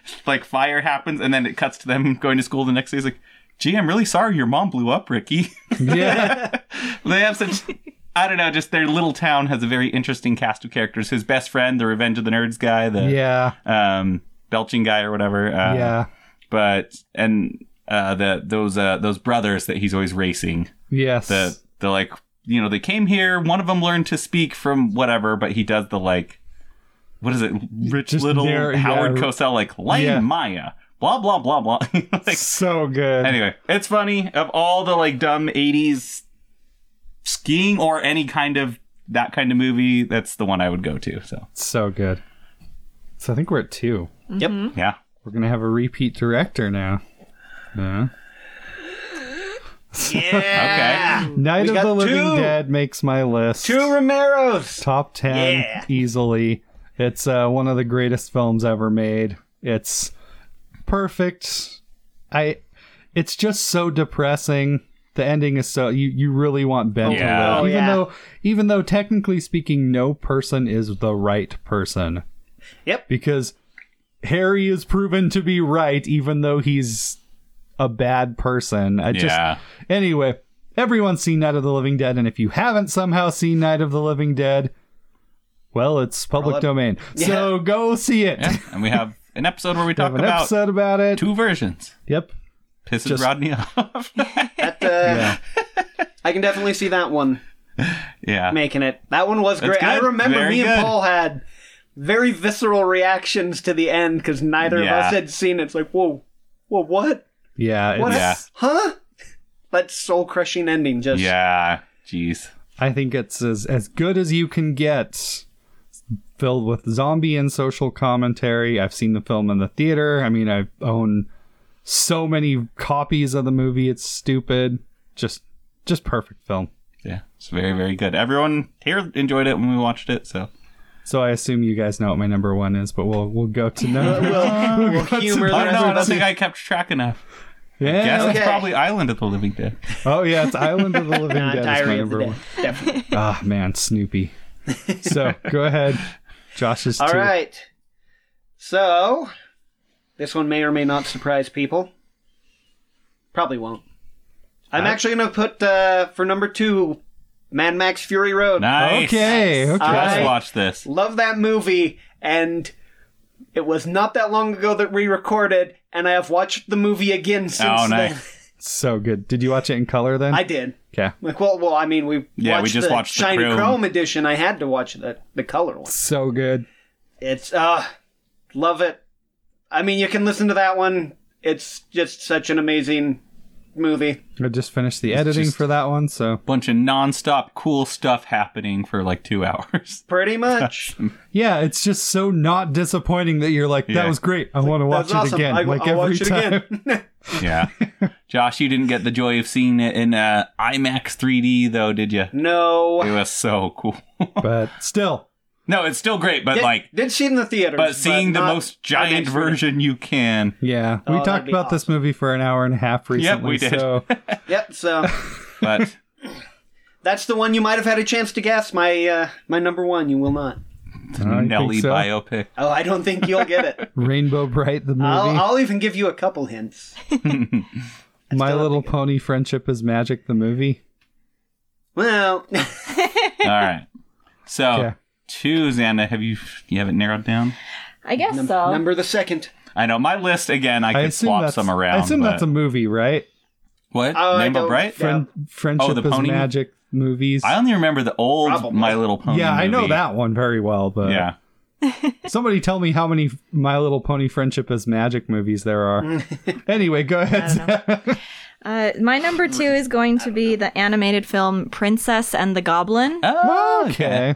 like fire happens, and then it cuts to them going to school the next day. He's like, gee, I'm really sorry your mom blew up, Ricky.
yeah,
they have such I don't know, just their little town has a very interesting cast of characters. His best friend, the Revenge of the Nerds guy, the
yeah,
um belching guy or whatever. Uh,
yeah.
But and uh, the those uh, those brothers that he's always racing.
Yes.
The the like you know they came here. One of them learned to speak from whatever, but he does the like what is it? Rich
Just
little
narrow- yeah.
Howard Cosell like Lane
Yeah.
Maya. Blah blah blah blah. like,
so good.
anyway, it's funny. Of all the like dumb '80s skiing or any kind of that kind of movie, that's the one I would go to. So
So good. So I think we're at two.
Yep.
yeah,
We're gonna have a repeat director now. Yeah.
Yeah. Okay.
Night
We
of
got
the Living
two.
Dead makes my list.
Two Romeros.
Top ten
Yeah.
easily. It's uh, one of the greatest films ever made. It's perfect. I. It's just so depressing. The ending is so you you really want Ben
Yeah.
to live,
Oh,
even
yeah.
though even though technically speaking, no person is the right person
Yep.
because Harry is proven to be right, even though he's a bad person. I just
yeah.
Anyway, everyone's seen Night of the Living Dead, and if you haven't somehow seen Night of the Living Dead, well, it's public
Well, it-
domain. So go see it.
yeah. And we have an episode where we
We
talk
have an
about
episode about it.
two versions.
Yep.
Pisses
Just-
Rodney off.
That, uh,
Yeah.
I can definitely see that one
yeah.
making it. That one was great. I
good.
remember
Very
me and
good.
Paul had very visceral reactions to the end because neither
Yeah.
of us had seen it. It's like, whoa, whoa, what?
Yeah.
What?
it's-
Yeah.
else? Huh? That soul crushing ending just.
Yeah. Jeez.
I think it's as, as good as you can get. Filled with zombie and social commentary. I've seen the film in the theater. I mean, I own so many copies of the movie. It's stupid. Just, just perfect film.
Yeah. It's very, very good. Everyone here enjoyed it when we watched it. So
So I assume you guys know what my number one is, but we'll we'll go to number.
We'll, we'll humor the
Oh,
Oh, I
rest
don't know. I
of
don't
us.
think I kept track enough.
yeah.
Guess it's
Okay.
probably Island of the Living Dead.
Oh yeah, it's Island of the Living
Nah,
Dead. Is my
Diary of
number
the Dead.
one.
Definitely.
Ah man, Snoopy. So go ahead, Josh's.
All
two.
right. So, this one may or may not surprise people. Probably won't. I'm actually going to put uh, for number two Mad Max Fury Road.
Nice.
Okay. Okay.
Let's
I-
watch this.
Love that movie, and it was not that long ago that we recorded, and I have watched the movie again since
Oh,
then.
nice.
so good. Did you watch it in color then?
I did.
okay.
Like, well, well, I mean, we
Yeah, we
watched
just
the
watched the
shiny
Chrome.
chrome edition. I had to watch the the color one.
So good.
It's uh love it. I mean, you can listen to that one. It's just such an amazing movie.
I just finished the editing
just-
for that one, so
Bunch of nonstop cool stuff happening for like two hours.
Pretty much.
yeah, it's just so not disappointing that you're like, that
Yeah.
was great. I want to watch
That's
it
awesome.
again,
I,
like
I'll
every
watch it
time.
again.
Yeah. Josh, you didn't get the joy of seeing it in uh, IMAX 3D though, did you? It
no.
was so cool.
But still,
no, it's still great, but
Did,
like,
did see it in the theater.
but seeing the most giant version you can.
yeah, we
Oh,
talked
that'd be
about this movie for an hour and a half recently.
we did.
So
Yep. So
But
that's the one you might have had a chance to guess. My uh, my number one. You will not.
I think
Nelly
so.
biopic.
Oh, I don't think you'll get it.
Rainbow Bright, the movie.
I'll, I'll even give you a couple hints.
My
don't
Little Pony Friendship is Magic, the movie.
Well,
All right. So
Okay.
two, Xana, have you you haven't narrowed down?
I guess
num-
so.
number the second.
I know my list again. I
I
could
assume
swap
that's
some around.
I assume
but-
that's a movie, right?
what?
Oh, I
Name of
don't-
right?
Yeah.
Friend, Friendship
Oh, the
is
pony?
Magic movies.
I only remember the old
Probably.
My Little Pony.
yeah, I know
movie.
that one very well, but
Yeah,
somebody tell me how many My Little Pony Friendship is Magic movies there are. anyway, go ahead.
Uh, my number two is going to be the animated film Princess and the Goblin.
Oh,
okay.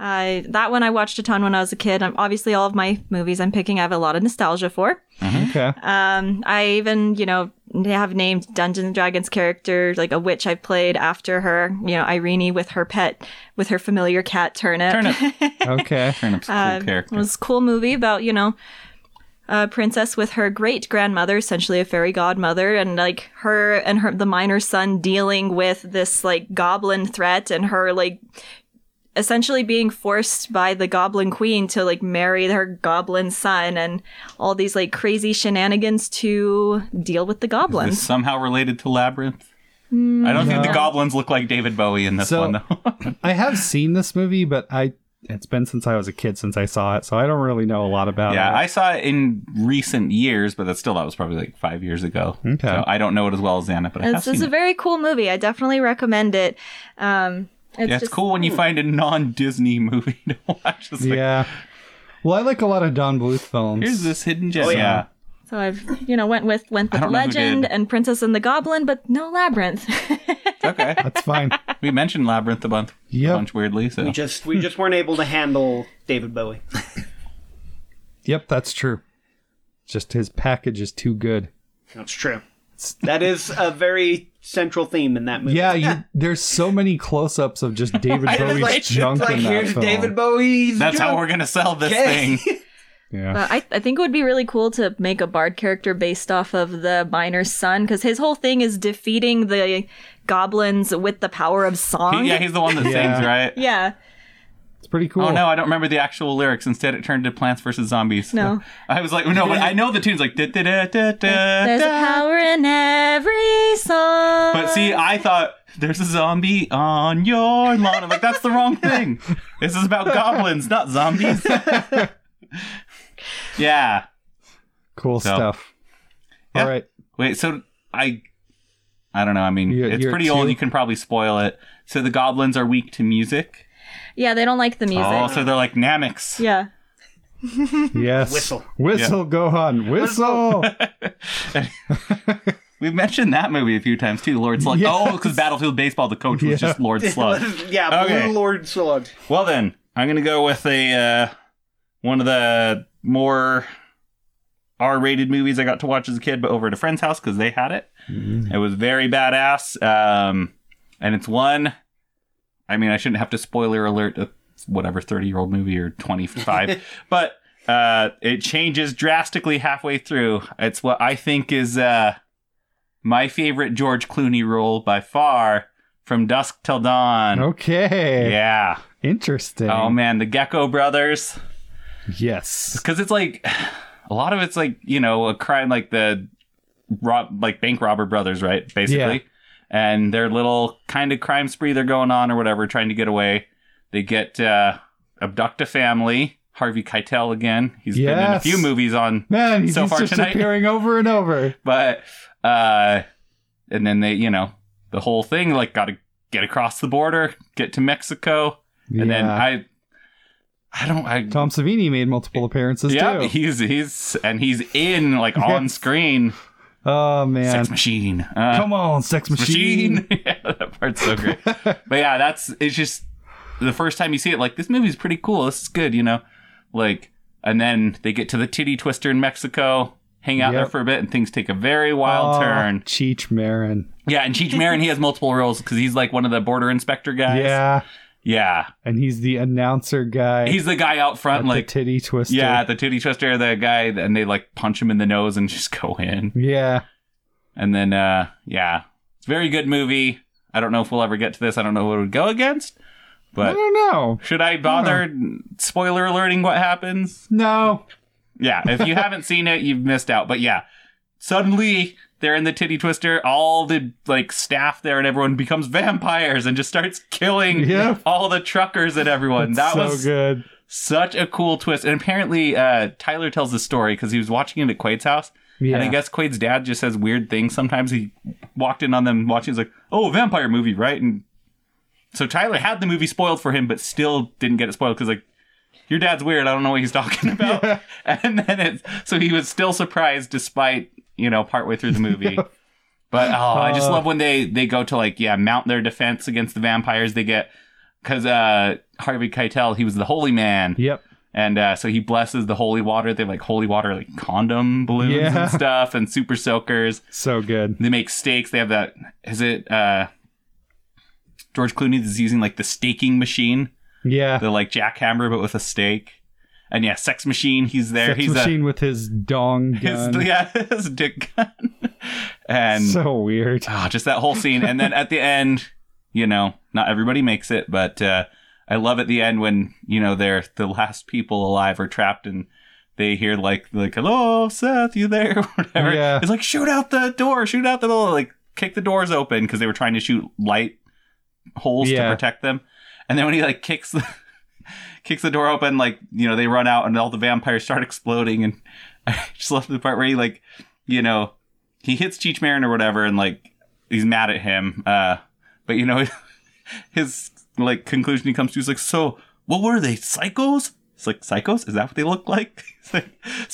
Uh, that one I watched a ton when I was a kid. Um, obviously, all of my movies I'm picking, I have a lot of nostalgia for.
Okay.
Um, I even, you know, have named Dungeons and Dragons character like a witch I've played after her. You know, Irene with her pet, with her familiar cat Turnip.
Turnip.
Okay.
Turnip's a cool character.
It was a cool movie about, you know, a princess with her great grandmother, essentially a fairy godmother, and like her and her the minor son dealing with this like goblin threat and her like essentially being forced by the goblin queen to like marry her goblin son and all these like crazy shenanigans to deal with the
Is this
goblins.
somehow related to Labyrinth? I don't think the goblins look like David Bowie in this
Mm, So-
one though.
I have seen this movie, but I it's been since I was a kid since I saw it, so I don't really know a lot about
yeah,
Uh,
it.
I saw it in recent years, but that's still that was probably like five years ago.
Okay.
So I don't know it as well as Anna, but I have
It's,
seen
it's a
it.
very cool movie. I definitely recommend it. Um, it's
Yeah, it's
just,
cool when you find a non-Disney movie to watch. It's like,
yeah. Well, I like a lot of Don Bluth films.
here's this hidden gem.
Oh, yeah.
So I've you know went with went
I
with
don't know who
Legend
did.
and Princess and the Goblin, but no Labyrinth.
okay.
That's fine.
We mentioned Labyrinth a bunch,
Yep.
a bunch weirdly, so
We just we just weren't able to handle David Bowie.
yep, that's true. Just his package is too good.
That's true. That is a very central theme in that movie.
Yeah, you, there's so many close-ups of just David
It's
Bowie's
like, it's
junk
like,
in that
here's
film.
David Bowie's
that's how
junk.
we're gonna sell this
Okay.
thing.
yeah.
But I, I think it would be really cool to make a bard character based off of the miner's son because his whole thing is defeating the goblins with the power of song.
He- yeah, he's the one that
Yeah.
sings, right?
Yeah.
it's pretty cool.
Oh no, I don't remember the actual lyrics. Instead, it turned to Plants vs Zombies.
No.
I was like, no, but I know the tunes like da da da da da.
There's a power in every song.
But see, I thought there's a zombie on your lawn. I'm like, that's the wrong thing. This is about goblins, not zombies. yeah.
Cool
So-
stuff.
Yeah.
All right.
Wait, so I I don't know. I mean,
You-
it's
you're
pretty old.
two?
You can probably spoil it. So the goblins are weak to music.
yeah, they don't like the music.
Oh, so they're like Namics.
yeah.
Yes.
Whistle.
Whistle, Gohan. Whistle.
We've mentioned that movie a few times too. Lord Slug.
Yes.
Oh, because Battlefield Baseball, the coach was just Lord Slug.
yeah,
Okay.
Blue Lord Slug.
Well then, I'm gonna go with a uh, one of the more R-rated movies I got to watch as a kid, but over at a friend's house because they had it. It was very badass, um, and it's one. I mean, I shouldn't have to spoiler alert a whatever 30-year-old movie or 25, but uh, it changes drastically halfway through. It's what I think is uh, my favorite George Clooney role by far, from dusk till dawn.
Okay.
Yeah.
Interesting.
Oh man, the Gecko Brothers,
yes.
because it's like a lot of it's like you know a crime like the rob like bank robber brothers, right? Basically,
Yeah.
and their little kind of crime spree they're going on or whatever, trying to get away. They get uh, abduct a family. Harvey Keitel again. He's been in a
Yes.
few movies on
Man, he's,
So
he's
far
just
tonight-
appearing over and over.
but uh and then they you know the whole thing like gotta get across the border get to mexico and then
Yeah.
i i don't i
Tom Savini made multiple appearances
yeah
too.
he's he's and he's in like on screen
oh man.
sex machine uh,
Come on, sex machine.
machine yeah that part's so great but yeah that's it's just the first time you see it like this movie's pretty cool this is good you know like and then they get to the titty twister in mexico hang out there
Yep.
for a bit and things take a very wild
Oh,
turn
Cheech Marin.
Yeah, and Cheech Marin, he has multiple roles because he's like one of the border inspector guys.
Yeah.
Yeah.
And he's the announcer guy.
He's the guy out front,
at
like,
the titty twister.
yeah, the titty twister, the guy, and they like punch him in the nose and just go in.
Yeah.
And then, uh, yeah, it's a very good movie. I don't know if we'll ever get to this. I don't know what it would go against,
I
but
don't know.
should I bother
Hmm.
spoiler alerting what happens?
No.
Yeah, if you haven't seen it, you've missed out. But yeah, suddenly they're in the titty twister. All the like staff there and everyone becomes vampires and just starts killing
Yeah.
all the truckers and everyone. that
so
was
good.
such a cool twist. And apparently, uh, Tyler tells the story because he was watching it at Quaid's house.
Yeah.
And I guess Quaid's dad just says weird things. Sometimes he walked in on them watching. He's like, "Oh, vampire movie, right?" And so Tyler had the movie spoiled for him, but still didn't get it spoiled because like, your dad's weird. I don't know what he's talking about. And then it's so he was still surprised despite you know partway through the movie. But oh, I just
Uh.
love when they they go to like yeah mount their defense against the vampires. They get because uh, Harvey Keitel he was the holy man.
Yep.
And uh, so he blesses the holy water. They have like holy water, like condom balloons
Yeah.
and stuff, and super soakers.
So good.
They make stakes. They have that. Is it uh, George Clooney is using like the staking machine,
Yeah.
the like jackhammer, but with a stake. And yeah, sex machine. He's there.
sex
he's a
machine with his dong gun.
his, yeah, his dick gun. and
so weird.
Ah, just that whole scene. And then at the end, you know, not everybody makes it, but uh, I love at the end when, you know, they're the last people alive are trapped and they hear like like hello Seth you there or whatever
Yeah.
it's like shoot out the door shoot out the door like kick the doors open because they were trying to shoot light holes
Yeah.
to protect them and then when he like kicks the kicks the door open, like, you know, they run out and all the vampires start exploding. And I just love the part where he, like, you know, he hits Cheech Marin or whatever and, like, he's mad at him. Uh, but, you know, his, like, conclusion he comes to is like, so what were they, psychos? It's like, psychos? Is that what they look like? It's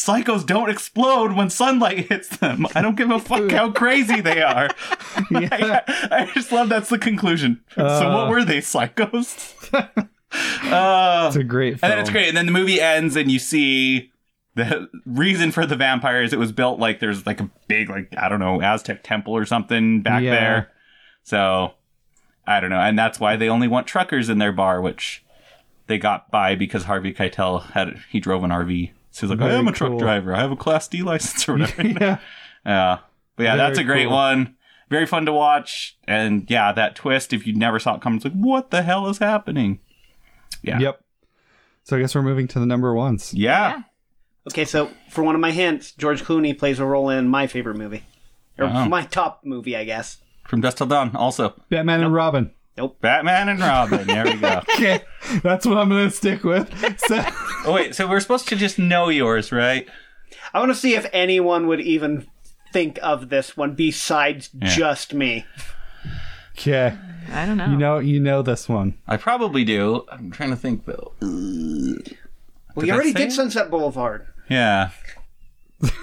like, psychos don't explode when sunlight hits them. I don't give a fuck how crazy they are. Like, I, I just love that's the conclusion. so
Uh.
what were they, psychos? uh,
It's a great
and
film.
then it's great. And then the movie ends, and you see the reason for the vampire is it was built like there's like a big like I don't know Aztec temple or something back
Yeah.
there. So I don't know, and that's why they only want truckers in their bar, which they got by because Harvey Keitel had he drove an RV. So he's like, I
Very
am a
cool.
truck driver. I have a Class D license or whatever.
yeah.
Yeah. But yeah,
Very
that's a great
cool.
one. Very fun to watch. And yeah, that twist, if you never saw it coming, it's like, what the hell is happening? Yeah.
Yep. So I guess we're moving to the number ones.
Yeah.
Yeah.
Okay, so for one of my hints, George Clooney plays a role in my favorite movie. Or
Oh.
my top movie, I guess.
From Dust Till Dawn, also.
Batman and Robin.
Batman and Robin. There we go.
Okay, that's what I'm gonna stick with. So,
oh, wait. So we're supposed to just know yours, right?
I want to see if anyone would even think of this one besides just me.
okay,
I don't know.
you know, you know this one.
I probably do. I'm trying to think, though.
Well,
Did
you
I
already
say
did
it?
Sunset Boulevard.
Yeah.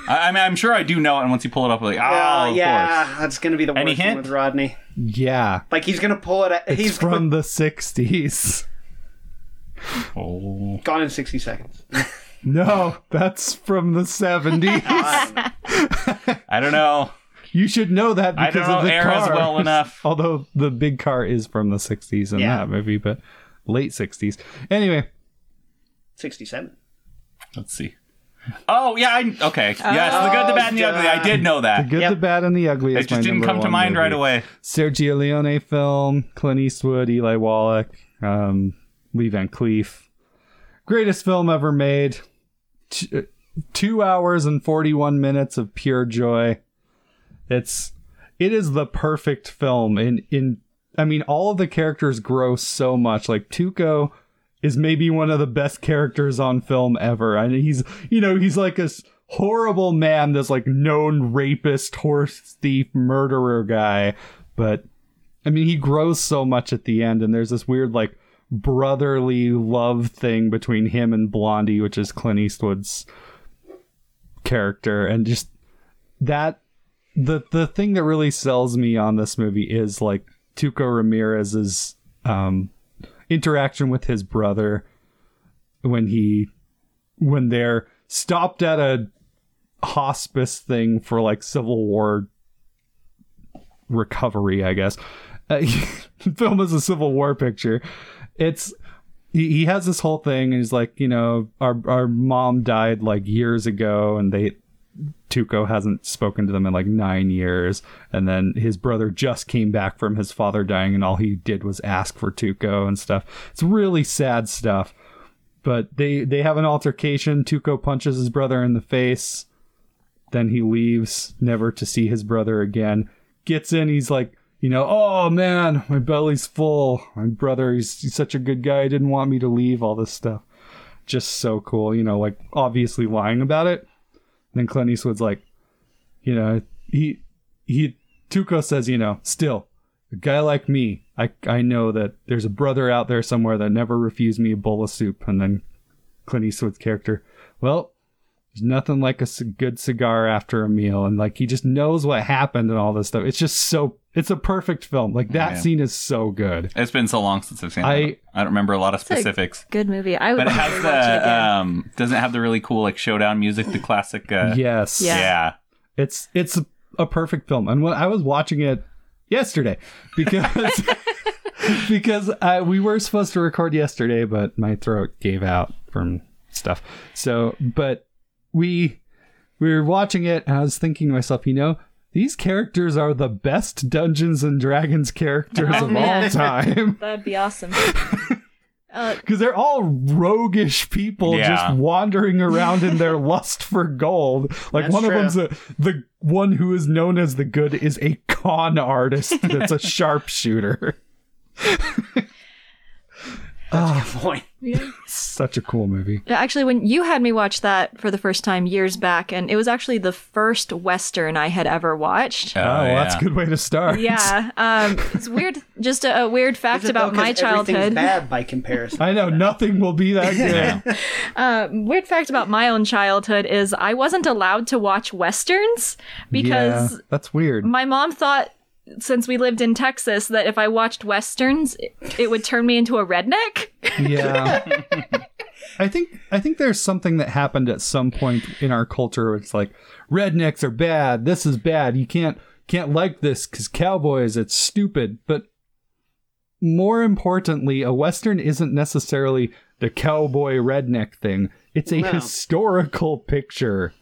I, I mean, I'm sure I do know it. And once you pull it up, I'm like, ah,
Uh,
of
yeah,
course.
that's going to be the
Any
worst one
hint?
with Rodney.
Yeah,
Like, he's going to pull it out.
it's
He's
from the '60s.
Oh.
gone in 60 seconds.
No, that's from the '70s.
I don't know.
you should know that
I
because
don't know
of the
eras
car.
well enough.
Although the big car is from the '60s in
Yeah.
that movie, but late '60s. Anyway,
67.
Let's see. Oh, yeah. I, okay. Yes. The good, the bad, and the ugly. I did know
the
that.
good, the
Yep.
bad, and the ugly.
Uh, It
is my
just didn't
number
come to
one
mind right
movie.
away.
Sergio Leone film, Clint Eastwood, Eli Wallach, um, Lee Van Cleef. Greatest film ever made. T- uh, two hours and 41 minutes of pure joy. It's, it is the perfect film. In, in, I mean, all of the characters grow so much. Like Tuco is maybe one of the best characters on film ever. And he's, you know, he's like a s- horrible man, this like known rapist, horse thief, murderer guy. But I mean, he grows so much at the end, and there's this weird like brotherly love thing between him and Blondie, which is Clint Eastwood's character, and just that the the thing that really sells me on this movie is like Tuco Ramirez's um, interaction with his brother when he when they're stopped at a hospice thing for like Civil War recovery, I guess. Uh, the film is a Civil War picture. It's he, he has this whole thing, and he's like, you know, our our mom died like years ago, and they Tuco hasn't spoken to them in like nine years, and then his brother just came back from his father dying, and all he did was ask for Tuco and stuff. It's really sad stuff. But they they have an altercation. Tuco punches his brother in the face. Then he leaves, never to see his brother again. Gets in, he's like, you know, oh man, my belly's full. My brother, he's, he's such a good guy. He didn't want me to leave, all this stuff. Just so cool, you know, like obviously lying about it. then Clint Eastwood's like, you know, he, he, Tuco says, you know, still, a guy like me, I, I know that there's a brother out there somewhere that never refused me a bowl of soup. And then Clint Eastwood's character, well, there's nothing like a c- good cigar after a meal, and like he just knows what happened and all this stuff. It's just so it's a perfect film. Like that
Yeah.
scene is so good.
It's been so long since I've seen
I-
it. I don't remember a lot of
like-
specifics.
Good movie. I would
But it
probably watch it
has the
again.
um doesn't it have the really cool like showdown music, the classic uh
yes,
Yeah.
yeah.
it's it's a, a perfect film. And when I was watching it yesterday, because because I, we were supposed to record yesterday, but my throat gave out from stuff. So, but we we were watching it, and I was thinking to myself, you know. These characters are the best Dungeons and Dragons characters of all
man.
time.
That'd be awesome. uh,
because they're all roguish people
Yeah.
just wandering around in their lust for gold. Like
That's
one
true.
of them's a, the one who is known as the good is a con artist that's a sharpshooter.
That's a good point.
Such a cool movie.
Actually, when you had me watch that for the first time years back, and it was actually the first Western I had ever watched.
Oh, well, that's a good way to start.
Yeah, um, it's weird. Just a, a weird fact
Is it though,
about
'cause
my
Everything's
childhood.
bad by comparison.
I know nothing will be that good.
Uh, weird fact about my own childhood is I wasn't allowed to watch westerns because
Yeah, that's weird.
my mom thought since we lived in Texas that if I watched westerns, it, it would turn me into a redneck.
Yeah. I think I think there's something that happened at some point in our culture where it's like rednecks are bad. This is bad. You can't can't like this cuz cowboys it's stupid. But more importantly, a western isn't necessarily the cowboy redneck thing. It's a
No.
historical picture.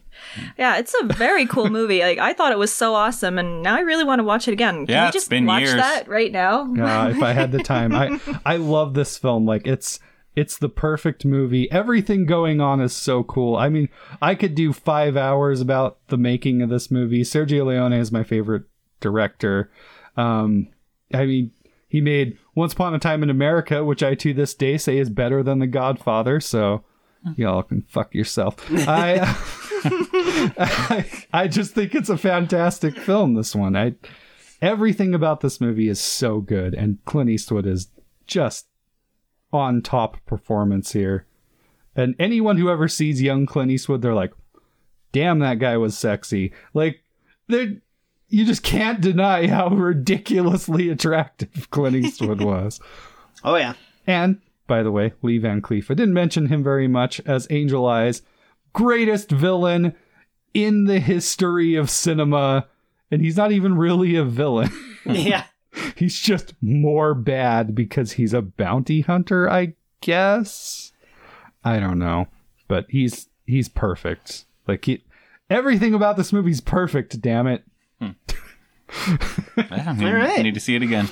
Yeah, it's a very cool movie. Like I thought it was so awesome, and now I really want to watch it again. Can
Yeah,
we
it's
just
been
watch
years.
that right now?
Uh, if I had the time, I I love this film. Like it's it's the perfect movie. Everything going on is so cool. I mean, I could do five hours about the making of this movie. Sergio Leone is my favorite director. Um, I mean, he made Once Upon a Time in America, which I to this day say is better than The Godfather. So y'all can fuck yourself. I. I, I just think it's a fantastic film. This one, I everything about this movie is so good, and Clint Eastwood is just on top performance here. And anyone who ever sees young Clint Eastwood, they're like, "Damn, that guy was sexy!" Like, they you just can't deny how ridiculously attractive Clint Eastwood was.
Oh yeah.
And by the way, Lee Van Cleef. I didn't mention him very much as Angel Eyes, greatest villain in the history of cinema, and he's not even really a villain.
Yeah.
he's just more bad because he's a bounty hunter, I guess. I don't know, but he's he's perfect. Like he, everything about this movie's perfect. Damn it.
I don't even
All right.
need to see it again.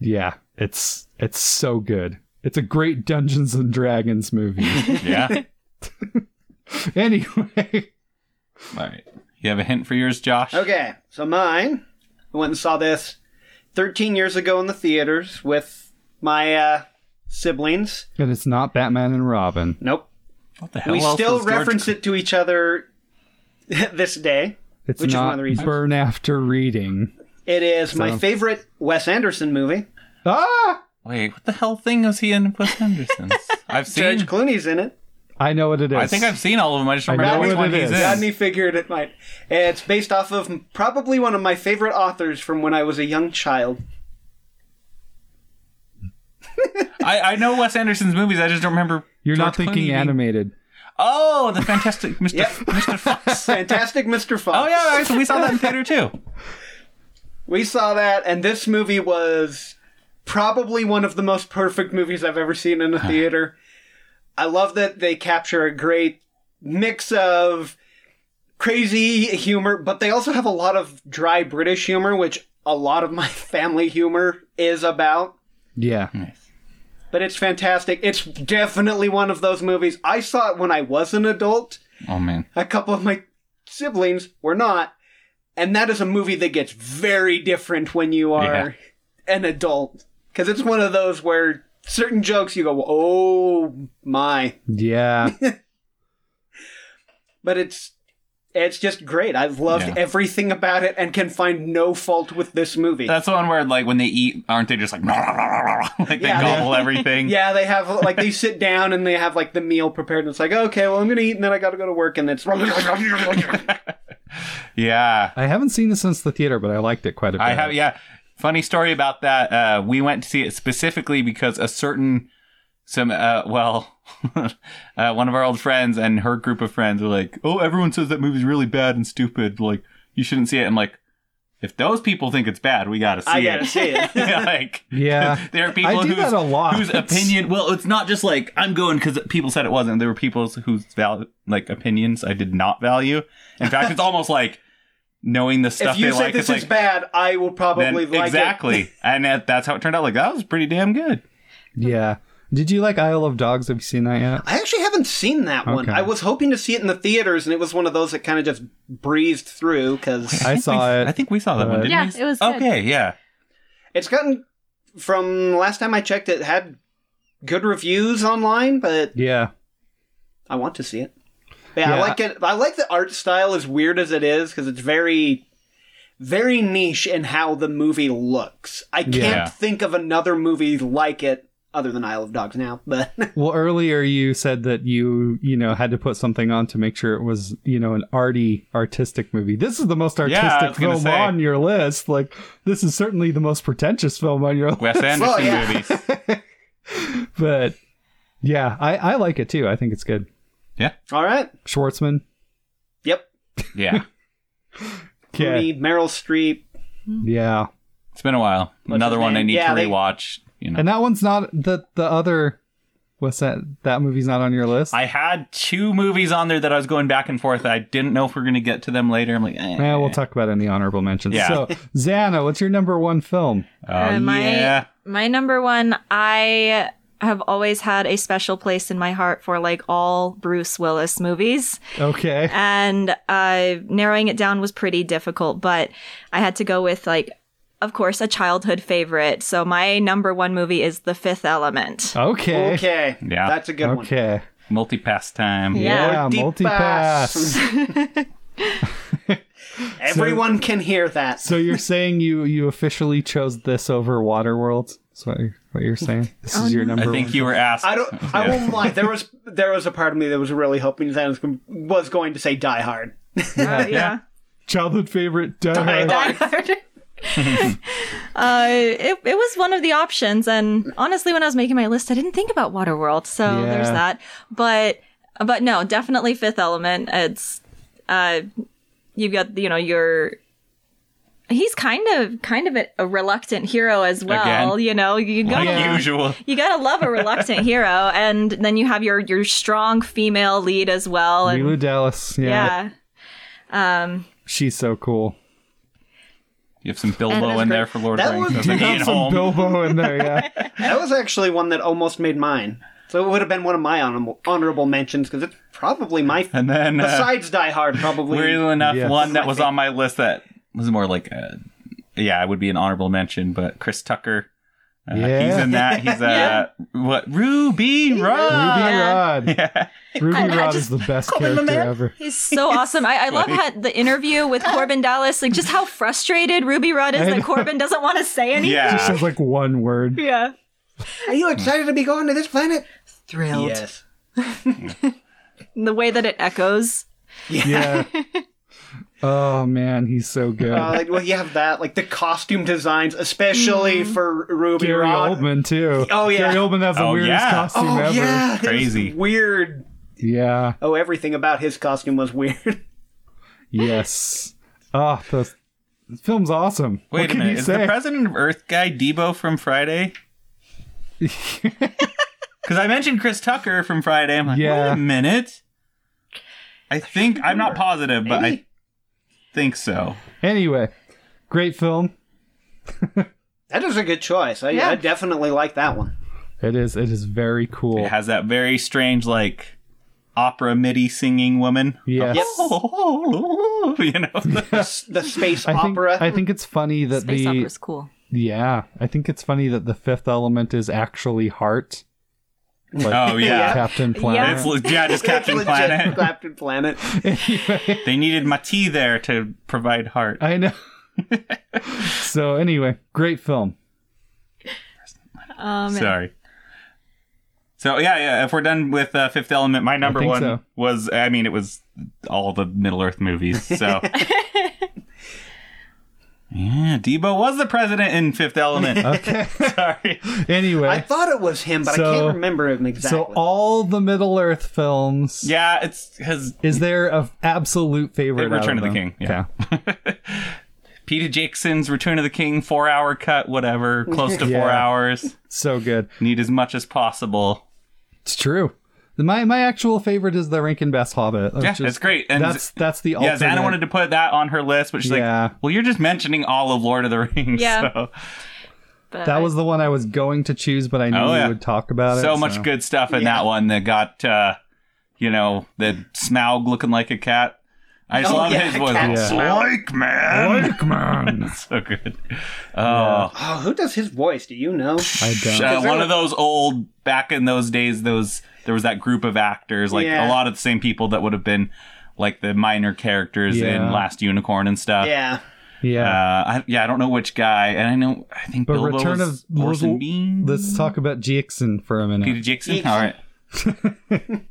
Yeah, it's it's so good. It's a great Dungeons and Dragons movie.
Yeah.
anyway.
All right. You have a hint for yours, Josh?
Okay, so mine, I went and saw this 13 years ago in the theaters with my uh, siblings.
And it's not Batman and Robin.
Nope.
What the hell?
we
else
still
was George-
reference it to each other this day.
It's
Which is one
not
of the reasons.
Burn After Reading.
It is my
So-
favorite Wes Anderson movie.
Ah!
Wait, what the hell thing was he in Wes Anderson's? I've seen.
George Clooney's in it.
I know what it is.
I think I've seen all of them. I just
I
remember
know
which
what
one
it
he's
is.
Had
in.
me figured it might. It's based off of probably one of my favorite authors from when I was a young child.
I, I know Wes Anderson's movies. I just don't remember.
You're not
George
thinking
Clooney.
animated.
Oh, the Fantastic Mr.
Yep.
Mr. Fox.
Fantastic Mr. Fox.
Oh yeah, right, so we saw that in theater too.
We saw that, and this movie was probably one of the most perfect movies I've ever seen in a theater. I love that they capture a great mix of crazy humor, but they also have a lot of dry British humor, which a lot of my family humor is about.
Yeah.
But it's fantastic. It's definitely one of those movies. I saw it when I was an adult.
Oh man.
A couple of my siblings were not. And that is a movie that gets very different when you are an adult. Because it's one of those where certain jokes you go, oh my.
Yeah.
But it's. It's just great. I've loved
Yeah.
everything about it and can find no fault with this movie.
That's the one where like when they eat, aren't they just like like they
Yeah.
gobble everything?
yeah, they have like they sit down and they have like the meal prepared and it's like, okay, well I'm gonna eat and then I gotta go to work and it's
Yeah.
I haven't seen it since the theater, but uh, I liked it quite a bit.
I have, yeah. Funny story about that. Uh, we went to see it specifically because a certain, some, uh, well, uh, one of our old friends and her group of friends were like, "Oh, everyone says that movie's really bad and stupid. Like, you shouldn't see it." I'm like, if those people think it's bad, we gotta see
I gotta
it.
see it.
like,
Yeah.
there are
I
people
do
whose,
that a lot.
whose opinion. Well, it's not just like I'm going because people said it wasn't. There were people whose val- like opinions I did not value. In fact, it's almost like knowing the stuff
if you
they
say
like.
this
it's like,
is bad, I will
then-
probably like
exactly.
it.
and that, that's how it turned out. Like that was pretty damn good.
Yeah. Did you like Isle of Dogs? Have you seen that yet?
I actually haven't seen that one.
Okay.
I was hoping to see it in the theaters, and it was one of those that kind of just breezed through because
I
think
saw
we-
it.
I think we saw that one.
but-
Didn't
Yeah,
we?
it was good.
okay. Yeah.
it's gotten from last time I checked, it had good reviews online, but
Yeah.
I want to see it. Yeah, I
Yeah,
like it. I like the art style, as weird as it is, because it's very, very niche in how the movie looks. I can't
Yeah.
think of another movie like it other than Isle of Dogs now. But
Well, earlier you said that you, you know, had to put something on to make sure it was, you know, an arty, artistic movie. This is the most
Yeah,
artistic
I was gonna
film
say.
on your list. Like, this is certainly the most pretentious film on your list.
Wes Anderson
Well, yeah.
movies.
But yeah, I, I like it too. I think it's good.
all right,
Schwartzman.
yep.
Yeah.
Yeah.
Clooney, Meryl Streep.
Yeah.
It's been a while.
What's
Another
his
one I
name?
need
Yeah,
to
they-
rewatch. You know.
And that one's not the the other what's that that movie's not on your list?
I had two movies on there that I was going back and forth. I didn't know if we are going to get to them later. I'm like, eh.
Yeah, we'll talk about it in the honorable mentions.
Yeah.
So, Xana, what's your number one film?
Oh,
Uh, my
yeah.
my number one, I have always had a special place in my heart for like all Bruce Willis movies,
Okay.
and uh, narrowing it down was pretty difficult. But I had to go with like, of course, a childhood favorite. So my number one movie is The Fifth
Oh,
Element.
Okay. Okay.
Okay,
Yeah.
that's a good one.
Multi-pass time.
Yeah, multi-pass.
Everyone can hear that.
so you're saying you you officially chose this over Waterworld? That's what you're, what you're saying. This is your
I
number
think
one.
you were asked.
I don't. I
Yeah.
won't lie. There was there was a part of me that was really hoping that I was, gon- was going to say Die Hard.
Uh, yeah.
Childhood favorite. Die Hard.
Die Hard. uh, it, it was one of the options, and honestly, when I was making my list, I didn't think about Waterworld, so
Yeah.
there's that. But but no, definitely Fifth Element. It's uh, you've got you know your he's kind of kind of a, a reluctant hero as well.
Again.
You know, you got
Like
to
usual.
you gotta love a reluctant hero, and then you have your your strong female lead as well, and
Lulu Dallas. Yeah.
yeah. Um,
She's so cool.
You have some
And it
Bilbo
was
in there
great.
for Lord
That
of the
was-
Rings.
You
Like,
have
Ian
some
Holm.
Bilbo in there, yeah.
That was actually one that almost made mine. So it would have been one of my honorable, honorable mentions because it's probably my
and then uh,
besides Die Hard probably.
Weirdly enough,
Yes.
one that was on my list that was more like, a, yeah, it would be an honorable mention, but Chris Tucker. Uh,
Yeah.
He's in that. He's uh, what Ruby Rod.
Ruby
Yeah.
Rod. Ruby
I-
Rod
I just-
is the best
him the
character
man.
ever.
He's so awesome. I, I love how the interview with Corbin Dallas, like just how frustrated Ruby Rudd is
I
that
know.
Corbin doesn't want to say anything.
She
Yeah,
says like one word.
Yeah.
Are you excited to be going to this planet?
Thrilled.
Yes.
And The way that it echoes.
Yeah. oh man, he's so good.
Uh, like, well, you have that, like the costume designs, especially for Ruby
Gary
Rod.
Oldman too.
Oh, yeah.
Gary Oldman has the
Oh,
weirdest
yeah.
costume
Oh
ever.
yeah, it was
Crazy.
weird.
Yeah.
Oh, everything about his costume was weird.
Yes. Oh, the the film's awesome. what
Wait a
can
minute.
you
Is
say?
the president of Earth guy Debo from Friday? Because I mentioned Chris Tucker from Friday. I'm like, wait
Yeah.
a minute. I think I'm not positive, but I
Maybe.
think so.
anyway, great film.
That is a good choice. I, I
Yeah.
definitely like that one.
It is. It is very cool.
It has that very strange, like opera MIDI singing woman.
Yes.
you know.
The, s- the space
I think,
opera.
I think it's funny that
Space
the
opera's cool.
yeah I think it's funny that the fifth element is actually heart. Like
Oh yeah.
Captain Planet.
It's le- yeah, just Captain
Legit
Planet.
Captain Planet.
They needed my tea there to provide heart.
I know. so anyway, great film.
Oh,
Um,
Sorry. So yeah, yeah. If we're done with uh, Fifth Element, my number
think
one
so.
was I mean it was all the Middle Earth movies. So yeah, Debo was the president in Fifth Element.
Okay.
Sorry.
anyway,
I thought it was him, but I
So-
can't remember him exactly.
so all the Middle Earth films.
Yeah, it's his
Is there a absolute favorite?
Return
out
of the
them?
King, yeah. Peter Jackson's Return of the King four hour cut, whatever, close to four
Yeah.
hours.
so good.
Need as much as possible.
It's true. My my actual favorite is the Rankin Bass Hobbit.
Yeah, it's great. And
that's that's the
Yeah,
ultimate.
Xana wanted to put that on her list, but she's
Yeah.
like, "Well, you're just mentioning all of Lord of the Rings."
Yeah.
so-
but
that was the one I was going to choose, but I knew
Oh, yeah.
you would talk about it.
so much good stuff in that one that got uh you know the smaug looking like a cat I just
Oh,
love
yeah,
his
I
voice.
can't smell.
Like man,
Like, man.
so good. Oh,
Oh, who does his voice? Do you know?
I don't.
Uh,
there
one
was-
of those old back in those days. Those there was that group of actors, like
Yeah.
a lot of the same people that would have been like the minor characters
Yeah.
in Last Unicorn and stuff.
Yeah.
Uh,
Yeah.
I, yeah, I don't know which guy, and I know I think
But
Bilbo
Return
was
of
Orson
Little-
Bean.
Let's talk about Jackson for a
Peter
minute.
Jackson.
Jackson.
All right.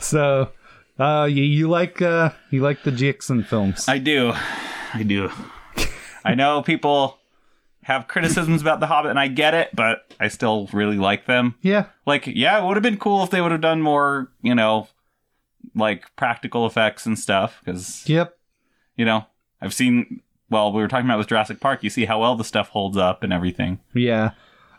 So, uh, you, you like uh, you like the Jackson films?
I do. I do. I know people have criticisms about The Hobbit, and I get it, but I still really like them.
yeah.
Like, yeah, it would have been cool if they would have done more, you know, like practical effects and stuff, because,
Yep.
you know, I've seen, well, we were talking about with Jurassic Park, you see how well the stuff holds up and everything.
Yeah.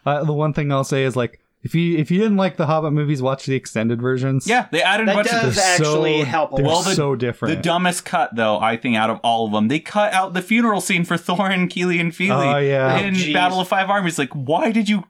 Uh, the one thing I'll say is like if you if you didn't like the Hobbit movies, watch the extended versions.
Yeah, they added a
That
bunch of
does
the,
actually
so,
help a
They're
Well, the-
so
the
different.
dumbest cut, though, I think, out of all of them. They cut out the funeral scene for Thorin, Keely, and Feely
Oh, yeah.
in
Oh, geez.
Battle of Five Armies. Like, why did you.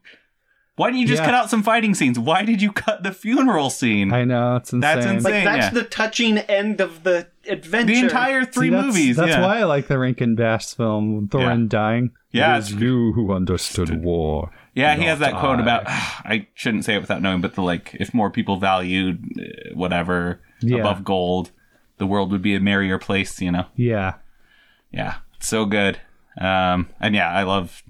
Why didn't you just
Yeah.
cut out some fighting scenes? Why did you cut the funeral scene?
I know it's insane.
That's
Like,
insane.
that's
yeah.
the touching end of the adventure.
the entire three
See, that's,
movies.
That's
yeah.
why I like the Rankin Bass film, Thorin
Yeah.
dying.
Yeah,
it is
it's-
you who understood war.
Yeah, he has
Not
that quote
I.
about I shouldn't say it without knowing, but the like if more people valued uh, whatever
Yeah.
above gold, the world would be a merrier place, you know.
Yeah,
Yeah. It's so good. Um and yeah, I love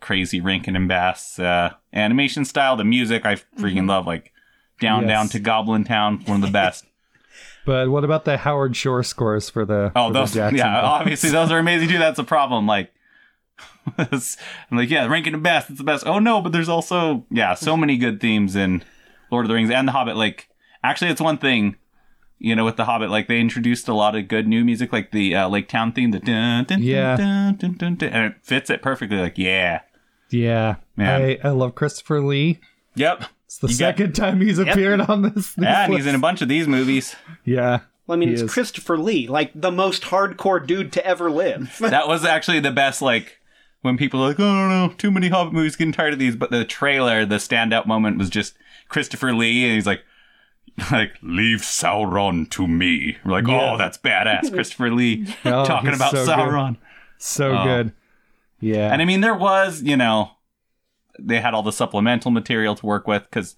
crazy Rankin and Bass uh animation style, the music I freaking love like
Yes.
Down Down to Goblin Town, one of the best.
but what about the Howard Shore scores for the?
Oh,
for
those
the Jackson
yeah,
films?
obviously those are amazing too. That's a problem. Like, I'm like, yeah, ranking the best. It's the best. Oh no, but there's also yeah, so many good themes in Lord of the Rings and The Hobbit. Like, actually, it's one thing. You know, with The Hobbit, like they introduced a lot of good new music, like the uh, Lake Town theme, the dun, dun,
Yeah.
dun, dun, dun, dun, and it fits it perfectly. Like, yeah,
Yeah,
Man.
I, I love Christopher Lee.
yep,
It's the
You got-
second time he's appeared on this. this
yeah, and he's
list.
in a bunch of these movies.
Yeah,
Well, I mean,
He
it's
is.
Christopher Lee, like the most hardcore dude to ever live.
that was actually the best like when people are like, oh no, no, too many Hobbit movies, getting tired of these. But the trailer, the standout moment was just Christopher Lee, and he's like, like leave Sauron to me. We're like,
Yeah.
oh, that's badass, Christopher Lee
Oh,
talking
he's
about
so good.
Sauron.
so
Oh.
good. Yeah,
And I mean, there was, you know, they had all the supplemental material to work with because,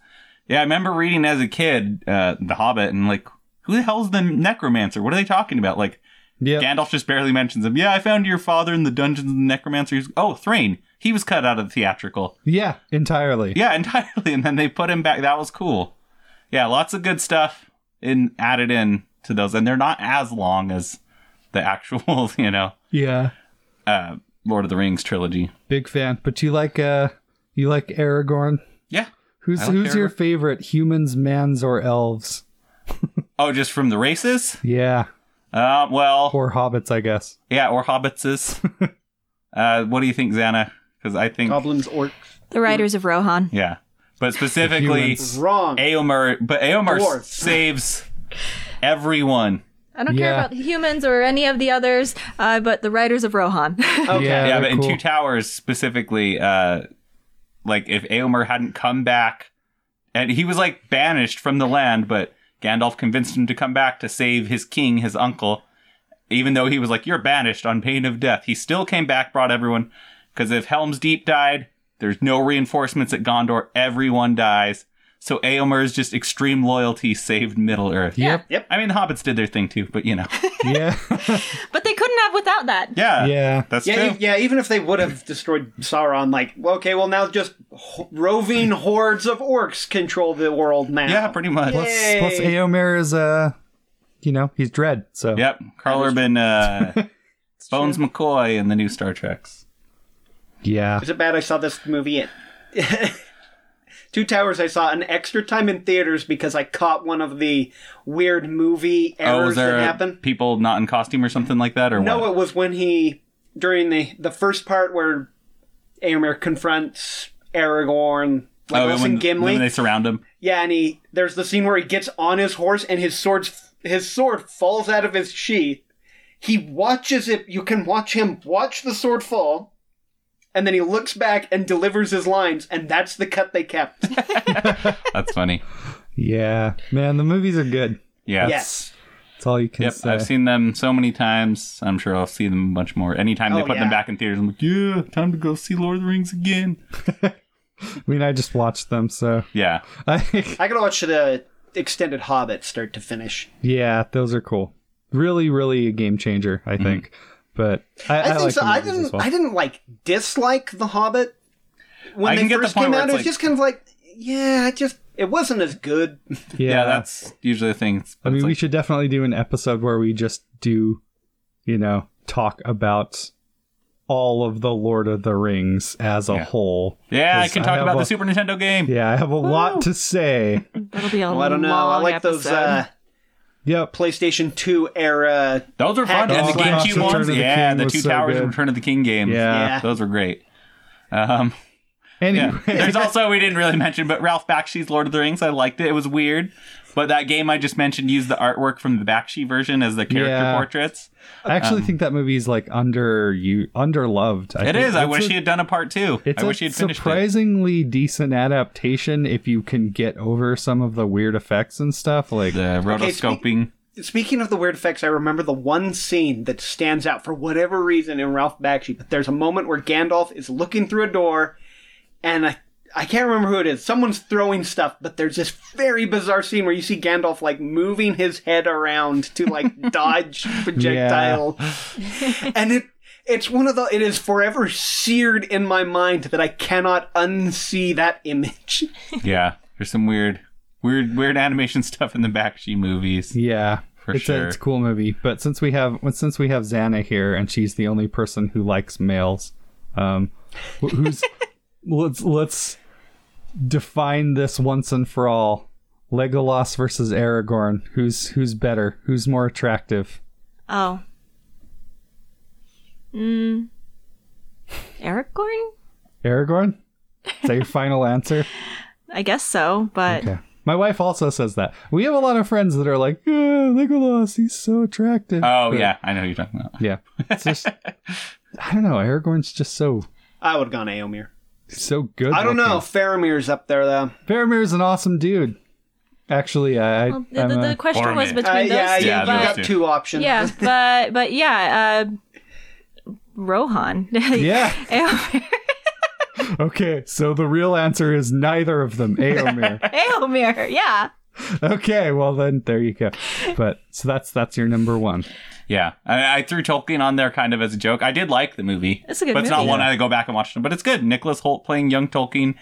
yeah, I remember reading as a kid uh, The Hobbit and like, who the hell's the necromancer? What are they talking about? Like,
yeah,
Gandalf just barely mentions him. Yeah, I found your father in the dungeons of the necromancer. He's- Oh, Thrain. He was cut out of the theatrical.
yeah, entirely.
Yeah, entirely. And then they put him back. That was cool. Yeah, lots of good stuff in added in to those. And they're not as long as the actual, you know,
yeah.
uh, Lord of the Rings trilogy.
big fan. But you like uh, you like Aragorn.
Yeah.
Who's
I like
who's your
Aragorn.
favorite? Humans, mans, or elves?
Oh, just from the races?
Yeah,
Uh, well,
or hobbits, I guess.
yeah, or hobbitses. uh, what do you think, Xana? Because I think,
Goblins, orcs.
The Riders of Rohan.
yeah. But specifically,
Humans.
Wrong.
Aomar, but Aomar
Dwarf.
saves everyone.
I don't care
Yeah.
about humans or any of the others, uh, but the Riders of Rohan.
Okay.
Yeah, they're
Yeah, but in
cool.
Two Towers specifically, uh, like if Aomar hadn't come back, and he was like banished from the land, but Gandalf convinced him to come back to save his king, his uncle. Even though he was like, "You're banished on pain of death," he still came back, brought everyone. Because if Helm's Deep died, there's no reinforcements at Gondor. Everyone dies. So Aomar's just extreme loyalty saved Middle Earth.
Yep.
I mean, the hobbits did their thing too, but you know.
Yeah.
but they couldn't have without that.
Yeah.
Yeah.
That's
Yeah,
true.
e- yeah. Even if they would have destroyed Sauron, like, well, okay, well now just ho- roving hordes of orcs control the world now.
Yeah, pretty much.
Plus, plus Aomer is uh, you know, he's dread. So
Yep. Carl Urban, uh, Bones McCoy in the new Star Treks.
yeah,
Is it bad I saw this movie at Two Towers I saw an extra time in theaters because I caught one of the weird movie
Oh,
errors
was there
that happen.
people not in costume or something like that, or
No,
what?
it was when he during the the first part where Aemir confronts Aragorn, like
oh,
Wilson
when,
Gimli.
when they surround him.
Yeah, and he there's the scene where he gets on his horse and his sword's his sword falls out of his sheath. He watches it. You can watch him watch the sword fall, and then he looks back and delivers his lines, and that's the cut they kept.
That's funny.
yeah. Man, the movies are good.
Yes.
Yes.
That's all you can
Yep,
say.
I've seen them so many times. I'm sure I'll see them a bunch more. Anytime they
Oh,
put them
yeah.
back in theaters, I'm like, yeah, time to go see Lord of the Rings again.
I mean, I just watched them, so
Yeah,
I,
I could watch the extended Hobbit start to finish.
yeah, those are cool. Really, really a game changer,
Mm-hmm.
I think. But I, I,
I, think
like
so.
the
I
movies
didn't.
as well.
I didn't like dislike the Hobbit when
I
they
can get the
first
point
came
where
out. It
it's
was
like-
just kind of like, yeah, I just it wasn't as good.
yeah,
yeah, that's usually the thing. It's-
I mean,
it's
we
like-
should definitely do an episode where we just do, you know, talk about all of the Lord of the Rings as a
Yeah.
whole.
yeah, I
'Cause
can talk
have
about
a-
the Super Nintendo game.
Yeah, I have a lot to say.
That'll be a
Well, I don't know. I
long
like those
episode.
uh,
Yep.
PlayStation Two era.
Those were fun.
Heck,
And the
Oh, my gosh,
GameCube
Return
ones,
of the
yeah,
King
the
was
Two
so
Towers
good.
and Return of the King games.
Yeah.
Yeah.
those were great. Um,
Anyway,
yeah. There's also we didn't really mention, but Ralph Bakshi's Lord of the Rings. I liked it. It was weird, but that game I just mentioned used the artwork from the Bakshi version as the character
Yeah.
portraits.
I actually think that movie is like under you underloved. I
Um, It
think
is. I
it's
wish
a-
he had done a part two.
It's
I wish
a
he had finished it.
surprisingly decent adaptation if you can get over some of the weird effects and stuff. Like,
The
speak-
rotoscoping.
Speaking of the weird effects, I remember the one scene that stands out for whatever reason in Ralph Bakshi. But there's a moment where Gandalf is looking through a door, and I I can't remember who it is. Someone's throwing stuff, but there's this very bizarre scene where you see Gandalf like moving his head around to like dodge projectile, and it it's one of the it is forever seared in my mind that I cannot unsee that image.
yeah, there's some weird, weird, weird animation stuff in the Bakshi movies.
yeah,
For
it's
sure.
a, it's a cool movie. But since we have well, since we have Xana here and she's the only person who likes males, um, wh- who's let's let's define this once and for all. Legolas versus Aragorn. Who's who's better? Who's more attractive?
Oh. Mm. Eric Gorn?
Aragorn? Is that your final answer?
I guess so, but
Okay. My wife also says that. We have a lot of friends that are like, yeah, Legolas, he's so attractive.
Oh
But-
yeah, I know who you're talking about.
Yeah. It's just, I don't know. Aragorn's just so,
I would have gone Aomir.
so good.
I don't know.
looking.
Faramir's up there though.
Faramir's an awesome dude. Actually, I,
well,
i
the, the, the question
Boromir.
was between
Uh,
those
yeah,
two,
yeah,
Yeah,
you
those
but
got
two.
two options.
yeah, but but yeah, uh, Rohan.
yeah.
Aomir.
Okay. So the real answer is neither of them. Aomir.
Aomir, yeah.
okay. Well, then there you go. But so that's, that's your number one.
Yeah, I, I threw Tolkien on there kind of as a joke. I did like the movie.
It's a good
but it's
movie.
not one I go back and watch. But it's good. Nicholas Holt playing young Tolkien.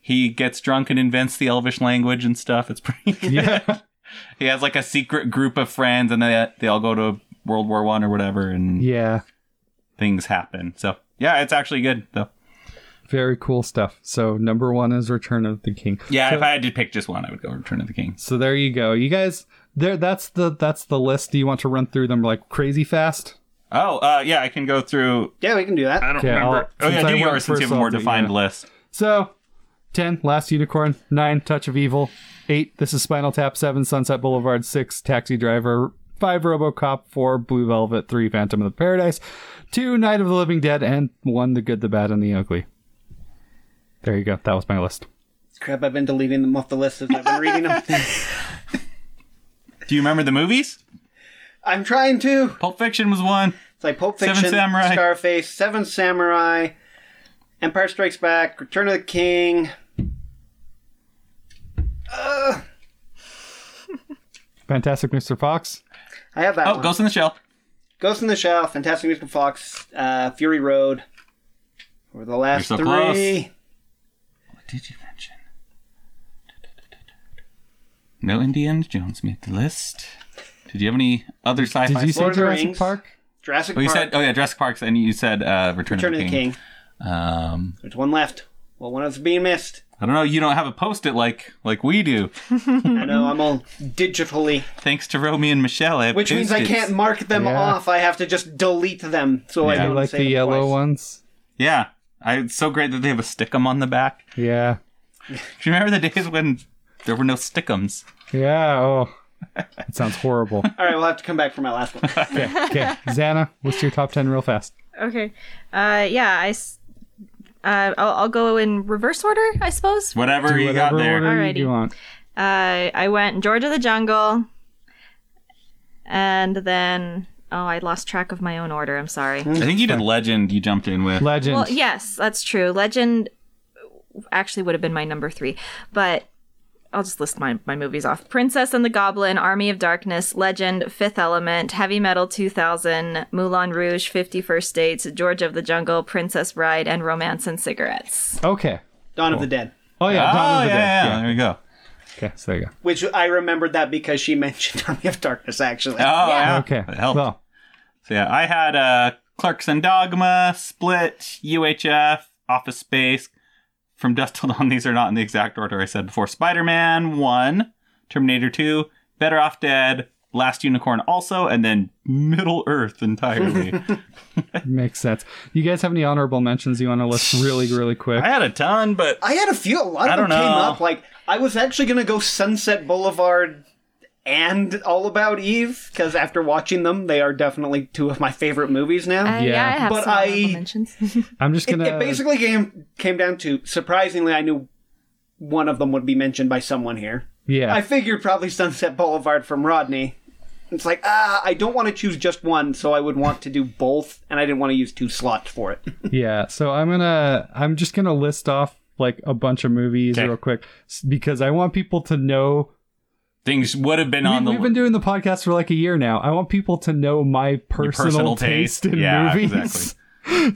He gets drunk and invents the Elvish language and stuff. It's pretty. Good.
Yeah.
he has like a secret group of friends, and they they all go to World War One or whatever, and
yeah.
things happen. So yeah, it's actually good though.
Very cool stuff. So number one is Return of the King.
Yeah, if I had to pick just one, I would go Return of the King.
So there you go. You guys, there. That's the that's the list. Do you want to run through them like crazy fast?
Oh, uh, yeah, I can go through.
Yeah, we can do that.
I don't
Okay,
remember.
I'll-
oh yeah,
since I
do
went
yours since you
first,
have a more
I'll do-
defined
yeah.
list.
So, ten, Last Unicorn. Nine, Touch of Evil. Eight, This is Spinal Tap. Seven, Sunset Boulevard. Six, Taxi Driver. Five, RoboCop. Four, Blue Velvet. Three, Phantom of the Paradise. Two, Night of the Living Dead, and one, The Good, the Bad, and the Ugly. There you go. That was my list.
Crap, I've been deleting them off the list as I've been reading them.
Do you remember the movies?
I'm trying to.
Pulp Fiction was one.
It's like Pulp
Seven
Fiction,
Samurai.
Scarface, Seven Samurai, Empire Strikes Back, Return of the King.
Fantastic Mr. Fox.
I have that
Oh,
one.
Ghost in the Shell.
Ghost in the Shell, Fantastic Mr. Fox, uh, Fury Road. Or the last
You're so
three.
What did you mention? No Indiana Jones made the list. Did you have any other sci-fi?
Did you say
Lord of the
Jurassic
Rings.
Park?
Jurassic
Oh, you
Park,
said. Oh yeah, Jurassic Parks, and you said uh, Return,
Return of the King.
Um,
There's one left. Well, one of them's being missed.
I don't know. You don't have a post-it like like we do.
I know, I'm all digitally.
Thanks to Romy and Michelle, I have
Which means I
Post-its.
can't mark them
Yeah.
off. I have to just delete them so
Yeah.
I
You
don't
like
say
the
them
yellow
twice.
ones?
Yeah, I, it's so great that they have a stickum on the back.
Yeah.
Do you remember the days when there were no stickums?
Yeah. Oh, that sounds horrible.
All right, we'll have to come back for my last one.
Okay. Okay. Xana, what's your top 10 real fast?
Okay. Uh, yeah, I. s- Uh, I'll, I'll go in reverse order, I suppose. Uh,
Whatever
Do
you got
whatever
there.
order
Alrighty.
you want.
Uh, I went George of the Jungle, and then oh, I lost track of my own order. I'm sorry.
I think you did Legend. You jumped in with.
Legend.
Well, yes, that's true. Legend actually would have been my number three, but I'll just list my, my movies off Princess and the Goblin, Army of Darkness, Legend, Fifth Element, Heavy Metal 2000, Moulin Rouge, 51st Dates, George of the Jungle, Princess Bride, and Romance and Cigarettes.
Okay.
Dawn of the Dead.
Oh yeah. Dawn of
oh yeah,
the Dead.
yeah, There we go.
Okay. So there you go.
Which I remembered that because she mentioned Army of Darkness, actually.
Oh yeah.
Okay.
It helped.
Well,
So yeah, I had uh, Clerks and Dogma, Split, UHF, Office Space. From Dust Till Dawn, these are not in the exact order I said before. Spider Man 1, Terminator 2, Better Off Dead, Last Unicorn also, and then Middle Earth entirely.
makes sense. You guys have any honorable mentions you want to list really, really quick?
I had a ton, but
I had a few. A lot of
I
them
don't
came
know.
up. Like I was actually gonna go Sunset Boulevard and All About Eve because after watching them, they are definitely two of my favorite movies now.
Uh, yeah.
Yeah.
I have
But
some honorable
I-
mentions.
I'm just
it,
gonna.
it basically came came down to surprisingly, I knew one of them would be mentioned by someone here.
yeah.
I figured probably Sunset Boulevard from Rodney. It's like ah, I don't want to choose just one, so I would want to do both, and I didn't want to use two slots for it.
Yeah, so I'm gonna I'm just gonna list off like a bunch of movies
Okay.
real quick s- because I want people to know.
things would have been
We,
on the
have been doing the podcast for like a year now. I want people to know my personal,
personal
taste.
taste.
in
Yeah,
movies.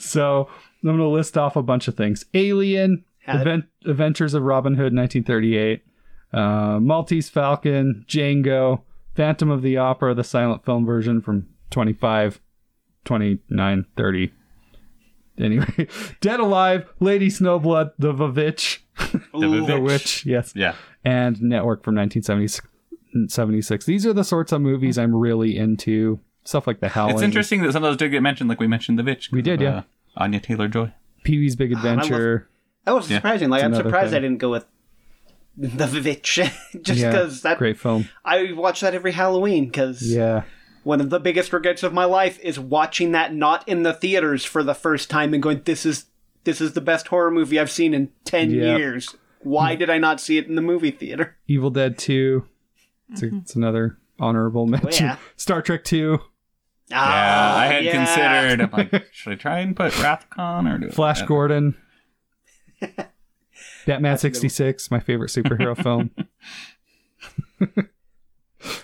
so I'm gonna list off a bunch of things: Alien,
Had it.
Advent- Adventures of Robin Hood, 1938, uh, Maltese Falcon, Django, Phantom of the Opera, the silent film version from 25, 29, 30. Anyway, Dead Alive, Lady Snowblood, The Vavitch, The
Vavitch.
Witch, yes,
yeah.
and Network from 1976. 76. These are the sorts of movies I'm really into. Stuff like The Howling,
It's interesting that some of those did get mentioned, like we mentioned The Bitch.
We did, yeah.
Anya Taylor Joy.
Pee Wee's Big
Oh, love-
Adventure.
That was surprising. like I'm
another
surprised
thing.
I didn't go with the Vivitch just
yeah,
because that
great film.
I watch that every Halloween because
Yeah,
one of the biggest regrets of my life is watching that not in the theaters for the first time and going, "This is this is the best horror movie I've seen in ten
Yeah.
years. Why did I not see it in the movie theater?"
Evil Dead 2. It's, a-
Mm-hmm.
it's another
Oh,
honorable mention.
yeah.
Star Trek 2,
yeah,
Ah,
I had
yeah.
considered. I'm like, should I try and put Rathcon or do
Flash
I-
Gordon, Batman 66, my favorite superhero film.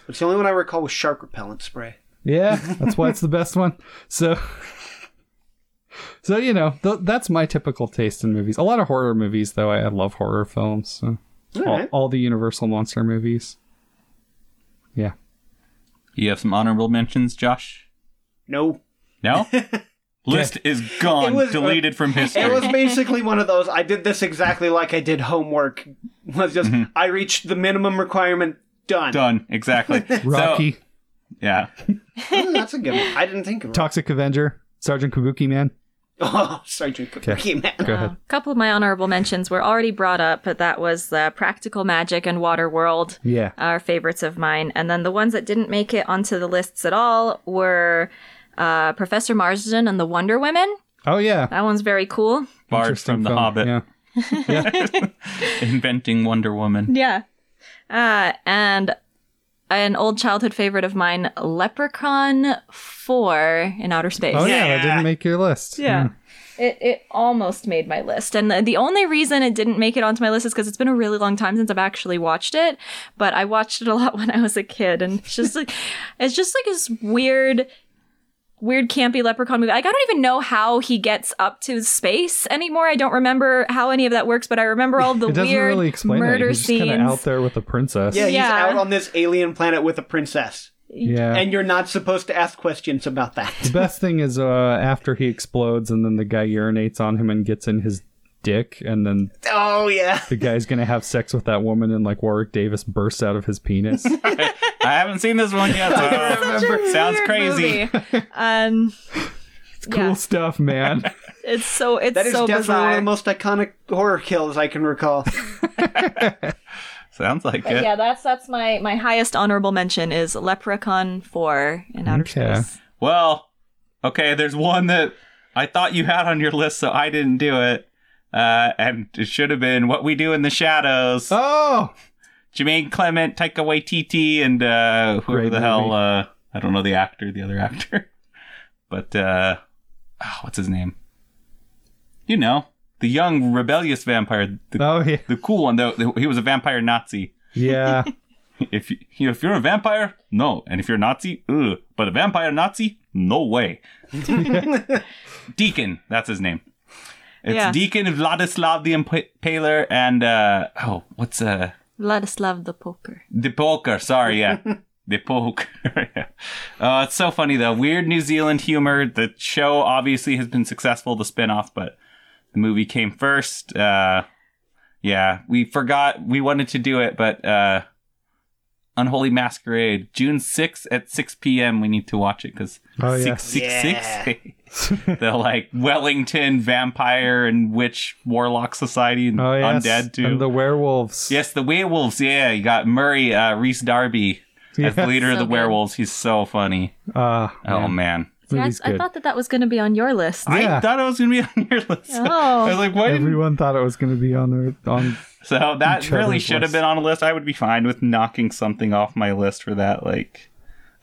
It's the only one I recall was shark repellent spray.
Yeah, that's why it's the best one. So, so you know, th- that's my typical taste in movies. A lot of horror movies, though. I, I love horror films. So. All,
Alright.
all the Universal monster movies. Yeah.
You have some honorable mentions, Josh?
No,
No? List is gone,
It was-
deleted from history.
it was basically one of those. I did this exactly like I did homework. Was just I reached the minimum requirement. Done.
Done, exactly. So-
Rocky,
yeah.
Oh, that's a good one. I didn't think of it.
Toxic Avenger, Sergeant Kabuki Man.
Oh, Sergeant Kabuki, man.
Go ahead.
a couple of my honorable mentions were already brought up, but that was uh, Practical Magic and Waterworld.
Yeah.
are favorites of mine. And then the ones that didn't make it onto the lists at all were uh, Professor Marsden and the Wonder Women.
Oh yeah.
That one's very cool.
Bard
Interesting
from The
film.
Hobbit,
Yeah.
inventing Wonder Woman.
Yeah. Uh, and an old childhood favorite of mine, Leprechaun 4 in Outer Space.
Oh yeah.
Yeah.
That didn't make your list. Hmm.
Yeah. It, it almost made my list. And the, the only reason it didn't make it onto my list is because it's been a really long time since I've actually watched it. But I watched it a lot when I was a kid. And it's just like, it's just like this weird, weird, campy leprechaun movie. Like, I don't even know how he gets up to space anymore. I don't remember how any of that works, but I remember all the
It doesn't
weird
really explain that.
murder
He's just
scenes.
kind of out there with a princess.
Yeah, he's
Yeah.
out on this alien planet with a princess.
Yeah.
And you're not supposed to ask questions about that.
the best thing is uh, after he explodes and then the guy urinates on him and gets in his dick and then
Oh, yeah.
the guy's gonna have sex with that woman and like Warwick Davis bursts out of his penis.
I haven't seen this one yet. so I don't remember. Sounds
Weird
crazy.
movie. um,
it's cool
Yeah.
stuff, man.
it's so it's
That is definitely
so
one of
bizarre.
the most iconic horror kills I can recall.
Sounds like
But
it.
Uh, yeah, that's that's my my highest honorable mention is Leprechaun Four in Outer
Okay.
Space.
Well, okay, there's one that I thought you had on your list, so I didn't do it. Uh, and it should have been What We Do in the Shadows.
oh,
Jermaine Clement, Taika Waititi, and uh, whoever
Great
the hell
movie.
uh, I I don't know the actor, the other actor, but uh, ah, what's his name? You know, the young rebellious vampire, the,
Oh yeah,
the cool one. Though the- he was a vampire Nazi.
yeah.
If you, if you're a vampire, no, and if you're a Nazi, ugh. But a vampire Nazi, no way. Deacon, that's his name. It's
Yeah.
Deacon Vladislav the Impaler and uh, oh, what's uh
Vladislav the Poker.
the poker, sorry, yeah. the poker. yeah. uh, it's so funny though. Weird New Zealand humor. The show obviously has been successful, the spin-off, but the movie came first. Uh, yeah, we forgot we wanted to do it, but uh, Unholy Masquerade, June 6th at 6 p.m. We need to watch it because
Oh, yeah.
666. the like Wellington vampire and witch warlock society and
Oh yeah.
undead too.
And the werewolves.
Yes, the werewolves. Yeah, you got Murray uh, Reese Darby as the
Yes.
leader of
So
the
good.
werewolves. He's so funny.
Uh,
Oh man,
See, I,
Movie's
I
good.
thought that that was going to be on your list.
Yeah.
I thought it was gonna be on your list. I was
Oh,
like, why? didn't-
Everyone thought it was going to be on their on.
So that
Each
really
other's
should
list.
have been on a list. I would be fine with knocking something off my list for that. Like,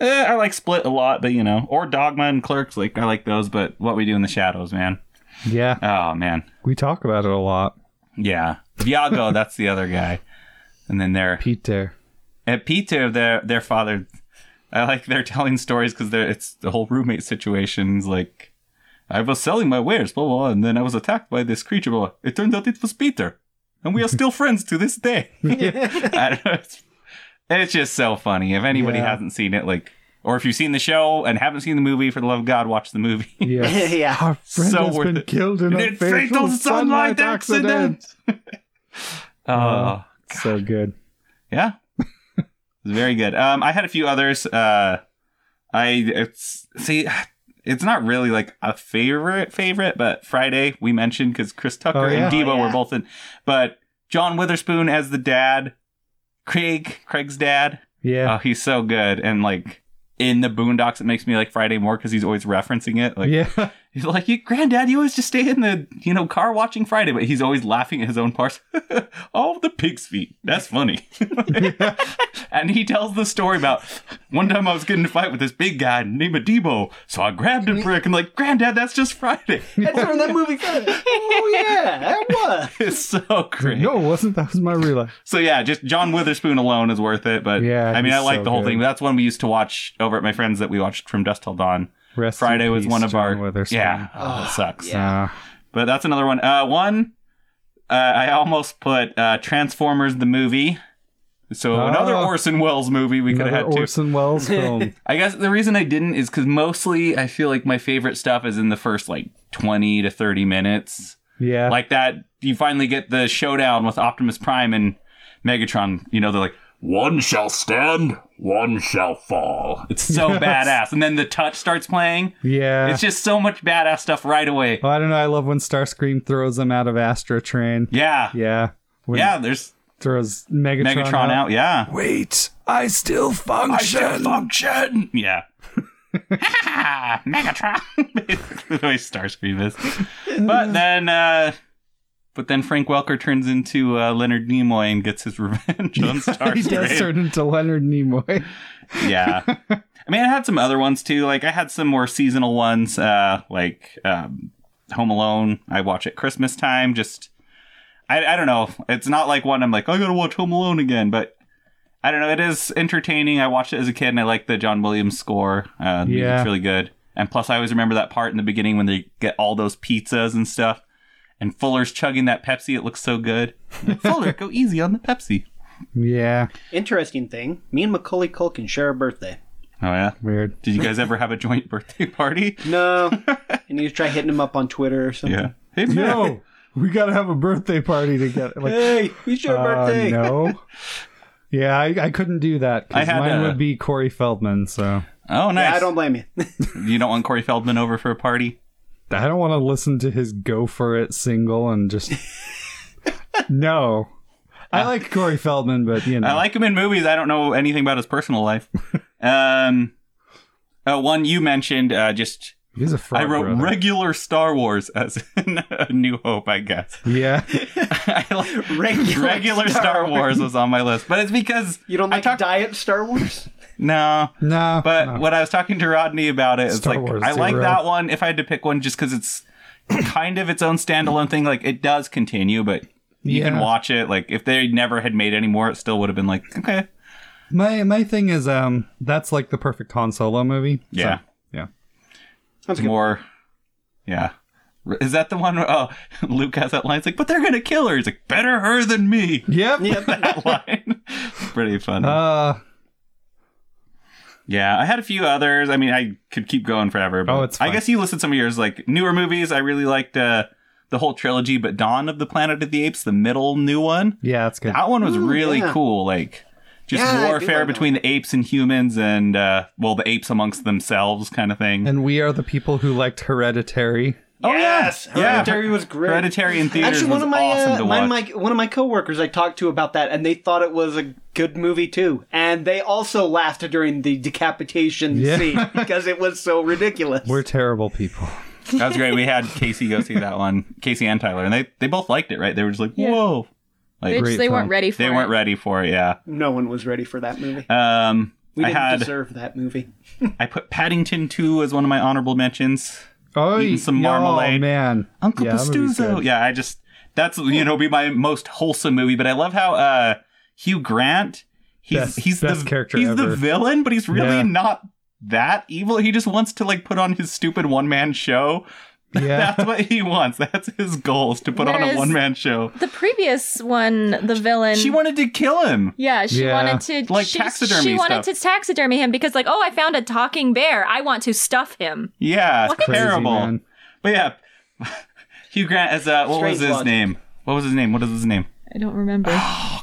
eh, I like Split a lot, but you know, or Dogma and Clerks. Like, I like those, but What We Do in the Shadows, man.
Yeah,
Oh man,
we talk about it a lot.
yeah. Viago, that's the other guy. And then there,
Peter.
at Peter, their their father, I like they're telling stories because they're it's the whole roommate situation. Is like, I was selling my wares, blah blah, blah, and then I was attacked by this creature. Blah, blah. It turned out it was Peter, and we are still friends to this day. I don't know, it's, it's just so funny. If anybody
Yeah.
hasn't seen it, like, or if you've seen the show and haven't seen the movie, for the love of God, watch the movie.
Yes.
Yeah.
Our friend
So
has
worth
been
it.
killed in
In
a
a fatal sunlight accident. Oh.
So good.
Yeah. it's very good. Um, I had a few others. Uh, I it's see, it's not really like a favorite favorite, but Friday we mentioned because Chris Tucker
Oh, yeah.
and Debo
Oh, yeah.
were both in. But John Witherspoon as the dad, Craig, Craig's dad.
Yeah.
Oh, he's so good. And like in the Boondocks, it makes me like Friday more because he's always referencing it. Like
yeah.
He's like, you, granddad, you always just stay in the, you know, car watching Friday, but he's always laughing at his own parts. oh, the pig's feet. That's funny. and he tells the story about one time I was getting in a fight with this big guy named Debo, so I grabbed him for it and like, granddad, that's just Friday.
That's where that movie goes. Oh yeah, that was.
It's so great.
No, it wasn't. That was my real life.
So yeah, just John Witherspoon alone is worth it. But
Yeah,
I mean, I
he's
like
so
the whole
good.
thing. That's one we used to watch over at my friends that we watched from Dust Till Dawn.
Rest in
Friday was
peace,
one of
John
our
Witherspoon.
yeah. Oh, that sucks.
yeah.
Uh,
But that's another one. Uh, one, uh, I almost put uh, Transformers the movie. So
Ah.
another Orson Welles movie we could have
another
had too.
Orson Welles film.
I guess the reason I didn't is because mostly I feel like my favorite stuff is in the first like 20 to 30 minutes.
Yeah.
Like that, you finally get the showdown with Optimus Prime and Megatron. You know, they're like,
One shall stand, one shall fall.
it's so
Yes.
badass. And then the touch starts playing.
yeah. Oh.
It's just so much badass stuff right away.
Well, I don't know. I love when Starscream throws him out of Astro Train.
Yeah.
Yeah.
Yeah,
When he
there's
Throws Megatron,
Megatron out. Yeah.
Wait, I still function.
function. Yeah. Ah, Megatron. Basically the way Starscream is. But then, uh, but then Frank Welker turns into uh, Leonard Nimoy and gets his revenge on
he does
Starscream.
turn into Leonard Nimoy.
yeah. I mean, I had some other ones too. Like I had some more seasonal ones, uh, like um, Home Alone. I watch at Christmas time. Just I, I don't know. It's not like one I'm like I gotta watch Home Alone again, but I don't know. It is entertaining. I watched it as a kid, and I like the John Williams score. Uh, the
Yeah.
music's really good. And plus, I always remember that part in the beginning when they get all those pizzas and stuff. And Fuller's chugging that Pepsi. It looks so good. Fuller, go easy on the Pepsi.
Yeah,
Interesting thing. Me and Macaulay Culkin share a birthday.
Oh yeah.
weird.
Did you guys ever have a joint birthday party?
No, I need to try hitting him up on Twitter or something.
Yeah. Hey, man.
Yo, we gotta have a birthday party together. Like,
Hey, it's
Oh,
your
uh,
birthday.
no. Yeah, I, I couldn't do that
I
because
had
mine
a-
would be Corey Feldman. So
Oh, nice.
Yeah, I don't blame you.
You don't want Corey Feldman over for a party?
I don't want to listen to his "Go for It" single and just no. I like Corey Feldman, but you know,
Uh, I like him in movies. I don't know anything about his personal life. um, uh, one you mentioned, uh, just
he's a
I
frog
wrote
brother.
regular Star Wars as in A New Hope, I guess.
yeah,
I like-
Regular
regular Star Wars was on my list, but it's because
You don't
I
like
talked-
diet Star Wars?
No.
No,
But
no.
when I was talking to Rodney about it, it's
Star
like
Wars
I like
Zero.
that one. If I had to pick one, just because it's kind of its own standalone thing, like it does continue, but you can
Yeah.
watch it. Like if they never had made any more, it still would have been like okay,
my my thing is um that's like the perfect Han Solo movie. So,
Yeah.
yeah.
Sounds good.
more. Yeah, R- is that the one? Where, oh, Luke has that line. It's like, but they're gonna kill her. He's like, better her than me.
Yep.
Yep.
That line, pretty funny.
Uh
Yeah, I had a few others. I mean, I could keep going forever. But
Oh, it's
I
fine.
guess you listed some of yours, like newer movies. I really liked uh, the whole trilogy, but Dawn of the Planet of the Apes, the middle new one,
yeah, that's good.
that one was
Ooh,
really
Mm, yeah.
cool. Like just
Yeah, I do like
warfare
that
between the apes and humans, and uh, well, the apes amongst themselves, kind of thing.
And we are the people who liked Hereditary.
oh
yes,
yeah,
Hereditary
yeah.
was great.
Hereditary in theaters
Actually, one
was
of my,
awesome
uh,
to
my-
watch.
my- one of my coworkers I talked to about that, and they thought it was a good movie too, and they also laughed during the decapitation
Yeah.
scene because it was so ridiculous.
We're terrible people.
that was great. We had Casey go see that one, Casey and Tyler, and they they both liked it. Right? They were just like, whoa,
They,
like
just, they
film.
weren't ready for
they
it.
weren't ready for it. Yeah.
no one was ready for that movie.
Um,
we
I
didn't
had
deserve that movie.
I put Paddington 2 as one of my honorable mentions.
Oh,
Eating some marmalade.
Oh man.
Uncle
Yeah, that movie's
Pastuzo.
good.
Yeah, I just that's you know be my most wholesome movie, but I love how uh Hugh Grant he's
Best-
he's
best
the
character
he's
ever.
the villain, but he's really
Yeah.
not that evil. He just wants to like put on his stupid one-man show.
Yeah.
That's what he wants. That's his goal is to put on
Whereas-
a one-man show.
The previous one, the villain.
She wanted to kill him.
yeah, she
Yeah.
wanted to
Like
she,
taxidermy
She wanted
stuff.
to taxidermy him because, like, oh, I found a talking bear. I want to stuff him.
Yeah, it's
Crazy,
terrible.
man.
But yeah, Hugh Grant as uh, what was
Strange
his
logic.
name? What was his name? What is his name?
I don't remember.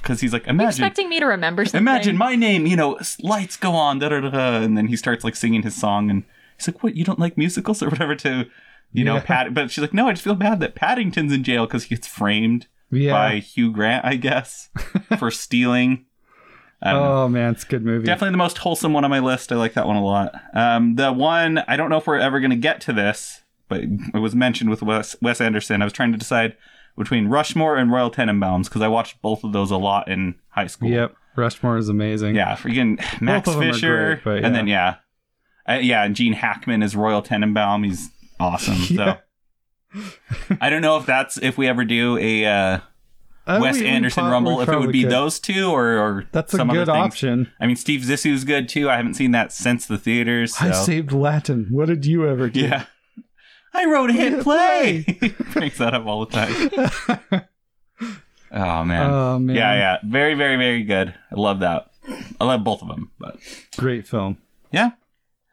Because he's like imagine
expecting me to remember something.
Imagine my name, you know, s- lights go on, da da da, da, and then he starts like singing his song, and he's like, "What? You don't like musicals or whatever?" To you know,
Yeah.
Pat. But she's like, "No, I just feel bad that Paddington's in jail because he gets framed
Yeah.
by Hugh Grant, I guess, for stealing." I don't know.
Oh man, it's a good movie.
Definitely the most wholesome one on my list. I like that one a lot. Um, the one I don't know if we're ever going to get to this, but it was mentioned with Wes, Wes Anderson. I was trying to decide between Rushmore and Royal Tenenbaums because I watched both of those a lot in high school.
Yep. Rushmore is amazing.
Yeah, freaking Max
of them are
Fisher,
great, but
and
yeah.
then yeah, uh, yeah, and Gene Hackman is Royal Tenenbaum. He's awesome.
Yeah.
So I don't know if that's if we ever do a uh,
Uh,
Wes
we- we
Anderson
prob-
Rumble,
we
if it would
probably
be
could.
those two or, or
That's
some
a good
other things.
option.
I mean, Steve Zissou's good too. I haven't seen that since the theaters. So.
I saved Latin. What did you ever do?
yeah. I wrote a hit play. Brings that up all the time. oh man.
Oh, man.
Yeah, yeah. Very, very, very good. I love that. I love both of them, but.
Great film.
Yeah.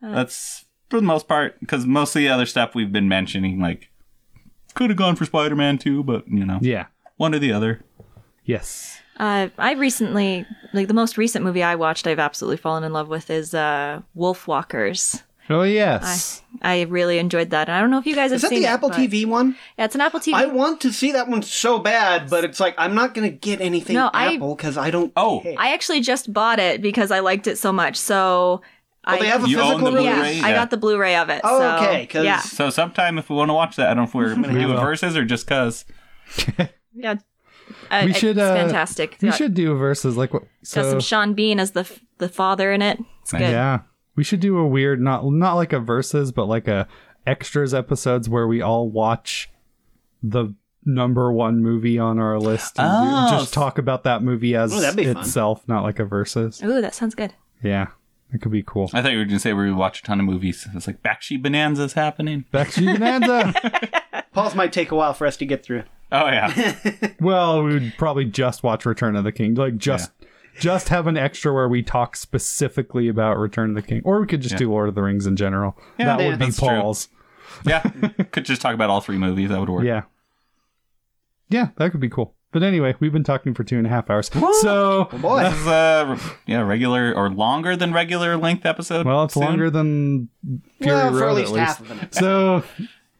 That's for the most part, because most of the other stuff we've been mentioning, like, could have gone for Spider Man 2, but, you know,
Yeah.
one or the other.
Yes.
Uh, I recently, like the most recent movie I watched, I've absolutely fallen in love with is uh, Wolf Walkers.
Oh
I,
yes.
I really enjoyed that. And I don't know if you guys have
Is that
seen
the
it,
Apple
but-
TV one?
Yeah, it's an Apple TV.
I want to see that one so bad, but it's like I'm not going to get anything
No, I-
Apple because I, don't.
Oh.
care.
I actually just bought it because I liked it so much. So
Oh,
I
they have a
You own
physical
the
release.
yeah,
Blu-ray?
I
Yeah.
got the Blu-ray of it.
Oh,
so,
okay, 'cause-
yeah,
So, sometime if we want to watch that, I don't know if we're going to do a
will.
versus or just because.
yeah. I-
We
I-
should,
it's
uh,
fantastic. It's
we
got,
should uh, do verses like what?
it's got
So
some Sean Bean as the f- the father in it. It's
Nice.
good.
yeah, we should do a weird not not like a verses, but like a extras episodes where we all watch the number one movie on our list and do-
Oh.
just talk about that movie as
Oh, that'd be fun.
itself, not like a verses.
Ooh, that sounds good.
Yeah, it could be cool.
I thought you were going to say we would watch a ton of movies. It's like Bakshi Bonanza's happening.
Back to you, Bonanza.
Pause might take a while for us to get through.
Oh, yeah.
Well, we would probably just watch Return of the King. Like just just have an extra where we talk specifically about Return of the King. Or we could just do Lord of the Rings in general. that
yeah,
would be
that's true.
Paul's.
yeah. Could just talk about all three movies. That would work.
Yeah. Yeah, that could be cool. But anyway, we've been talking for two and a half hours. So
Boy,
This is a yeah, regular or longer than regular length episode.
well, it's
soon.
longer than Fury
well,
Road
for at least,
at least.
half of them.
So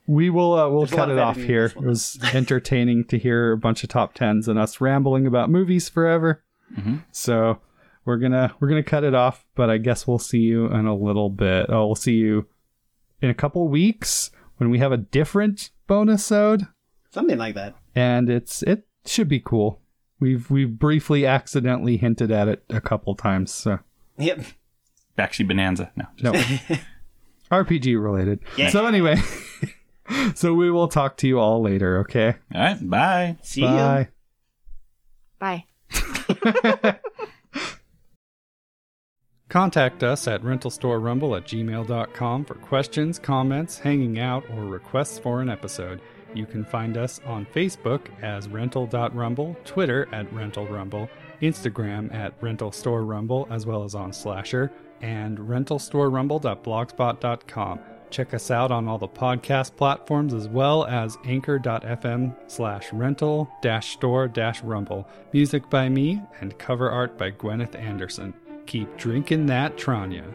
we will uh, we'll
a
cut
lot of
it off
editing in
here.
this
It
one.
was entertaining to hear a bunch of top tens and us rambling about movies forever.
Mm-hmm.
So we're gonna we're gonna cut it off, but I guess we'll see you in a little bit. Oh, we'll see you in a couple weeks when we have a different bonus ode,
Something like that.
and it's it should be cool. We've we've briefly accidentally hinted at it a couple times, so
Yep.
Bakshi Bonanza. No.
No. RPG related. So anyway, so we will talk to you all later, okay?
All right. Bye.
See ya.
Bye.
Bye. Contact us at rentalstorerumble at gmail.com for questions, comments, hanging out, or requests for an episode. You can find us on Facebook as rental.rumble, Twitter at rentalrumble, Instagram at rentalstorerumble, as well as on Slasher, and rentalstorerumble.blogspot.com. Check us out on all the podcast platforms as well as anchor.fm slash rental dash store dash rumble. Music by me and cover art by Gwyneth Anderson. Keep drinking that Tranya.